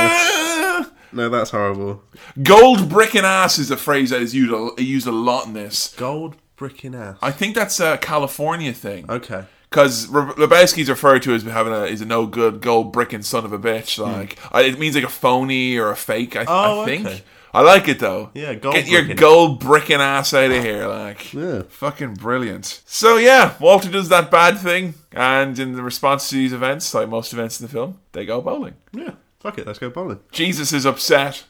[SPEAKER 2] No, that's horrible.
[SPEAKER 1] Gold brick and ass is a phrase that is used a, used a lot in this.
[SPEAKER 2] Gold bricking ass.
[SPEAKER 1] I think that's a California thing.
[SPEAKER 2] okay.
[SPEAKER 1] Because Lebowski's referred to as having a is a no good gold bricking son of a bitch. Like I it means like a phony or a fake. I,
[SPEAKER 2] Hmm. Oh,
[SPEAKER 1] I think.
[SPEAKER 2] okay.
[SPEAKER 1] I like it though.
[SPEAKER 2] Yeah, gold
[SPEAKER 1] Get your
[SPEAKER 2] bricking.
[SPEAKER 1] gold bricking ass out of here, like.
[SPEAKER 2] Yeah.
[SPEAKER 1] Fucking brilliant. So yeah, Walter does that bad thing, and in the response to these events, like most events in the film, they go bowling.
[SPEAKER 2] Yeah. Fuck it. Let's go bowling.
[SPEAKER 1] Jesus is upset.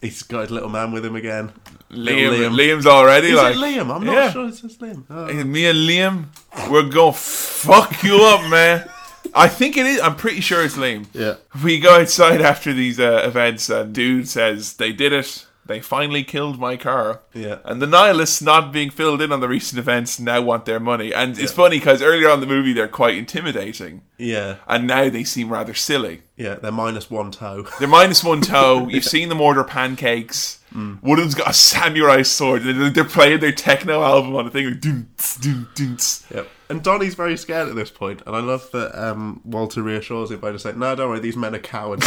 [SPEAKER 2] He's got his little man with him again.
[SPEAKER 1] Liam,
[SPEAKER 2] Liam.
[SPEAKER 1] Liam's already
[SPEAKER 2] Is
[SPEAKER 1] like
[SPEAKER 2] it Liam? I'm not
[SPEAKER 1] Yeah.
[SPEAKER 2] sure it says Liam. Oh.
[SPEAKER 1] Me and Liam, we're gonna fuck you up, man. I think it is. I'm pretty sure it's Liam.
[SPEAKER 2] Yeah.
[SPEAKER 1] We go outside after these uh, events, and dude says they did it. They finally killed my car.
[SPEAKER 2] Yeah.
[SPEAKER 1] And the nihilists, not being filled in on the recent events, now want their money. And it's funny because earlier on in the movie they're quite intimidating,
[SPEAKER 2] Yeah.
[SPEAKER 1] and now they seem rather silly.
[SPEAKER 2] Yeah. They're minus one toe.
[SPEAKER 1] They're minus one toe. You've seen them order pancakes. One of them's got a samurai sword. They're, they're playing their techno album on a thing. Like, dun, tss, dun, dun, tss.
[SPEAKER 2] yep. And Donnie's very scared at this point, and I love that um, Walter reassures him by just saying, "No, don't worry. These men are cowards."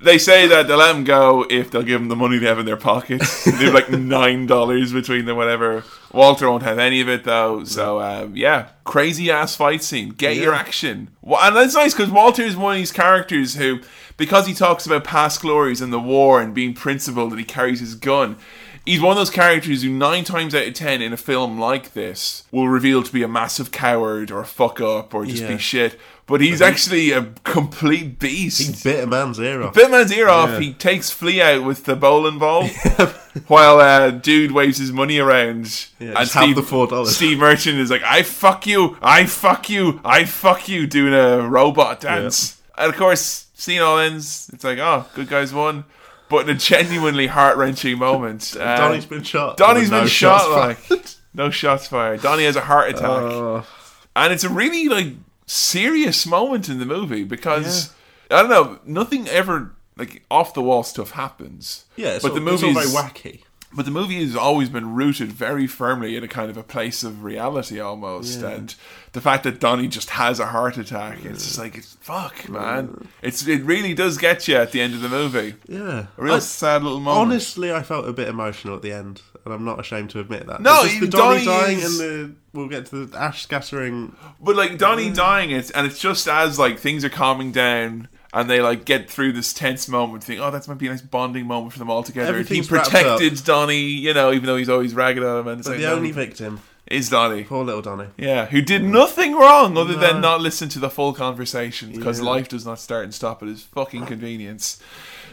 [SPEAKER 1] They say that they'll let him go if they'll give him the money they have in their pockets. they have like nine dollars between them, whatever. Walter won't have any of it though. So um, yeah, crazy ass fight scene. Get your action. Wa- And that's nice because Walter is one of these characters who, because he talks about past glories and the war and being principled, and he carries his gun. He's one of those characters who, nine times out of ten, in a film like this, will reveal to be a massive coward or a fuck up or just
[SPEAKER 2] Yeah.
[SPEAKER 1] be shit. But he's actually a complete beast.
[SPEAKER 2] Bit a man's ear off.
[SPEAKER 1] Bit man's ear off.
[SPEAKER 2] Yeah.
[SPEAKER 1] He takes Flea out with the bowling ball, while uh, dude waves his money around.
[SPEAKER 2] Yeah, just have the $4.
[SPEAKER 1] Steve Merchant is like, "I fuck you, I fuck you, I fuck you," doing a robot dance. And of course, scene all ends. It's like, "Oh, good guys won," but in a genuinely heart wrenching moment. Uh,
[SPEAKER 2] Donnie's been shot.
[SPEAKER 1] Donnie's
[SPEAKER 2] With no
[SPEAKER 1] been shot.
[SPEAKER 2] shots fired.
[SPEAKER 1] Like no shots fired. Donnie has a heart attack
[SPEAKER 2] Oh.
[SPEAKER 1] and it's a really like serious moment in the movie because I don't know, nothing ever like off the wall stuff happens.
[SPEAKER 2] Yeah. It's
[SPEAKER 1] but
[SPEAKER 2] all,
[SPEAKER 1] the
[SPEAKER 2] it's
[SPEAKER 1] movie
[SPEAKER 2] all very
[SPEAKER 1] is-
[SPEAKER 2] wacky.
[SPEAKER 1] but the movie has always been rooted very firmly in a kind of a place of reality almost and the fact that Donnie just has a heart attack it's just like it's fuck man it's it really does get you at the end of the movie
[SPEAKER 2] Yeah.
[SPEAKER 1] a real
[SPEAKER 2] I-
[SPEAKER 1] sad little moment
[SPEAKER 2] Honestly, I felt a bit emotional at the end, and I'm not ashamed to admit that.
[SPEAKER 1] No,
[SPEAKER 2] It's just the
[SPEAKER 1] Donnie
[SPEAKER 2] Donnie dying
[SPEAKER 1] is-
[SPEAKER 2] and the we'll get to the ash scattering
[SPEAKER 1] But like Donnie
[SPEAKER 2] Mm.
[SPEAKER 1] dying, it's and it's just as like things are calming down and they like get through this tense moment, think, oh, that might be a nice bonding moment for them all together. And he
[SPEAKER 2] Everything's wrapped
[SPEAKER 1] protected Donnie, you know, even though he's always ragging on him. And it's like,
[SPEAKER 2] the
[SPEAKER 1] no,
[SPEAKER 2] only victim.
[SPEAKER 1] is Donnie.
[SPEAKER 2] Poor little Donny.
[SPEAKER 1] Yeah, who did nothing wrong other
[SPEAKER 2] No.
[SPEAKER 1] than not listen to the full conversation because
[SPEAKER 2] Yeah.
[SPEAKER 1] life does not start and stop at his fucking convenience.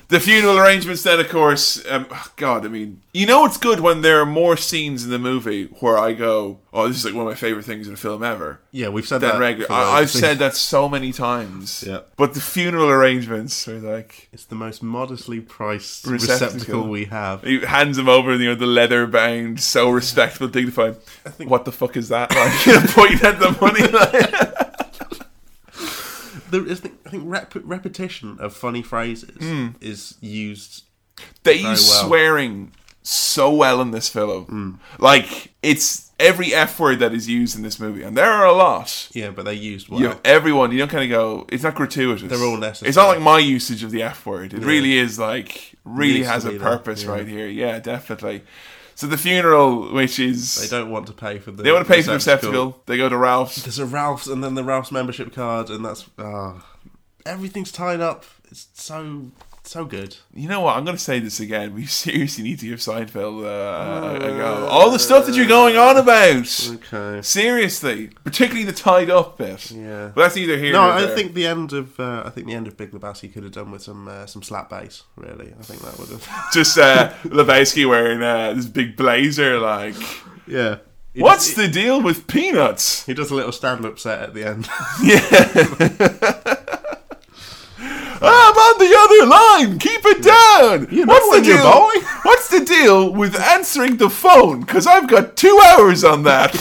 [SPEAKER 1] The funeral arrangements, then, of course, um, God, I mean, you know, it's good when there are more scenes in the movie where I go, "Oh, this is like one of my favorite things in a film ever."
[SPEAKER 2] Yeah, we've said
[SPEAKER 1] Than
[SPEAKER 2] that.
[SPEAKER 1] regular,
[SPEAKER 2] for
[SPEAKER 1] I, I've
[SPEAKER 2] the-
[SPEAKER 1] said that so many times.
[SPEAKER 2] Yeah.
[SPEAKER 1] But the funeral arrangements are like
[SPEAKER 2] it's the most modestly priced
[SPEAKER 1] Receptacle.
[SPEAKER 2] receptacle, we have.
[SPEAKER 1] he hands him over, you know, the leather bound, so respectful, dignified.
[SPEAKER 2] think-
[SPEAKER 1] what the fuck is that? Like, you know, pointing at the money. Like,
[SPEAKER 2] There is the, I think rep- repetition of funny phrases
[SPEAKER 1] Hmm.
[SPEAKER 2] is used.
[SPEAKER 1] they
[SPEAKER 2] Very
[SPEAKER 1] use
[SPEAKER 2] well.
[SPEAKER 1] swearing so well in this film.
[SPEAKER 2] Mm.
[SPEAKER 1] Like it's every f word that is used in this movie, and there are a lot.
[SPEAKER 2] Yeah, but they used well.
[SPEAKER 1] You know, everyone, you don't kind of go. It's not gratuitous.
[SPEAKER 2] They're all necessary.
[SPEAKER 1] It's not like my usage of the f word. It really is like really
[SPEAKER 2] Needs to
[SPEAKER 1] has a
[SPEAKER 2] be there,
[SPEAKER 1] purpose
[SPEAKER 2] yeah.
[SPEAKER 1] right here. Yeah, definitely. So the funeral, which is
[SPEAKER 2] They don't want to pay for the.
[SPEAKER 1] they want to pay for the receptacle. They go to Ralph's.
[SPEAKER 2] There's a Ralph's and then the Ralph's membership card, and that's ah, everything's tied up. It's so so good.
[SPEAKER 1] You know what? I'm going to say this again. We seriously need to give Seinfeld uh, a go. All the stuff that you're going on about.
[SPEAKER 2] Okay.
[SPEAKER 1] Seriously, particularly the tied up bit.
[SPEAKER 2] Yeah.
[SPEAKER 1] But that's either here.
[SPEAKER 2] No,
[SPEAKER 1] or
[SPEAKER 2] I
[SPEAKER 1] there.
[SPEAKER 2] think the end of uh, I think the end of Big Lebowski could have done with some uh, some slap bass. Really, I think that would have.
[SPEAKER 1] just uh, Lebowski wearing uh, this big blazer. Like,
[SPEAKER 2] yeah. He
[SPEAKER 1] what's
[SPEAKER 2] does,
[SPEAKER 1] the deal with peanuts?
[SPEAKER 2] he does a little stand-up set at the end.
[SPEAKER 1] Ah, I'm on the other line. Keep it down.
[SPEAKER 2] You know when you're bowling.
[SPEAKER 1] What's the deal with answering the phone? Because I've got two hours on that.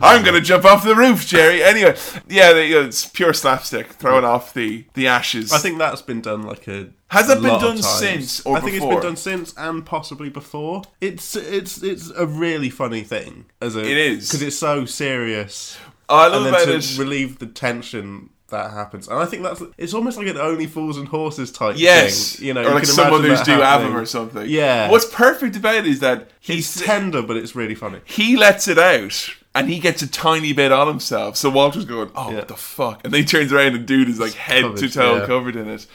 [SPEAKER 1] I'm gonna jump off the roof, Jerry. Anyway, yeah, they- you know, it's pure slapstick, throwing off the the ashes.
[SPEAKER 2] I think that's been done like a.
[SPEAKER 1] Has
[SPEAKER 2] a
[SPEAKER 1] that been
[SPEAKER 2] lot of
[SPEAKER 1] done
[SPEAKER 2] times.
[SPEAKER 1] since or
[SPEAKER 2] I think
[SPEAKER 1] before?
[SPEAKER 2] it's been done since and possibly before. It's it's it's a really funny thing as a.
[SPEAKER 1] It is.
[SPEAKER 2] because it's so serious.
[SPEAKER 1] Oh, I love
[SPEAKER 2] and
[SPEAKER 1] about
[SPEAKER 2] then to
[SPEAKER 1] it.
[SPEAKER 2] relieve the tension that happens, and I think that's it's almost like an only fools and horses type
[SPEAKER 1] Yes,
[SPEAKER 2] thing. You know,
[SPEAKER 1] or
[SPEAKER 2] you
[SPEAKER 1] like
[SPEAKER 2] can
[SPEAKER 1] someone
[SPEAKER 2] imagine
[SPEAKER 1] who's
[SPEAKER 2] that
[SPEAKER 1] due
[SPEAKER 2] happening.
[SPEAKER 1] Avon or something.
[SPEAKER 2] Yeah.
[SPEAKER 1] What's perfect about it is that he's
[SPEAKER 2] It's tender, but it's really funny.
[SPEAKER 1] he lets it out and he gets a tiny bit on himself. So Walter's going, "Oh,
[SPEAKER 2] Yeah.
[SPEAKER 1] what the fuck?" And then he turns around and dude is like head to
[SPEAKER 2] covered,
[SPEAKER 1] toe
[SPEAKER 2] yeah.
[SPEAKER 1] covered in it.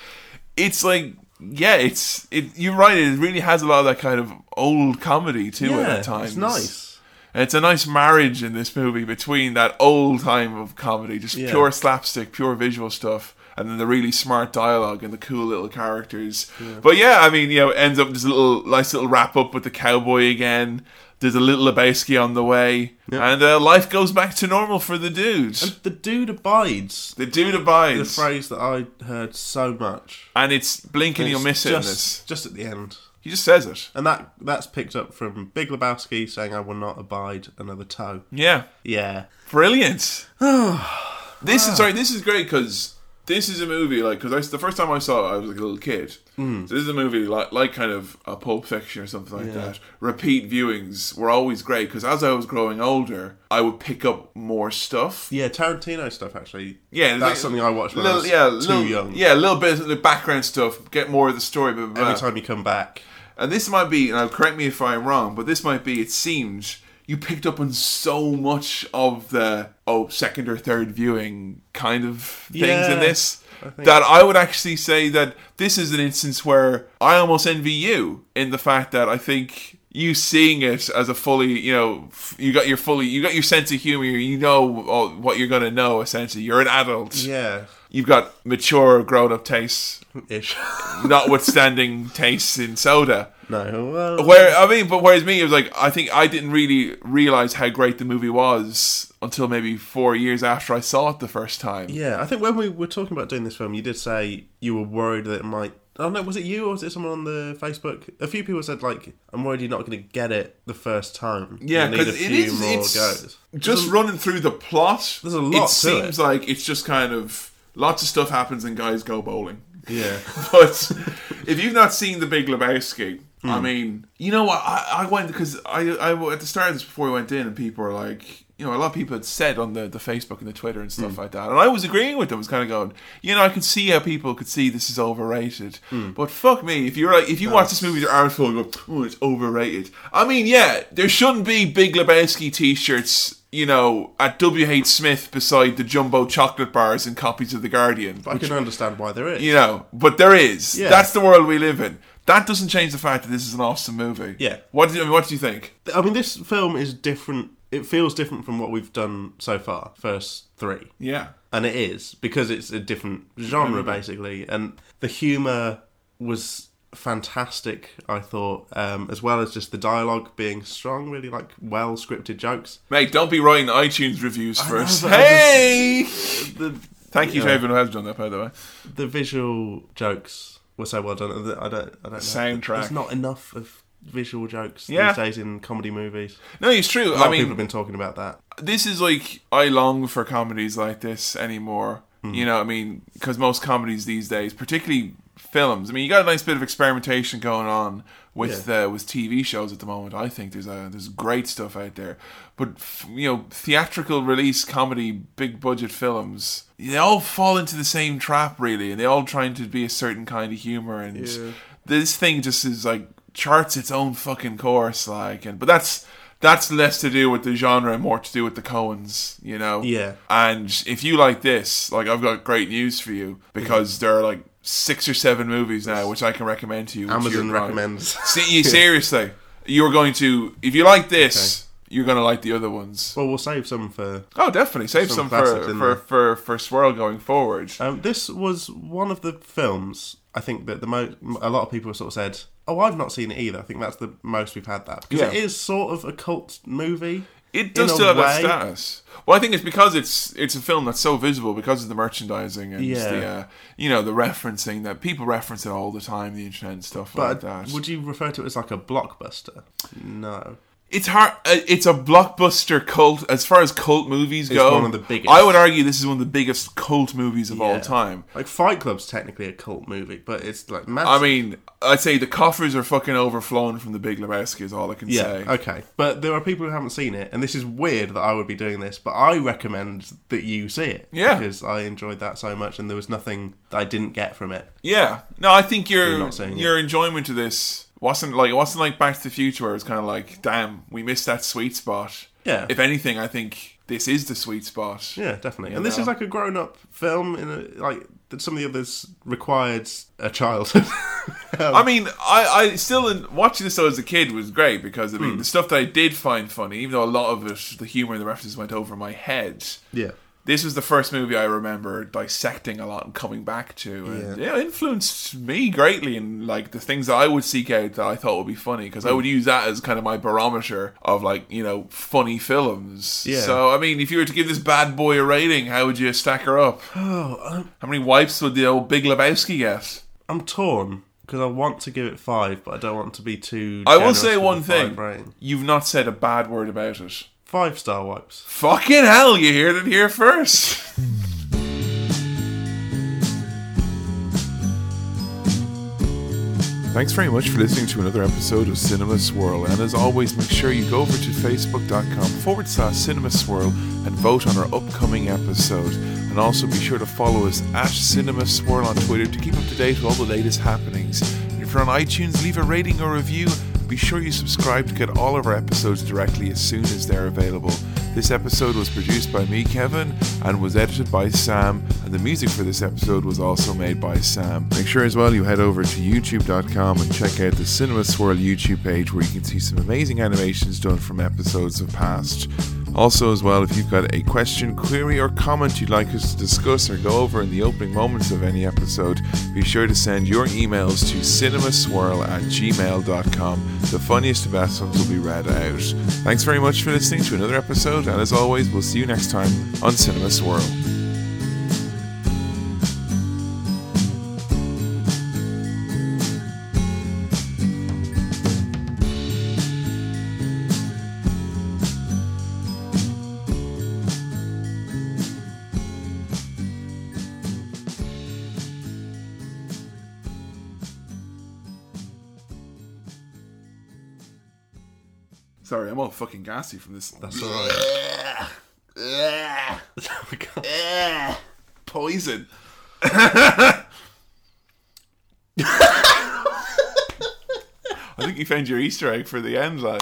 [SPEAKER 1] It's like, yeah, it's it. You're right. It really has a lot of that kind of old comedy to it
[SPEAKER 2] Yeah,
[SPEAKER 1] at times.
[SPEAKER 2] it's nice.
[SPEAKER 1] And it's a nice marriage in this movie between that old time of comedy, just
[SPEAKER 2] Yeah.
[SPEAKER 1] pure slapstick, pure visual stuff, and then the really smart dialogue and the cool little characters. But yeah, I mean, you know, ends up this little nice little wrap up with the cowboy again. There's a little Lebowski on the way, and uh, life goes back to normal for the dude.
[SPEAKER 2] The dude abides.
[SPEAKER 1] the dude
[SPEAKER 2] The
[SPEAKER 1] abides,
[SPEAKER 2] phrase that I heard so much.
[SPEAKER 1] and it's blinking you'll miss
[SPEAKER 2] It's
[SPEAKER 1] it. in this.
[SPEAKER 2] just, just at the end.
[SPEAKER 1] He just says it.
[SPEAKER 2] And that that's picked up from Big Lebowski saying, "I will not abide another toe."
[SPEAKER 1] Yeah.
[SPEAKER 2] Yeah,
[SPEAKER 1] Brilliant. this is sorry. This is great because this is a movie like because the first time I saw it, I was like a little kid.
[SPEAKER 2] Hmm.
[SPEAKER 1] So this is a movie like like kind of a Pulp Fiction or something like that. Repeat viewings were always great because as I was growing older, I would pick up more stuff.
[SPEAKER 2] yeah. Tarantino stuff actually.
[SPEAKER 1] Yeah,
[SPEAKER 2] that's
[SPEAKER 1] li-
[SPEAKER 2] something I watched when I
[SPEAKER 1] Little,
[SPEAKER 2] was
[SPEAKER 1] yeah,
[SPEAKER 2] too
[SPEAKER 1] little,
[SPEAKER 2] young.
[SPEAKER 1] Yeah, a little bit of the background stuff. Get more of the story. Blah, blah, blah.
[SPEAKER 2] Every time you come back,
[SPEAKER 1] And this might be, and I'll correct me if I'm wrong, but this might be, it seems, you picked up on so much of the, oh, second or third viewing kind of things in
[SPEAKER 2] Yeah,
[SPEAKER 1] this
[SPEAKER 2] I think
[SPEAKER 1] that I would actually say that this is an instance where I almost envy you in the fact that I think you seeing it as a fully, you know, f- you got your fully, you got your sense of humor, you know all- what you're going to know essentially. You're an adult.
[SPEAKER 2] yeah,
[SPEAKER 1] You've got mature, grown up tastes,
[SPEAKER 2] ish.
[SPEAKER 1] notwithstanding tastes in soda.
[SPEAKER 2] no, well,
[SPEAKER 1] Where I mean, but whereas me, it was like I think I didn't really realize how great the movie was until maybe four years after I saw it the first time.
[SPEAKER 2] yeah. I think when we were talking about doing this film, you did say you were worried that it might. I don't know. Was it you or was it someone on the Facebook? A few people said like, "I'm worried you're not going to get it the first time.
[SPEAKER 1] Yeah,
[SPEAKER 2] You'll need
[SPEAKER 1] because
[SPEAKER 2] a
[SPEAKER 1] it
[SPEAKER 2] few
[SPEAKER 1] is.
[SPEAKER 2] more
[SPEAKER 1] It's
[SPEAKER 2] goes."
[SPEAKER 1] just running through the plot.
[SPEAKER 2] There's a lot
[SPEAKER 1] It
[SPEAKER 2] to
[SPEAKER 1] seems like it's just kind of lots of stuff happens and guys go bowling.
[SPEAKER 2] Yeah,
[SPEAKER 1] But if you've not seen The Big Lebowski, I mean, you know what? I, I went because I, I at the start of this before we went in, and people were like, you know, a lot of people had said on the, the Facebook and the Twitter and stuff like that, and I was agreeing with them. I was kind of going, you know, I can see how people could see this is overrated, but fuck me, if you're like, if you watch this movie with your arms full, and go, oh, it's overrated. I mean, yeah, there shouldn't be Big Lebowski t-shirts. You know, at WH Smith beside the jumbo chocolate bars and copies of The Guardian.
[SPEAKER 2] I can understand why there is.
[SPEAKER 1] You know, but there is.
[SPEAKER 2] Yeah.
[SPEAKER 1] That's the world we live in. That doesn't change the fact that this is an awesome movie.
[SPEAKER 2] Yeah.
[SPEAKER 1] What do you, what do you think?
[SPEAKER 2] I mean, this film is different. It feels different from what we've done so far, first three.
[SPEAKER 1] Yeah.
[SPEAKER 2] And it is, because it's a different genre,
[SPEAKER 1] Mm.
[SPEAKER 2] basically. And the humour was fantastic, I thought, um, as well as just the dialogue being strong, really like well scripted jokes.
[SPEAKER 1] Mate, don't be writing iTunes reviews for us.
[SPEAKER 2] but I just-
[SPEAKER 1] Hey!
[SPEAKER 2] The,
[SPEAKER 1] Thank you to
[SPEAKER 2] Yeah.
[SPEAKER 1] everyone who has done that, by the way.
[SPEAKER 2] the visual jokes were so well done. and the- I don't, I don't know.
[SPEAKER 1] soundtrack.
[SPEAKER 2] There's not enough of visual jokes
[SPEAKER 1] Yeah.
[SPEAKER 2] these days in comedy movies.
[SPEAKER 1] No, it's true.
[SPEAKER 2] A lot
[SPEAKER 1] I
[SPEAKER 2] of
[SPEAKER 1] mean,
[SPEAKER 2] people have been talking about that.
[SPEAKER 1] this is like I long for comedies like this anymore. You know, what I mean, because most comedies these days, particularly films, I mean, you got a nice bit of experimentation going on with uh, with TV shows at the moment. I think there's uh there's great stuff out there, but f- you know, theatrical release comedy, big budget films, they all fall into the same trap really, and they all trying to be a certain kind of humor, and
[SPEAKER 2] Yeah.
[SPEAKER 1] this thing just is like charts its own fucking course, like, and but that's that's less to do with the genre and more to do with the Coens, you know?
[SPEAKER 2] Yeah.
[SPEAKER 1] And if you like this, like I've got great news for you because
[SPEAKER 2] Mm-hmm.
[SPEAKER 1] there are like six or seven movies now which I can recommend to you. which
[SPEAKER 2] Amazon
[SPEAKER 1] you're-
[SPEAKER 2] recommends.
[SPEAKER 1] See, you seriously, you're going to if you like this, you're going to like the other ones.
[SPEAKER 2] Well, we'll save some for.
[SPEAKER 1] Oh, definitely save some,
[SPEAKER 2] Some
[SPEAKER 1] for
[SPEAKER 2] classics in
[SPEAKER 1] for,
[SPEAKER 2] there.
[SPEAKER 1] for for swirl going forward.
[SPEAKER 2] Um, this was one of the films I think that the most a lot of people have sort of said, "Oh, I've not seen it either." I think that's the most we've had that because it
[SPEAKER 1] Yeah.
[SPEAKER 2] is sort of a cult movie.
[SPEAKER 1] It does
[SPEAKER 2] in a
[SPEAKER 1] still have that
[SPEAKER 2] way.
[SPEAKER 1] status. Well, I think it's because it's it's a film that's so visible because of the merchandising and
[SPEAKER 2] Yeah.
[SPEAKER 1] the uh, you know the referencing that people reference it all the time, the internet and stuff like
[SPEAKER 2] But
[SPEAKER 1] that.
[SPEAKER 2] would you refer to it as like a blockbuster? No.
[SPEAKER 1] it's hard. uh, It's a blockbuster cult as far as cult movies go.
[SPEAKER 2] one of the biggest.
[SPEAKER 1] I would argue this is one of the biggest cult movies of all
[SPEAKER 2] Yeah.
[SPEAKER 1] time.
[SPEAKER 2] Like Fight Club's technically a cult movie, but it's like massive.
[SPEAKER 1] I mean, I'd say the coffers are fucking overflowing from the Big Lebowski. Is all I can
[SPEAKER 2] Yeah.
[SPEAKER 1] say.
[SPEAKER 2] Okay. But there are people who haven't seen it, and this is weird that I would be doing this, but I recommend that you see it.
[SPEAKER 1] Yeah.
[SPEAKER 2] Because I enjoyed that so much, and there was nothing that I didn't get from it.
[SPEAKER 1] Yeah. No, I think your
[SPEAKER 2] not saying
[SPEAKER 1] your enjoyment of this wasn't like it wasn't like Back to the Future where it's kind of like, damn, we missed that sweet spot.
[SPEAKER 2] Yeah.
[SPEAKER 1] If anything, I think this is the sweet spot.
[SPEAKER 2] Yeah, definitely. and this is like a grown-up film in a like that some of the others required a childhood. Um,
[SPEAKER 1] I mean, I, I still in, watching this though as a kid was great because I
[SPEAKER 2] Hmm.
[SPEAKER 1] mean the stuff that I did find funny, even though a lot of it, the humor and the references went over my head.
[SPEAKER 2] yeah.
[SPEAKER 1] This was the first movie I remember dissecting a lot and coming back to, and yeah, it influenced me greatly in like the things that I would seek out that I thought would be funny because I
[SPEAKER 2] Hmm.
[SPEAKER 1] would use that as kind of my barometer of like you know funny films.
[SPEAKER 2] Yeah.
[SPEAKER 1] So I mean, if you were to give this bad boy a rating, how would you stack her up?
[SPEAKER 2] Oh, I'm,
[SPEAKER 1] How many wipes would the old Big Lebowski get?
[SPEAKER 2] I'm torn because I want to give it five, but I don't want to be too.
[SPEAKER 1] I will
[SPEAKER 2] generous
[SPEAKER 1] say
[SPEAKER 2] with
[SPEAKER 1] one
[SPEAKER 2] the five
[SPEAKER 1] thing:
[SPEAKER 2] rating.
[SPEAKER 1] you've not said a bad word about it.
[SPEAKER 2] Five star wipes.
[SPEAKER 1] Fucking hell, you heard it here first. Thanks very much for listening to another episode of Cinema Swirl. And as always, make sure you go over to facebook.com forward slash cinema swirl and vote on our upcoming episode. And also be sure to follow us at Cinema Swirl on Twitter to keep up to date with all the latest happenings. And if you're on iTunes, leave a rating or review. Be sure you subscribe to get all of our episodes directly as soon as they're available. This episode was produced by me, Kevin, and was edited by Sam, and the music for this episode was also made by Sam. Make sure as well you head over to youtube.com and check out the Cinema Swirl YouTube page where you can see some amazing animations done from episodes of past. Also, as well, if you've got a question, query, or comment you'd like us to discuss or go over in the opening moments of any episode, be sure to send your emails to cinemaswirl at gmail.com. The funniest and best ones will be read out. Thanks very much for listening to another episode, and as always, we'll see you next time on Cinema Swirl. Sorry, I'm all fucking gassy from this.
[SPEAKER 2] That's all right. Oh my God.
[SPEAKER 1] poison. I think you found your Easter egg for the end, like.